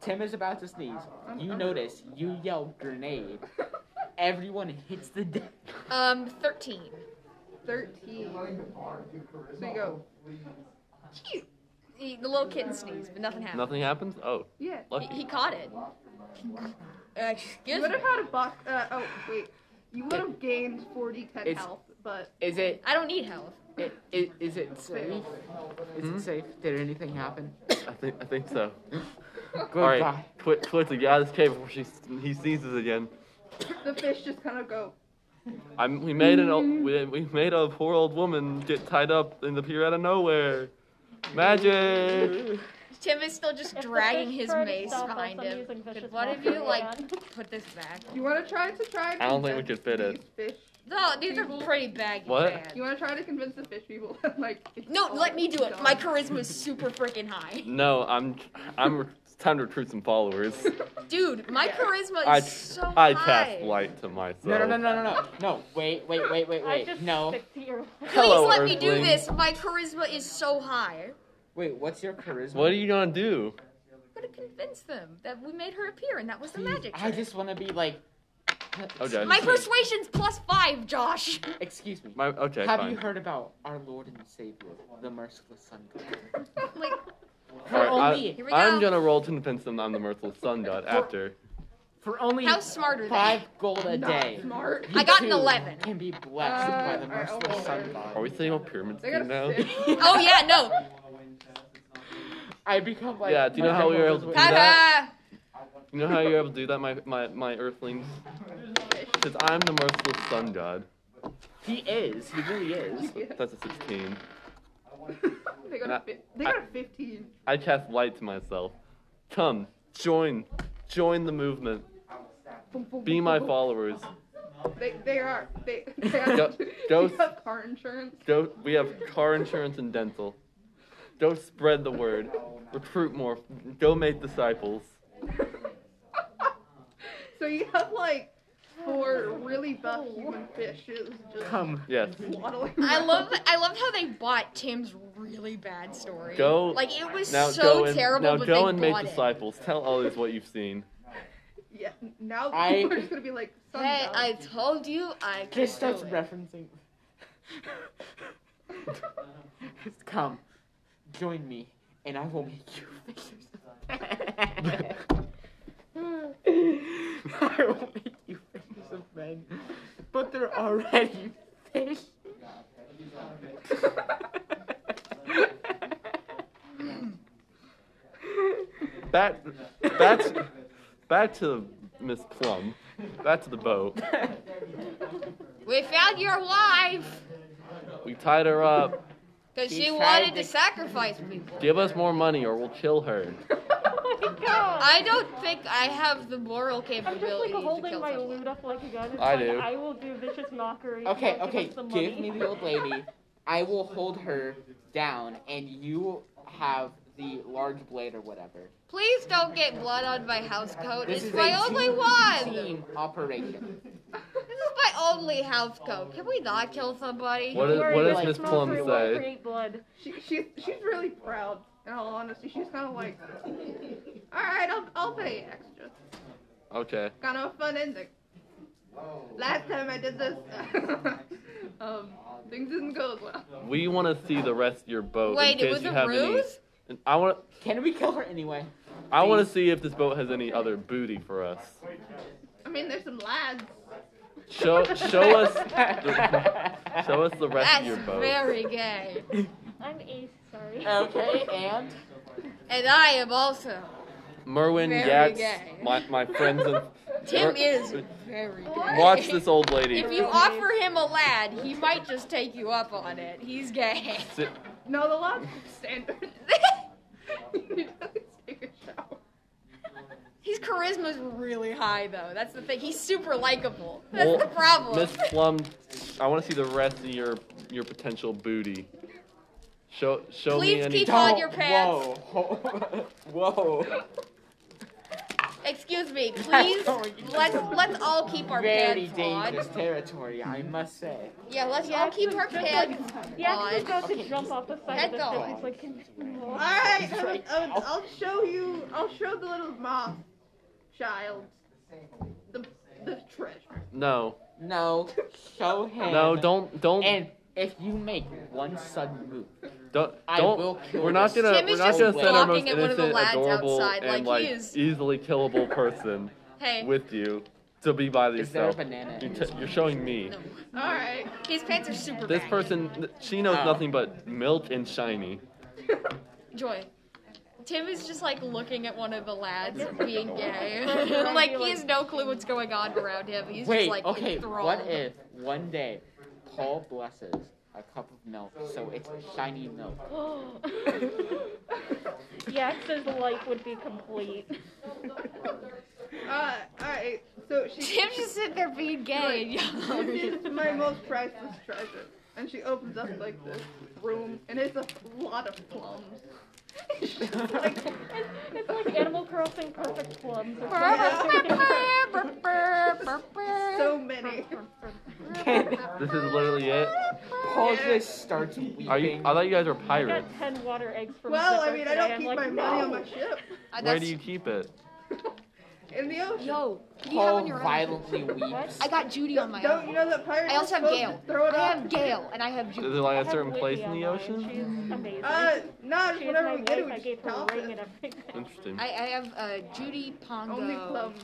S5: Tim is about to sneeze. You notice. You yell grenade. Everyone hits the deck.
S4: Um, thirteen.
S3: 13. So you go,
S4: Cute. He- The little kitten sneezed, but nothing happened.
S2: Nothing happens. Oh,
S3: yeah.
S2: lucky.
S4: He, he caught it. Uh,
S3: You
S4: excuse
S3: would
S4: me.
S3: have had a box. Uh, oh, wait. You would have gained 40 10
S5: It's-
S3: health, but
S5: Is it?
S4: I don't need health.
S5: i- i- Is it safe? Is it safe? Did anything happen?
S2: I think I think so. All
S5: Goodbye.
S2: right, Twi- Twister, get out of this cave before she he sneezes again.
S3: the fish just kind of go.
S2: I'm, we made an old, we, we made a poor old woman get tied up in the pier out of nowhere. Magic.
S4: Tim is still just
S8: If the
S4: dragging
S8: fish
S4: his
S8: try to
S4: mace
S8: stop us,
S4: behind
S8: I'm
S4: him.
S8: using vicious
S4: Could one of
S8: mockery
S4: you like
S8: again.
S4: put this back?
S3: You want to try to try? and
S2: I don't think we
S3: convince
S2: could fit it.
S3: these Fish.
S4: No, these are pretty baggy.
S2: What?
S4: man.
S3: You want to try to convince the fish people that, like. it's
S4: No,
S3: all
S4: let me do it.
S3: done?
S4: My charisma is super freaking high.
S2: No, I'm I'm it's time to recruit some followers.
S4: Dude, my charisma is
S2: I
S4: so
S2: I
S4: high.
S2: cast light to myself.
S5: No, no, no, no, no, no. No. Wait, wait, wait, wait,
S8: I
S5: wait.
S8: just
S5: No.
S8: stick to your
S4: Please
S2: Hello,
S4: let me do
S2: Earthling.
S4: this. My charisma is so high.
S5: Wait. What's your charisma?
S2: What are you gonna do?
S4: I'm gonna convince them that we made her appear, and that was the magic
S5: I
S4: trick.
S5: just want to be like.
S2: Okay.
S4: My persuasion's plus five, Josh.
S5: Excuse me.
S2: My okay,
S5: Have
S2: fine.
S5: you heard about our Lord and Savior, the merciless Sun God?
S4: like,
S5: For
S2: All right,
S5: only,
S4: Here we
S2: I, am
S4: go.
S2: gonna roll to convince them I'm the merciless sun god after.
S5: for only
S4: how smart are they?
S5: five gold a
S3: Not
S5: day.
S3: smart.
S5: you
S4: I got an
S5: too
S4: 11.
S5: Can be blessed
S3: Uh,
S5: by the
S3: alright, I'll
S5: merciless
S3: roll
S5: Sun
S3: there.
S2: Are
S5: God.
S2: we saying what pyramid
S3: They
S2: scheme
S3: got
S2: now?
S3: a six.
S4: Oh yeah, no.
S5: I become like.
S2: Yeah, do you know how we were able to do
S5: Like,
S4: Ta-da!
S2: You know how you're able to do that, my my my earthlings? Because I'm the merciless sun god.
S5: He is. He really is.
S2: That's a 16.
S3: they got
S2: Nah,
S3: a fi- they
S2: I-
S3: got a 15.
S2: I cast light to myself. Come, join, join the movement.
S3: Boom, boom,
S2: Be
S3: boom,
S2: my
S3: boom.
S2: followers.
S3: They they are they they are.
S2: Go- go-
S3: You got car insurance.
S2: Go. We have car insurance and dental. Go spread the word. Recruit more. Go make disciples.
S3: So you have like four really buff human fishes just
S5: Come.
S2: Yes.
S3: waddling.
S4: I
S3: around.
S4: love I loved how they bought Tim's really bad story.
S2: Go-
S4: like it was
S2: Now
S4: so
S2: go and
S4: terrible.
S2: now
S4: but
S2: go
S4: they
S2: and make
S4: bought it.
S2: disciples. Tell others what you've seen.
S3: Yeah. Now
S5: I-
S3: people are just gonna be like. Sun
S4: Hey,
S3: God.
S4: I told you I could
S5: Just
S4: do
S5: starts
S4: it.
S5: referencing. Come, join me, and I will make you fishers. I will make you fishers of men, but they're already fish.
S2: Back, back, to, back to Miss Plum. Back to the boat.
S4: We found your wife
S2: We tied her up.
S4: because
S5: She
S4: she,
S5: tried
S4: wanted
S5: to-
S4: to sacrifice people.
S2: Give us more money or we'll kill her.
S8: Oh
S4: I don't think I have the moral
S8: I'm just like
S4: capability to
S8: holding
S4: kill
S8: my
S4: someone.
S8: loot up like a gun. It's
S2: I
S8: like,
S2: do.
S8: I will do vicious mockery.
S5: Okay,
S8: Don't
S5: okay,
S8: Give, us the money.
S5: give me the old lady. I will hold her down, and you have the large blade or whatever.
S9: Please don't get blood on my house coat.
S5: This
S9: it's
S5: is
S9: my
S5: a
S9: only
S5: team-
S9: one.
S5: Team operation.
S9: This is my only house coat. Can we not kill somebody?
S2: What, is,
S8: Worry,
S2: what does
S8: like,
S2: Miss
S8: smoke
S2: Plum
S8: free will
S2: say?
S8: create blood.
S3: She, she's she's really proud. In all honesty, she's kind of like, all right, I'll I'll pay extra.
S2: Okay.
S3: Kind of a fun ending. Last time I did this, um, things didn't go as well.
S2: We want to see the rest of your boat. in
S9: Wait, it
S2: case
S9: was
S2: you
S9: a
S2: have
S9: ruse?
S2: Any, and I want
S5: Can we kill her anyway?
S2: I want to see if this boat has any other booty for us.
S3: I mean, there's some lads.
S2: Show show us the, show us the rest of
S9: That's
S2: your boat.
S9: very gay.
S8: I'm ace, sorry.
S5: Okay, and
S9: And I am also.
S2: Merwin
S9: very
S2: Yats,
S9: gay.
S2: my my friends and
S9: Tim
S2: Mer-
S9: is very gay.
S2: Watch this old lady.
S9: If you offer him a lad, he might just take you up on it. He's gay.
S2: Sit-
S3: No, the lads are standard. you need to take a shower.
S9: His charisma's really high, though. That's the thing. He's super likable. That's
S2: well,
S9: the problem.
S2: Miss Plum, I want to see the rest of your your potential booty. Show show me
S9: Please
S2: any.
S9: keep on your pants.
S5: Whoa, whoa.
S9: Excuse me, please. let's let's all keep our
S5: Very
S9: pants
S5: dangerous
S9: on.
S5: territory, I must say.
S9: Yeah, let's all keep our pants
S8: Yeah,
S9: on.
S8: he's about to jump off the side of the
S9: Head
S8: ship.
S9: on.
S8: He's like, can
S3: All right, I will I'll show you. I'll show the little moth child the the treasure.
S2: No,
S5: No, show him.
S2: no, don't don't
S5: And if you make one sudden move,
S2: don't
S5: I will
S2: don't.
S5: kill
S2: We're not
S5: this.
S2: gonna
S9: Tim
S2: we're
S9: is
S2: not
S9: just
S2: gonna send our most
S9: gawking at one of
S2: innocent,
S9: the lads
S2: adorable,
S9: outside,
S2: and
S9: like, he
S2: like
S9: is-
S2: easily killable person
S9: Hey,
S2: with you to be by
S5: is there a
S2: yourself.
S5: banana?
S2: You're,
S5: in
S2: t- you're showing me.
S9: no.
S3: All right.
S9: His pants are super.
S2: This
S9: baggy.
S2: person, th- she knows
S5: Oh.
S2: nothing but milk and shiny.
S9: Joy. Tim is just like looking at one of the lads being gay. like he has no clue what's going on around him. He's
S5: Wait,
S9: just like
S5: okay,
S9: enthralled.
S5: what if one day Paul blesses a cup of milk so it's shiny milk?
S8: Yax's life would be complete.
S3: Uh, all right. So she
S9: Tim's just sitting there being gay. and young.
S3: This is my most priceless treasure. And she opens up like this room, and it's a lot of plums.
S8: It's, it's like Animal Crossing perfect plums. It's
S3: So many.
S2: This is literally it.
S5: Paul just starts weeping.
S2: Are you? I thought you guys were
S8: I
S2: pirates.
S8: got ten water eggs from
S3: Well, I
S8: Zipper
S3: mean, I
S8: today.
S3: don't
S8: I'm
S3: keep
S8: like,
S3: my money on
S8: no.
S3: my ship.
S2: Where
S9: Uh, that's-
S2: do you keep it?
S3: In the ocean.
S9: Yo, what do you have
S5: Paul
S9: on your own?
S5: violently weeps.
S9: I got Judy on my
S3: Don't
S9: own.
S3: you know that pirates
S9: I also
S3: are
S9: have
S3: supposed
S9: Gail.
S3: to throw it
S9: I
S3: off?
S9: have Gail and I have
S2: Is it
S9: Judy.
S8: I
S2: like a
S8: have
S2: certain place
S8: Whitney
S2: in the
S8: on mine.
S2: ocean?
S8: She's amazing.
S3: Uh, not
S8: She's
S3: whatever
S8: my
S3: we did,
S8: wife.
S3: we
S8: I
S3: just
S8: gave her
S3: toss
S8: a ring
S3: it.
S8: and everything.
S2: Interesting.
S9: I, I have uh, Judy Pongo.
S3: Only plums.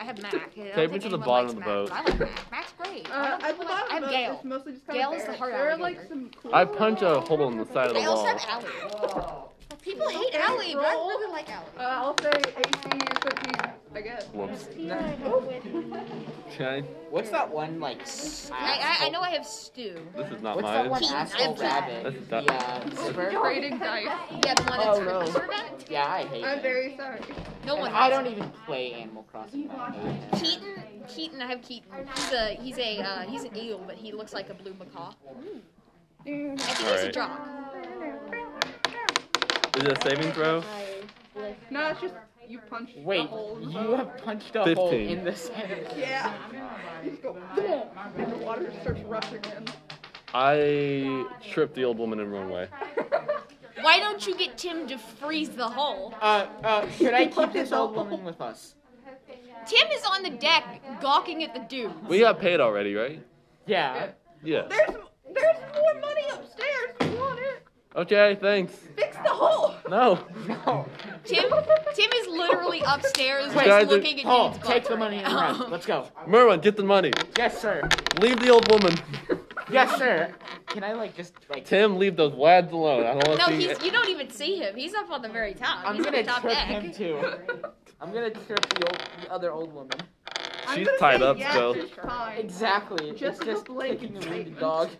S9: I have Mac. I don't
S2: Take me
S9: think
S2: to the
S9: anyone
S2: bottom
S9: likes
S2: of the
S9: Mac,
S2: boat.
S9: but I like Mac. Mac's great. I
S3: Uh,
S9: don't
S3: at
S9: think
S3: the
S9: anyone likes-
S3: bottom of
S9: I
S3: it,
S9: have
S3: it's
S9: Gail.
S3: mostly just kind
S9: Gail
S3: of
S9: is the
S3: bears.
S9: heart
S3: There are
S9: alligator.
S3: like some cool.
S2: I punch a hole in the side of the
S9: I also
S2: wall.
S9: have Allie. People hate Allie, but I really like Allie.
S3: Uh, I'll say AC 13, I guess.
S2: Whoops.
S8: Yeah, I have Whitney.
S2: Okay.
S5: What's that one like? s-
S9: I, I, I know I have Stu.
S2: This is not
S5: What's that
S2: mine.
S5: one
S9: Keith,
S5: asshole
S9: I've got-
S5: rabbit?
S2: That's
S5: The uh, spur?
S3: Trading dice.
S9: Yeah, the one that's
S5: Oh, no.
S9: Survey?
S5: Yeah, I hate
S3: I'm
S5: it.
S3: very sorry.
S9: No
S5: And
S9: one.
S5: I
S9: likes
S5: don't
S9: him.
S5: even play Animal Crossing. I hate it.
S9: Keaton. Keaton. I have Keaton. He's a he's a uh, he's an eel, but he looks like a blue macaw. I think he's a
S2: Alright.
S9: jock.
S2: Is it a saving throw?
S3: No, it's just you punch the
S5: Wait,
S3: hole. in the
S5: you have punched a hole
S2: 15.
S5: in the sand.
S3: Yeah. You just go, and the water just starts rushing in.
S2: I trip the old woman in the wrong way.
S9: Why don't you get Tim to freeze the hole?
S5: Uh, uh, should I keep this old woman with us?
S9: Tim is on the deck gawking at the dude.
S2: We got paid already, right?
S5: Yeah.
S2: Yeah.
S3: There's there's more money upstairs. if You want it?
S2: Okay. Thanks.
S3: Fix the hole.
S2: No.
S5: No.
S9: Tim Tim is literally upstairs
S5: Wait,
S2: guys,
S9: just looking at
S5: Paul,
S9: dude's butt
S5: take the
S9: right
S5: money and
S9: now.
S5: run. Let's go.
S2: Merwin, get the money.
S5: Yes, sir.
S2: Leave the old woman.
S5: Yes, sir. Can I like just like?
S2: Tim, leave those lads alone. I don't want
S9: No,
S2: to see.
S9: he's, you don't even see him. He's up on the very top.
S5: I'm
S9: he's
S5: gonna
S9: on the top
S5: trip
S9: deck.
S5: him too. I'm gonna trip the, old, the other old woman.
S3: I'm
S2: She's
S3: gonna
S2: tied
S3: say
S2: up
S3: yes
S2: still.
S3: is fine.
S5: Exactly.
S3: Just
S5: it's just
S3: a blanket
S5: kicking a wounded
S3: statement.
S5: dog.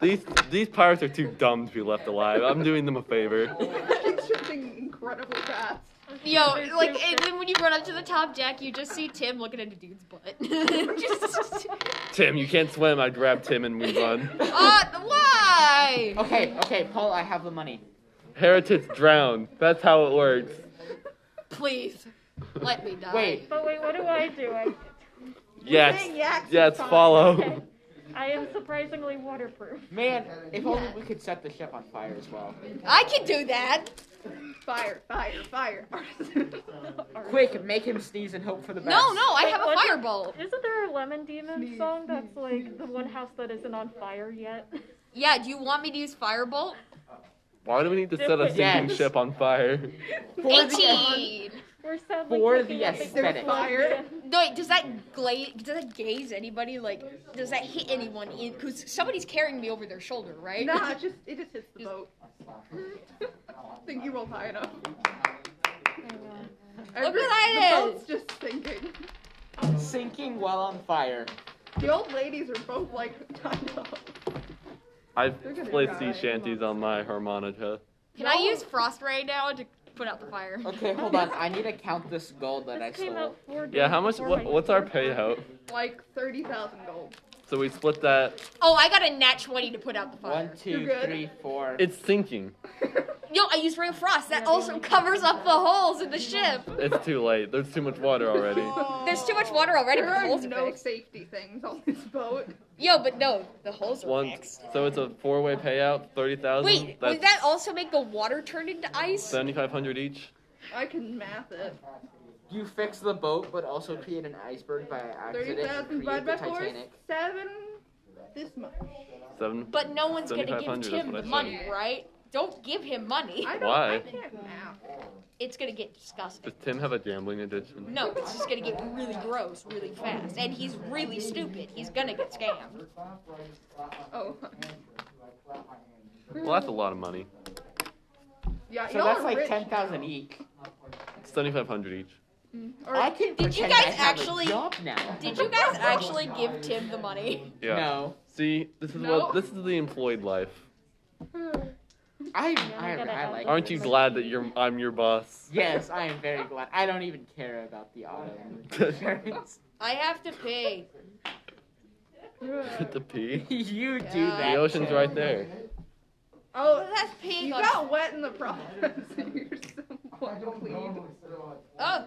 S2: These these pirates are too dumb to be left alive. I'm doing them a favor.
S3: It's shifting incredibly fast.
S9: Yo, like, and then when you run up to the top deck, you just see Tim looking at a dude's butt. just,
S2: Tim, you can't swim. I grab Tim and move on.
S9: ah, why?
S5: Okay, okay, Paul, I have the money.
S2: Heretics drown. That's how it works.
S9: Please, let me die.
S5: Wait,
S8: But wait, what do I do? I,
S2: Yes.
S3: Saying yaks is
S2: Yes,
S3: fine.
S2: follow.
S8: I am surprisingly waterproof.
S5: man, if only we could set the ship on fire as well.
S9: I can do that.
S3: Fire, fire, fire.
S5: Quick, make him sneeze and hope for the best.
S9: No, no, I
S8: Wait,
S9: have a
S8: what?
S9: fireball.
S8: Isn't there a Lemon Demon song that's like the one house that isn't on fire yet?
S9: Yeah, do you want me to use firebolt?
S2: Why do we need to set a sinking
S5: Yes.
S2: ship on fire?
S5: For the-
S9: 18.
S8: We're sadly
S5: For
S8: looking
S5: the
S8: at big
S5: aesthetic.
S8: fire.
S9: No, wait, does that glaze? Does that gaze anybody? Like, does that hit anyone? In because somebody's carrying me over their shoulder, right?
S3: nah, it just it just hits the boat. think you rolled high enough.
S9: Look what I
S3: The
S9: did.
S3: boat's just sinking.
S5: Sinking while on fire.
S3: The old ladies are both like tied up.
S2: I've
S3: They're gonna
S2: played
S3: die.
S2: sea shanties on my harmonica.
S9: Can I use frost ray now to put out the fire?
S5: Okay, hold on. I need to count this gold that I
S8: This came
S5: stole.
S8: out four
S2: Yeah,
S8: days
S2: how much?
S8: before
S2: What,
S8: my
S2: what's our
S8: birthday.
S2: payout?
S3: Like thirty thousand gold.
S2: So we split that.
S9: Oh, I got a nat 20 to put out the fire.
S5: One, two,
S3: good?
S5: three, four.
S2: It's sinking.
S9: No, I use ray of frost. That also covers up the holes in the ship.
S2: It's too late. There's too much water already.
S9: There's too much water already.
S3: There
S9: But the
S3: are
S9: holes are
S3: no
S9: fixed.
S3: safety things on this boat.
S9: Yo, but no, the holes are
S2: One.
S9: fixed.
S2: So it's a four-way payout. Thirty thousand.
S9: Wait, would that also make the water turn into ice?
S2: Seventy-five hundred each.
S3: I can math it.
S5: You fix the boat, but also create an iceberg by
S3: Thirty
S5: accident. and
S3: thousand
S5: create
S3: divided by
S5: the
S3: four,
S5: Titanic.
S3: seven. This much.
S2: Seven.
S9: But no one's gonna give
S2: 7,500 is
S9: Tim
S2: what I
S9: the
S2: said.
S9: money, right? Don't give him money.
S3: I don't. I
S2: Why?
S3: can't math.
S9: It's gonna get disgusting.
S2: Does Tim have a gambling addiction?
S9: No, it's just gonna get really gross really fast. And he's really stupid. He's gonna get scammed.
S3: Oh,
S2: Well, that's a lot of money.
S3: yeah.
S5: So
S3: y'all
S5: that's
S3: are
S5: like
S3: rich.
S5: ten thousand each.
S2: Seventy-five hundred each.
S3: Or-
S5: I can
S9: Did you
S5: pretend
S9: guys
S5: I have a
S9: actually-
S5: job now.
S9: Did you guys actually give Tim the money?
S2: Yeah.
S5: No,
S2: See, this is what this is the employed life.
S5: I
S8: I
S5: I,
S8: gotta
S5: I
S8: have
S5: like.
S8: it.
S2: Aren't you glad that you're I'm your boss?
S5: Yes, I am very glad. I don't even care about the auto insurance.
S9: I have to pay.
S2: the pee.
S5: you do
S9: Yeah.
S5: that.
S2: The ocean's
S5: too.
S2: right there.
S3: oh,
S9: That's paying
S3: you
S9: on-
S3: got wet in the process. You're so clean.
S9: Oh.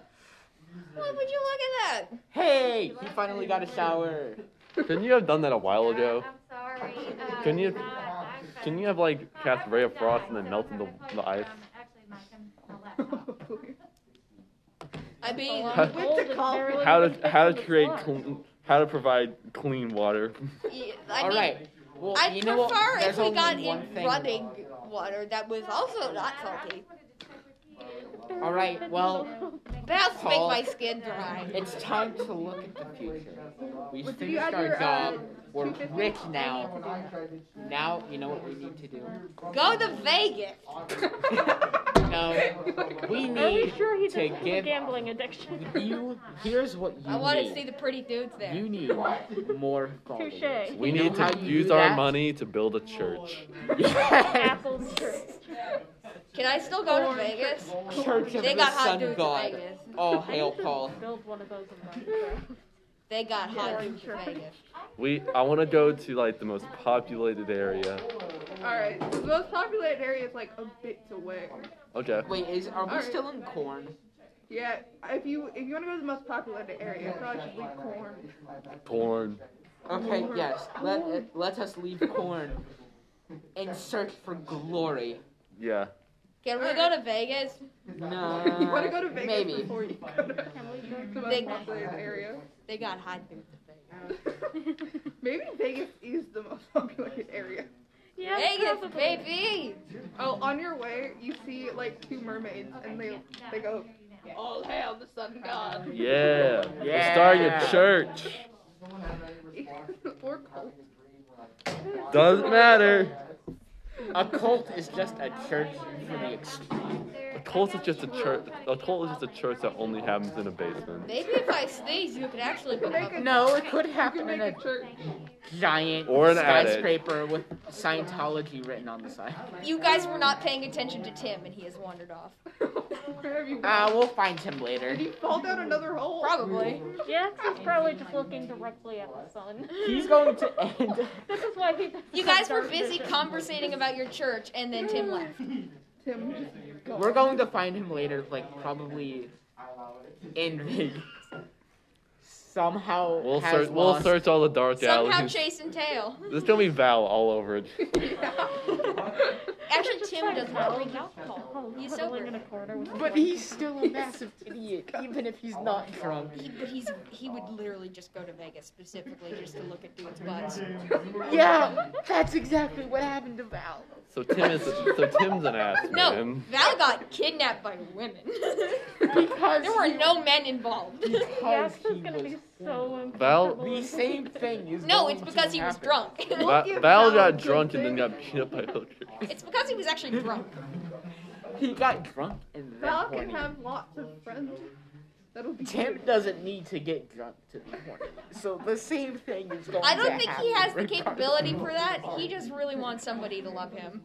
S9: Why would you look at that?
S5: Hey, he finally got a shower.
S2: Couldn't you have done that a while ago?
S6: I'm sorry. Uh,
S2: Can you-
S6: uh, I'm
S2: Can
S6: sorry.
S2: you have like cast
S6: I
S2: ray of
S6: wrote
S2: frost
S6: down,
S2: and then
S6: so
S2: melt in
S6: I'm
S2: the,
S6: gonna call you
S2: the ice?
S6: from- Um, actually, my com- my laptop.
S9: I mean,
S2: How-
S3: Went to college.
S2: How to how to create clean, how to provide clean water?
S9: yeah, I
S5: All
S9: mean,
S5: right. Well,
S9: I'd
S5: you know what?
S9: prefer if
S5: There's
S9: we
S5: only
S9: got
S5: one
S9: in
S5: thing.
S9: running water that was also not salty.
S5: All right. Well,
S9: Baths make
S5: Paul.
S9: my skin dry.
S5: it's time to look at the future. We
S3: Well,
S5: have
S3: did you
S5: finished
S3: add
S5: our
S3: your, uh,
S5: job. We're
S3: 250?
S5: rich now. Now you know what we need to do.
S9: Go to Vegas.
S5: No, we
S8: Are we
S5: need
S8: sure
S5: to
S8: he doesn't have a
S5: give
S8: gambling addiction?
S5: you. Here's what you
S9: I want to
S5: need.
S9: see the pretty dudes there.
S5: You need more followers.
S8: Touche.
S2: We
S5: You know
S2: need
S5: how
S2: to
S5: you
S2: use
S5: do
S2: our
S5: that?
S2: money to build a church.
S8: Apple's church.
S9: Can I still go to Vegas?
S5: Church of the
S9: They got hot
S5: Sun
S9: dudes
S5: God.
S9: in Vegas.
S5: Oh,
S8: I
S5: hail
S8: need to
S5: Paul.
S8: build one of those in my
S9: They got hot dudes in Vegas.
S2: We I want to go to like the most populated area.
S3: All right, so the most populated area is like a bit away.
S2: Okay.
S5: Wait, is are we
S3: Alright.
S5: still in corn?
S3: Yeah, if you if you want to go to the most populated area, you probably should leave corn.
S2: Corn.
S5: Okay, yes. Let uh, let us leave corn and search for glory.
S2: Yeah.
S9: Can we go to Vegas?
S5: No.
S3: You want to go to Vegas
S5: Maybe.
S3: before you go to the most
S9: Big-
S3: populated area.
S9: They got hot dudes in Vegas.
S3: Maybe Vegas is the most populated area.
S8: Yeah,
S9: Vegas,
S8: probably.
S9: baby!
S3: Oh, on your way, you see like two mermaids, and they they go, "All hail the sun god,"
S2: Yeah. We're
S5: Yeah.
S2: starting a church.
S3: or cult.
S2: Doesn't matter.
S5: A cult is just a church for the extreme.
S2: A cult is just a church. A cult is just a church that only happens in a basement
S9: Maybe if I sneeze, you could actually become a
S5: No, it could happen
S3: Make
S5: in
S3: a
S5: a
S3: church.
S5: giant
S2: Or an attic.
S5: skyscraper with Scientology written on the side.
S9: You guys were not paying attention to Tim, and he has wandered off.
S3: Where have you
S5: Ah,
S3: gone?
S5: we'll find him later.
S3: Did you fall down another hole?
S9: Probably.
S8: Jax is probably just looking directly at the sun.
S5: He's going to end.
S8: This is why he.
S9: You guys were busy conversating about your church, and then Tim left.
S3: Tim just gone.
S5: We're going to find him later, like probably in Vegas. Somehow
S2: We'll
S5: has
S2: search. We'll
S5: lost-
S2: search all the dark
S9: Somehow
S2: alleys.
S9: chase and tail.
S2: There's gonna be Val all over it.
S9: Actually, Tim does not
S8: Howling
S9: drink alcohol.
S8: alcohol,
S9: He's
S8: huddling
S9: sober.
S8: in a corner with his
S5: But he's still a massive idiot, even if he's not drunk.
S9: He, but he's he would literally just go to Vegas specifically just to look at dudes' butts.
S5: Yeah, that's exactly what happened to Val.
S2: So Tim is. So Tim's an ass
S9: No,
S2: man.
S9: Val got kidnapped by women.
S5: Because
S9: there were no men involved.
S5: because
S8: Yes,
S5: he
S8: is gonna
S5: was
S8: be so
S2: Val-
S8: uncomfortable.
S5: the same thing is
S9: No,
S5: going
S9: it's
S5: to
S9: because he was
S5: happen.
S9: drunk.
S2: Va-
S3: give
S2: Val
S3: Val a
S2: got
S3: good
S2: drunk and then
S3: thing.
S2: got beat up by hookers.
S9: It's because he was actually drunk.
S5: He got drunk and then
S3: Val can
S5: horny.
S3: have lots of friends. That'll be
S5: Tim
S3: good.
S5: doesn't need to get drunk to be horny. So the same thing is going
S9: I don't
S5: to
S9: think
S5: happen
S9: he has the
S5: regardless.
S9: capability for that. He just really wants somebody to love him.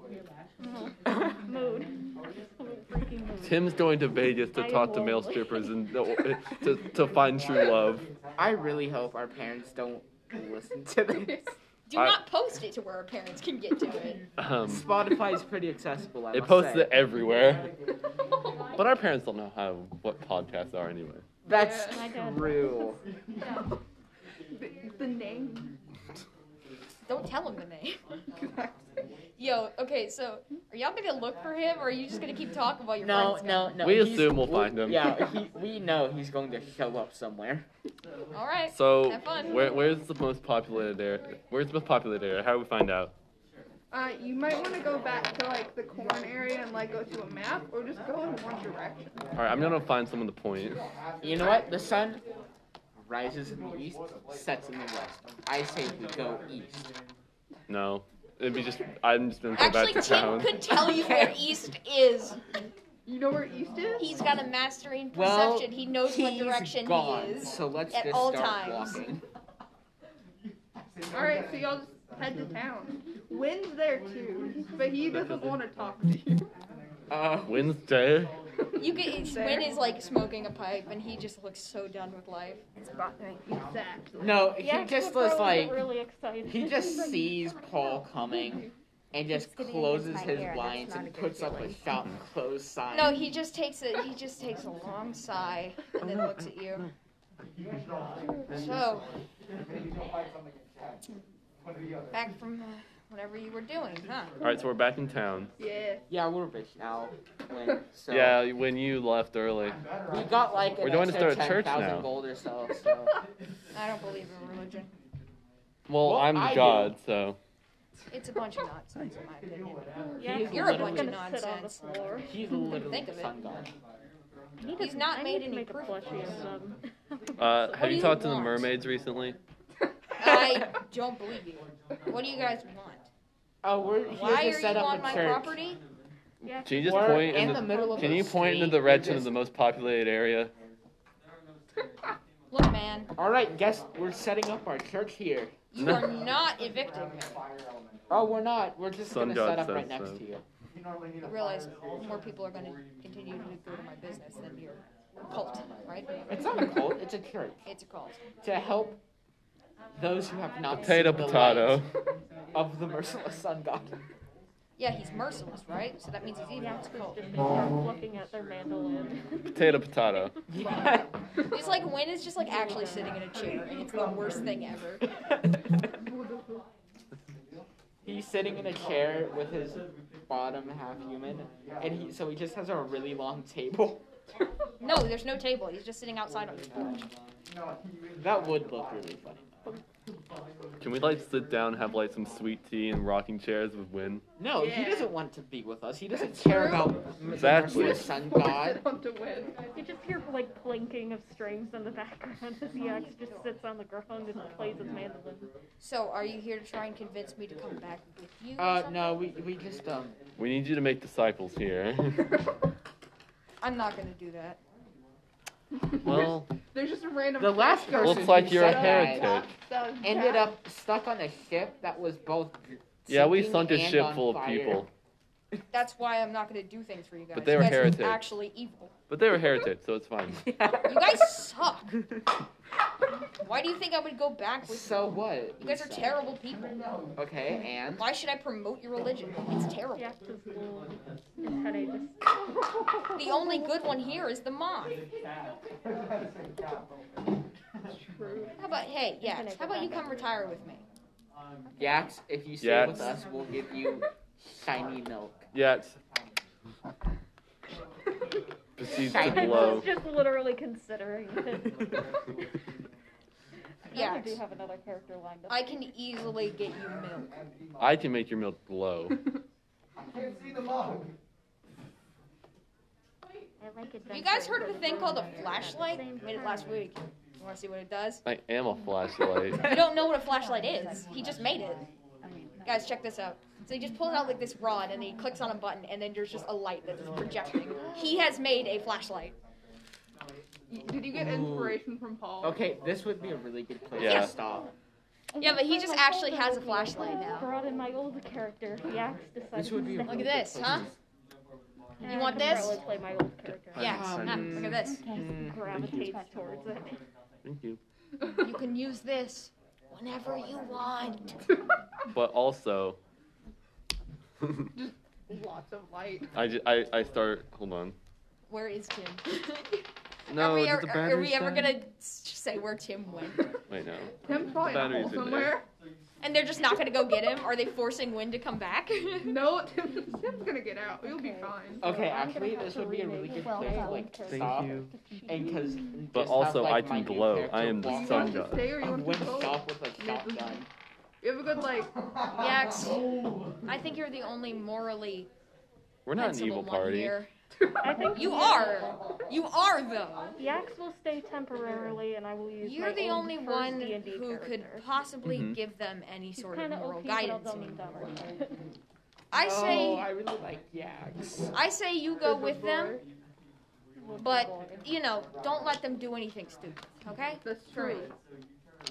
S8: mood. Absolute freaking mood.
S2: Tim's going to Vegas to
S8: I
S2: talk to
S8: will-
S2: male strippers and to, to find true love.
S5: I really hope our parents don't listen to this.
S9: Do
S2: I-
S9: not post it to where our parents can get to it.
S2: Um,
S5: Spotify is pretty accessible. I
S2: It
S5: must
S2: posts
S5: say.
S2: it everywhere. but our parents don't know how what podcasts are anyway.
S5: That's
S8: My dad-
S5: true.
S3: The, the name.
S9: Don't tell him the name. Yo, okay, so are y'all gonna look for him, or are you just gonna keep talking while your
S5: No,
S9: friends
S5: no, no.
S2: We
S5: he's-
S2: assume we'll find him.
S5: Yeah, he, we know he's going to show up somewhere.
S9: no. All right.
S2: So
S9: Have fun.
S2: where, where's the most populated area? Where's the most populated area? How do we find out?
S3: Uh, you might want to go back to like the corn area and like go to a map, or just go in one direction.
S2: All right, I'm gonna find someone to point.
S5: You know what? The sun rises in the east, sets in the west. I say we go east.
S2: No, it'd be just I'm just gonna go
S9: Actually,
S2: back to
S9: Tim
S2: town.
S9: could tell you where East is.
S3: You know where East is?
S9: He's got a mastering
S5: Well,
S9: perception. he knows what
S5: He's
S9: direction
S5: gone,
S9: he is.
S5: So let's
S9: at
S5: just
S9: all
S5: start
S9: times.
S5: walking.
S3: All right, so y'all just head to town. Wynn's there too, but he doesn't want to talk to you.
S5: Uh,
S2: Wednesday.
S9: You could. it's-
S3: There.
S9: Wynn is like smoking a pipe, and he just looks so done with life.
S3: Exactly.
S5: no, he
S8: Yeah,
S5: just
S8: we're
S5: was
S8: probably
S5: like
S8: really excited.
S5: he just sees Paul coming and just
S1: Thanksgiving is
S5: closes
S1: my
S5: his
S1: hair, that's
S5: blinds
S1: not
S5: and
S1: a good
S5: puts up a
S1: feeling.
S5: shop closed sign.
S9: No, he just takes a he just takes a long sigh and then looks at you. So back from uh, whatever you were doing, huh?
S2: All right, so we're back in town.
S3: Yeah.
S5: Yeah, we're rich now. When, so
S2: Yeah, when you left early.
S5: we got like an
S2: We're going to
S5: extra
S2: start a church
S5: 10,000
S2: now.
S5: gold or so. so.
S9: I don't believe in religion.
S2: Well,
S5: Well,
S2: I'm
S5: I do.
S2: God, so
S9: It's a bunch of nonsense, in my opinion.
S8: Yeah,
S5: He's
S9: You're a
S5: literally-
S9: bunch of
S8: gonna sit on the
S9: nonsense.
S8: floor.
S5: He's literally
S9: Think of
S5: the
S9: it.
S5: sun god.
S9: He's not
S8: I
S9: made
S8: need to
S9: any
S8: make a
S9: proof.
S8: plushie of them.
S2: uh, have
S9: do
S2: you
S9: you
S2: talked to the
S9: want?
S2: mermaids recently?
S9: I don't believe you. What do you guys want?
S5: Oh, we're he
S9: Why are
S5: just
S9: you
S5: set up
S9: on
S5: a
S9: my
S5: church.
S9: property?
S2: Can you just
S5: We're
S2: point
S5: in
S2: in
S5: the
S2: the
S5: middle of
S2: Can
S5: a
S2: you point into
S5: street
S2: the
S5: and
S2: direction of
S5: just-
S2: the most populated area?
S9: Look, man,
S5: All right, guess we're setting up our church here.
S9: you are not evicting me.
S5: Oh, we're not. We're just
S2: Sun
S5: gonna set
S2: god
S5: up
S2: says
S5: right next
S2: so.
S5: to you.
S9: You realize more people are going to continue to go to my business than your cult, right?
S5: It's not a cult. It's a church
S9: It's a cult.
S5: to help those who have not
S2: Potato,
S5: seen the
S2: potato.
S5: light of the merciless sun god.
S9: Yeah, he's merciless, right? So that means he's evil. It's a cult.
S8: Just start looking at their mandolin.
S2: Potato, potato.
S5: Yeah.
S9: It's like Wynn is just like actually sitting in a chair, and it's the worst thing ever.
S5: He's sitting in a chair with his bottom half human, and he so he just has a really long table.
S9: No, there's no table. He's just sitting outside on his porch.
S5: That would look really funny.
S2: Can we like sit down, and have like some sweet tea and rocking chairs with Win?
S5: No, he
S3: Yeah.
S5: doesn't want to be with us. He doesn't care about
S2: Exactly.
S5: the merciless sun god.
S3: Want to win.
S8: You just hear like plinking of strings in the background as the axe just sits on the ground and plays his mandolin.
S9: So, are you here to try and convince me to come back with you? or
S5: Uh,
S9: something?
S5: no, we we just um.
S2: We need you to make disciples here.
S9: I'm not going to do that.
S2: well,
S3: There's just a random.
S5: The last person
S2: looks like
S5: who
S2: you're a
S5: said that
S2: heretic.
S5: ended up stuck on a ship that was both.
S2: Yeah, we
S5: sinking
S2: sunk a
S5: and
S2: ship
S5: on
S2: full of
S5: fire.
S2: people.
S4: That's why I'm not going to do things for you guys.
S2: But they
S4: You
S2: were
S4: guys are
S2: heretics.
S4: Actually, evil.
S2: But they were heretics, so it's fine.
S4: You guys suck. Why do you think I would go back with
S5: So what?
S4: you? You guys are
S5: Lisa?
S4: terrible people.
S5: Okay, and
S4: Why should I promote your religion? It's terrible.
S8: Jack just rolled his head aches.
S4: The only good one here is the mom. How about hey, yeah? How about you come retire with me?
S5: Yax, if you stay
S2: Yax.
S5: with us, we'll give you shiny milk.
S2: Yeah. It's... Proceeds to
S5: I
S8: I
S2: blow.
S8: was just literally considering it. I
S4: Yeah.
S8: do have another character lined up.
S4: I can easily get you milk.
S2: I can make your milk glow.
S8: I like
S4: Have you guys heard of a thing called a flashlight? Made it last week. You want to see what it does?
S2: I am a flashlight.
S4: You don't know what a flashlight is. He just made it. Guys, check this out. So he just pulls out like this rod and he clicks on a button and then there's just a light that's projecting. He has made a flashlight.
S3: Y- Did you get inspiration from Paul?
S5: Okay, this would be a really good place
S2: Yeah.
S5: to stop.
S4: Yeah, but he just actually has a flashlight
S8: I
S4: now.
S8: brought in my old character. Yax decided
S5: This would be a
S8: to
S5: really
S4: Look at
S5: good
S4: this,
S5: place
S4: huh?
S5: to-
S4: You want this?
S8: play my old character.
S4: Yeah.
S5: Um,
S4: Ah, look at this.
S5: mm,
S8: Gravitates towards it.
S2: Thank you.
S4: You can use this whenever you want.
S2: But also,
S3: Lots of light.
S2: I, ju- I, I start. Hold on.
S4: Where is Tim?
S2: No,
S4: are we,
S2: did
S4: are,
S2: the
S4: are
S2: batteries
S4: we ever
S2: die?
S4: gonna s- say where Tim went?
S2: Wait, no.
S3: Tim's probably in a
S2: batteries
S3: hole
S2: in there.
S3: somewhere.
S4: And they're just not gonna go get him? Are they forcing Wynn to come back?
S3: No, Tim, Tim's gonna get out. You'll be fine.
S5: Okay, actually, this would be a really good place to like
S8: Thank
S5: stop.
S2: Thank you.
S5: And because
S2: But also, I can glow. I am the
S3: Do you
S2: sun
S3: want to
S2: god.
S3: stay or you
S5: I'm
S3: want to
S5: gonna
S3: go?
S5: stop with a
S3: Yeah, this-
S5: shotgun.
S3: You have a good like.
S4: Yax, I think you're the only morally
S2: We're not an
S4: sensible
S2: evil
S4: one
S2: party.
S4: here.
S8: I think
S4: You are. You are though.
S8: Yax will stay temporarily, and I will use.
S4: You're
S8: my
S4: the
S8: old
S4: only
S8: first
S4: one
S8: D&D
S4: who
S8: character.
S4: could possibly
S2: Mhm.
S4: give them any
S8: He's
S4: sort of
S8: kinda
S4: moral
S8: OP, but I'll
S4: guidance.
S8: dumb him down a little.
S4: I
S5: Oh,
S4: say,
S5: I really like Yax.
S4: I say you go with them, but
S8: Little boy.
S4: you know, don't let them do anything stupid. Okay?
S3: That's true.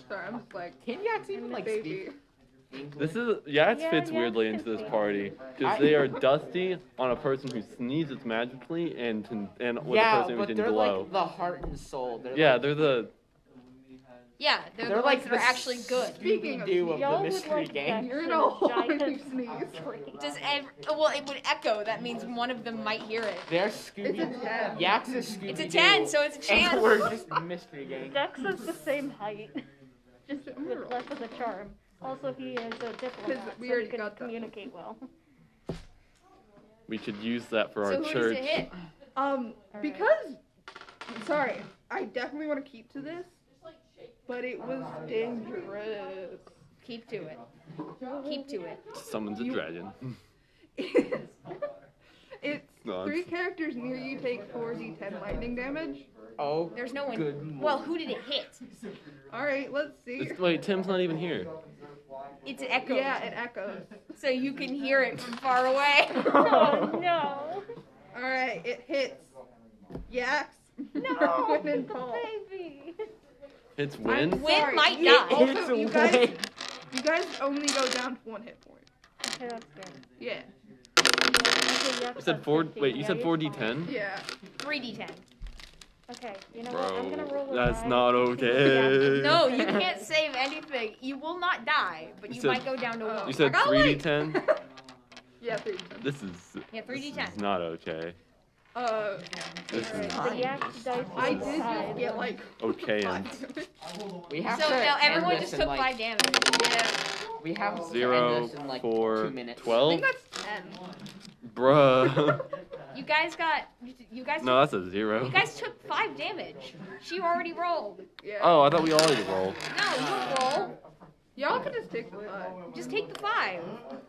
S3: Sorry, I'm just like
S5: Can Yax even like
S3: baby.
S5: speak English?
S2: This is yeah, it
S8: Yeah,
S2: fits
S8: yeah,
S2: weirdly
S8: it's
S2: into this
S8: weird.
S2: party because
S5: I-
S2: they are dusty on a person who sneezes magically and can, and with a
S5: yeah,
S2: person who
S5: but
S2: can
S5: they're
S2: glow.
S5: like the heart and soul. They're
S2: yeah,
S5: like,
S2: they're the
S4: Yeah, they're,
S5: they're
S4: the
S5: like
S4: ones that are
S5: the
S4: actually good.
S3: Speaking of
S5: do of the
S8: Y'all would
S5: mystery
S8: like
S5: game.
S8: that.
S3: You're in a hole when you
S8: Giant.
S3: sneeze.
S4: Does ev- well, it would echo. That means one of them might hear it.
S5: They're
S3: It's a
S5: Scooby.
S3: ten.
S5: Yax is Scooby.
S4: It's a ten, so it's a
S5: and
S4: chance.
S5: we're just mystery gang.
S8: Dex is the same height, just with less of a charm. Also, he is a diplomat,
S3: we
S8: so
S3: already
S8: he can
S3: got that.
S8: communicate well.
S2: we should use that for
S4: So
S2: our
S4: who
S2: church.
S4: needs to hit?
S3: Um, because sorry, I definitely want to keep to this, but it was dangerous.
S4: Keep to it. Keep to it.
S2: Summons a dragon.
S3: it's
S2: No,
S3: three
S2: it's-
S3: characters near you take four d10 lightning damage.
S5: Oh,
S4: There's no one.
S5: Good lord.
S4: Well, who did it hit?
S3: All right, let's see.
S2: It's- wait, Tim's not even here.
S4: It's echoing.
S3: Yeah, it echoes.
S4: So you can hear it from far away.
S8: Oh no!
S3: All right, it hits. Yax. No. and Paul.
S8: Baby!
S2: It's Win.
S4: Win
S3: Sorry,
S4: might
S3: you-
S4: die.
S3: Also, you guys, you guys only go down to one hit point.
S8: Okay, that's good.
S3: Yeah.
S8: Okay, Yax
S2: You
S8: has
S2: said four.
S8: 15.
S2: Wait, you
S8: Yeah,
S2: said
S8: he's
S2: four d
S8: fine.
S2: ten.
S3: Yeah.
S4: Three d ten.
S8: Okay, you know what? I'm gonna
S2: Bro,
S8: roll a
S2: that's
S8: die.
S2: not okay.
S4: No, you can't save anything. You will not die, but
S2: You
S4: you
S2: said-
S4: might go down to
S3: Oh.
S4: one.
S2: You
S4: I
S2: said
S4: got
S2: three d
S4: like-
S2: ten.
S3: Yeah, three d10.
S2: This is
S4: Yeah, three
S2: this
S4: d
S2: is
S4: ten.
S2: Not okay.
S3: Uh,
S2: This is
S8: The Yax dice
S3: I
S8: will
S3: did
S8: decide.
S3: just get like
S2: okay. um. And
S3: five damage.
S5: we have
S4: So
S5: to.
S4: now
S5: end
S4: everyone
S5: this
S4: just
S5: in,
S4: took
S5: like,
S4: five damage. Yeah.
S5: We have to end
S2: zero,
S5: this in like two
S2: four,
S5: minutes.
S3: I
S2: twelve.
S3: think that's ten.
S2: Bruh.
S4: You guys got. You guys.
S2: no, that's a zero.
S4: You guys took five damage. She already rolled.
S3: Yeah.
S2: Oh, I thought we all had to roll.
S4: No, you don't roll.
S3: Y'all could just take the five.
S4: Just take the five.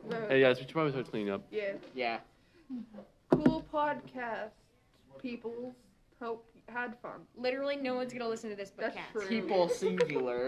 S3: Bro,
S2: Hey guys, we should probably start cleaning up.
S3: Yeah.
S5: Yeah.
S3: Cool podcast, peoples. Hope you had fun.
S4: Literally, no one's gonna listen to this but
S3: That's
S4: cats.
S3: true.
S5: People singular.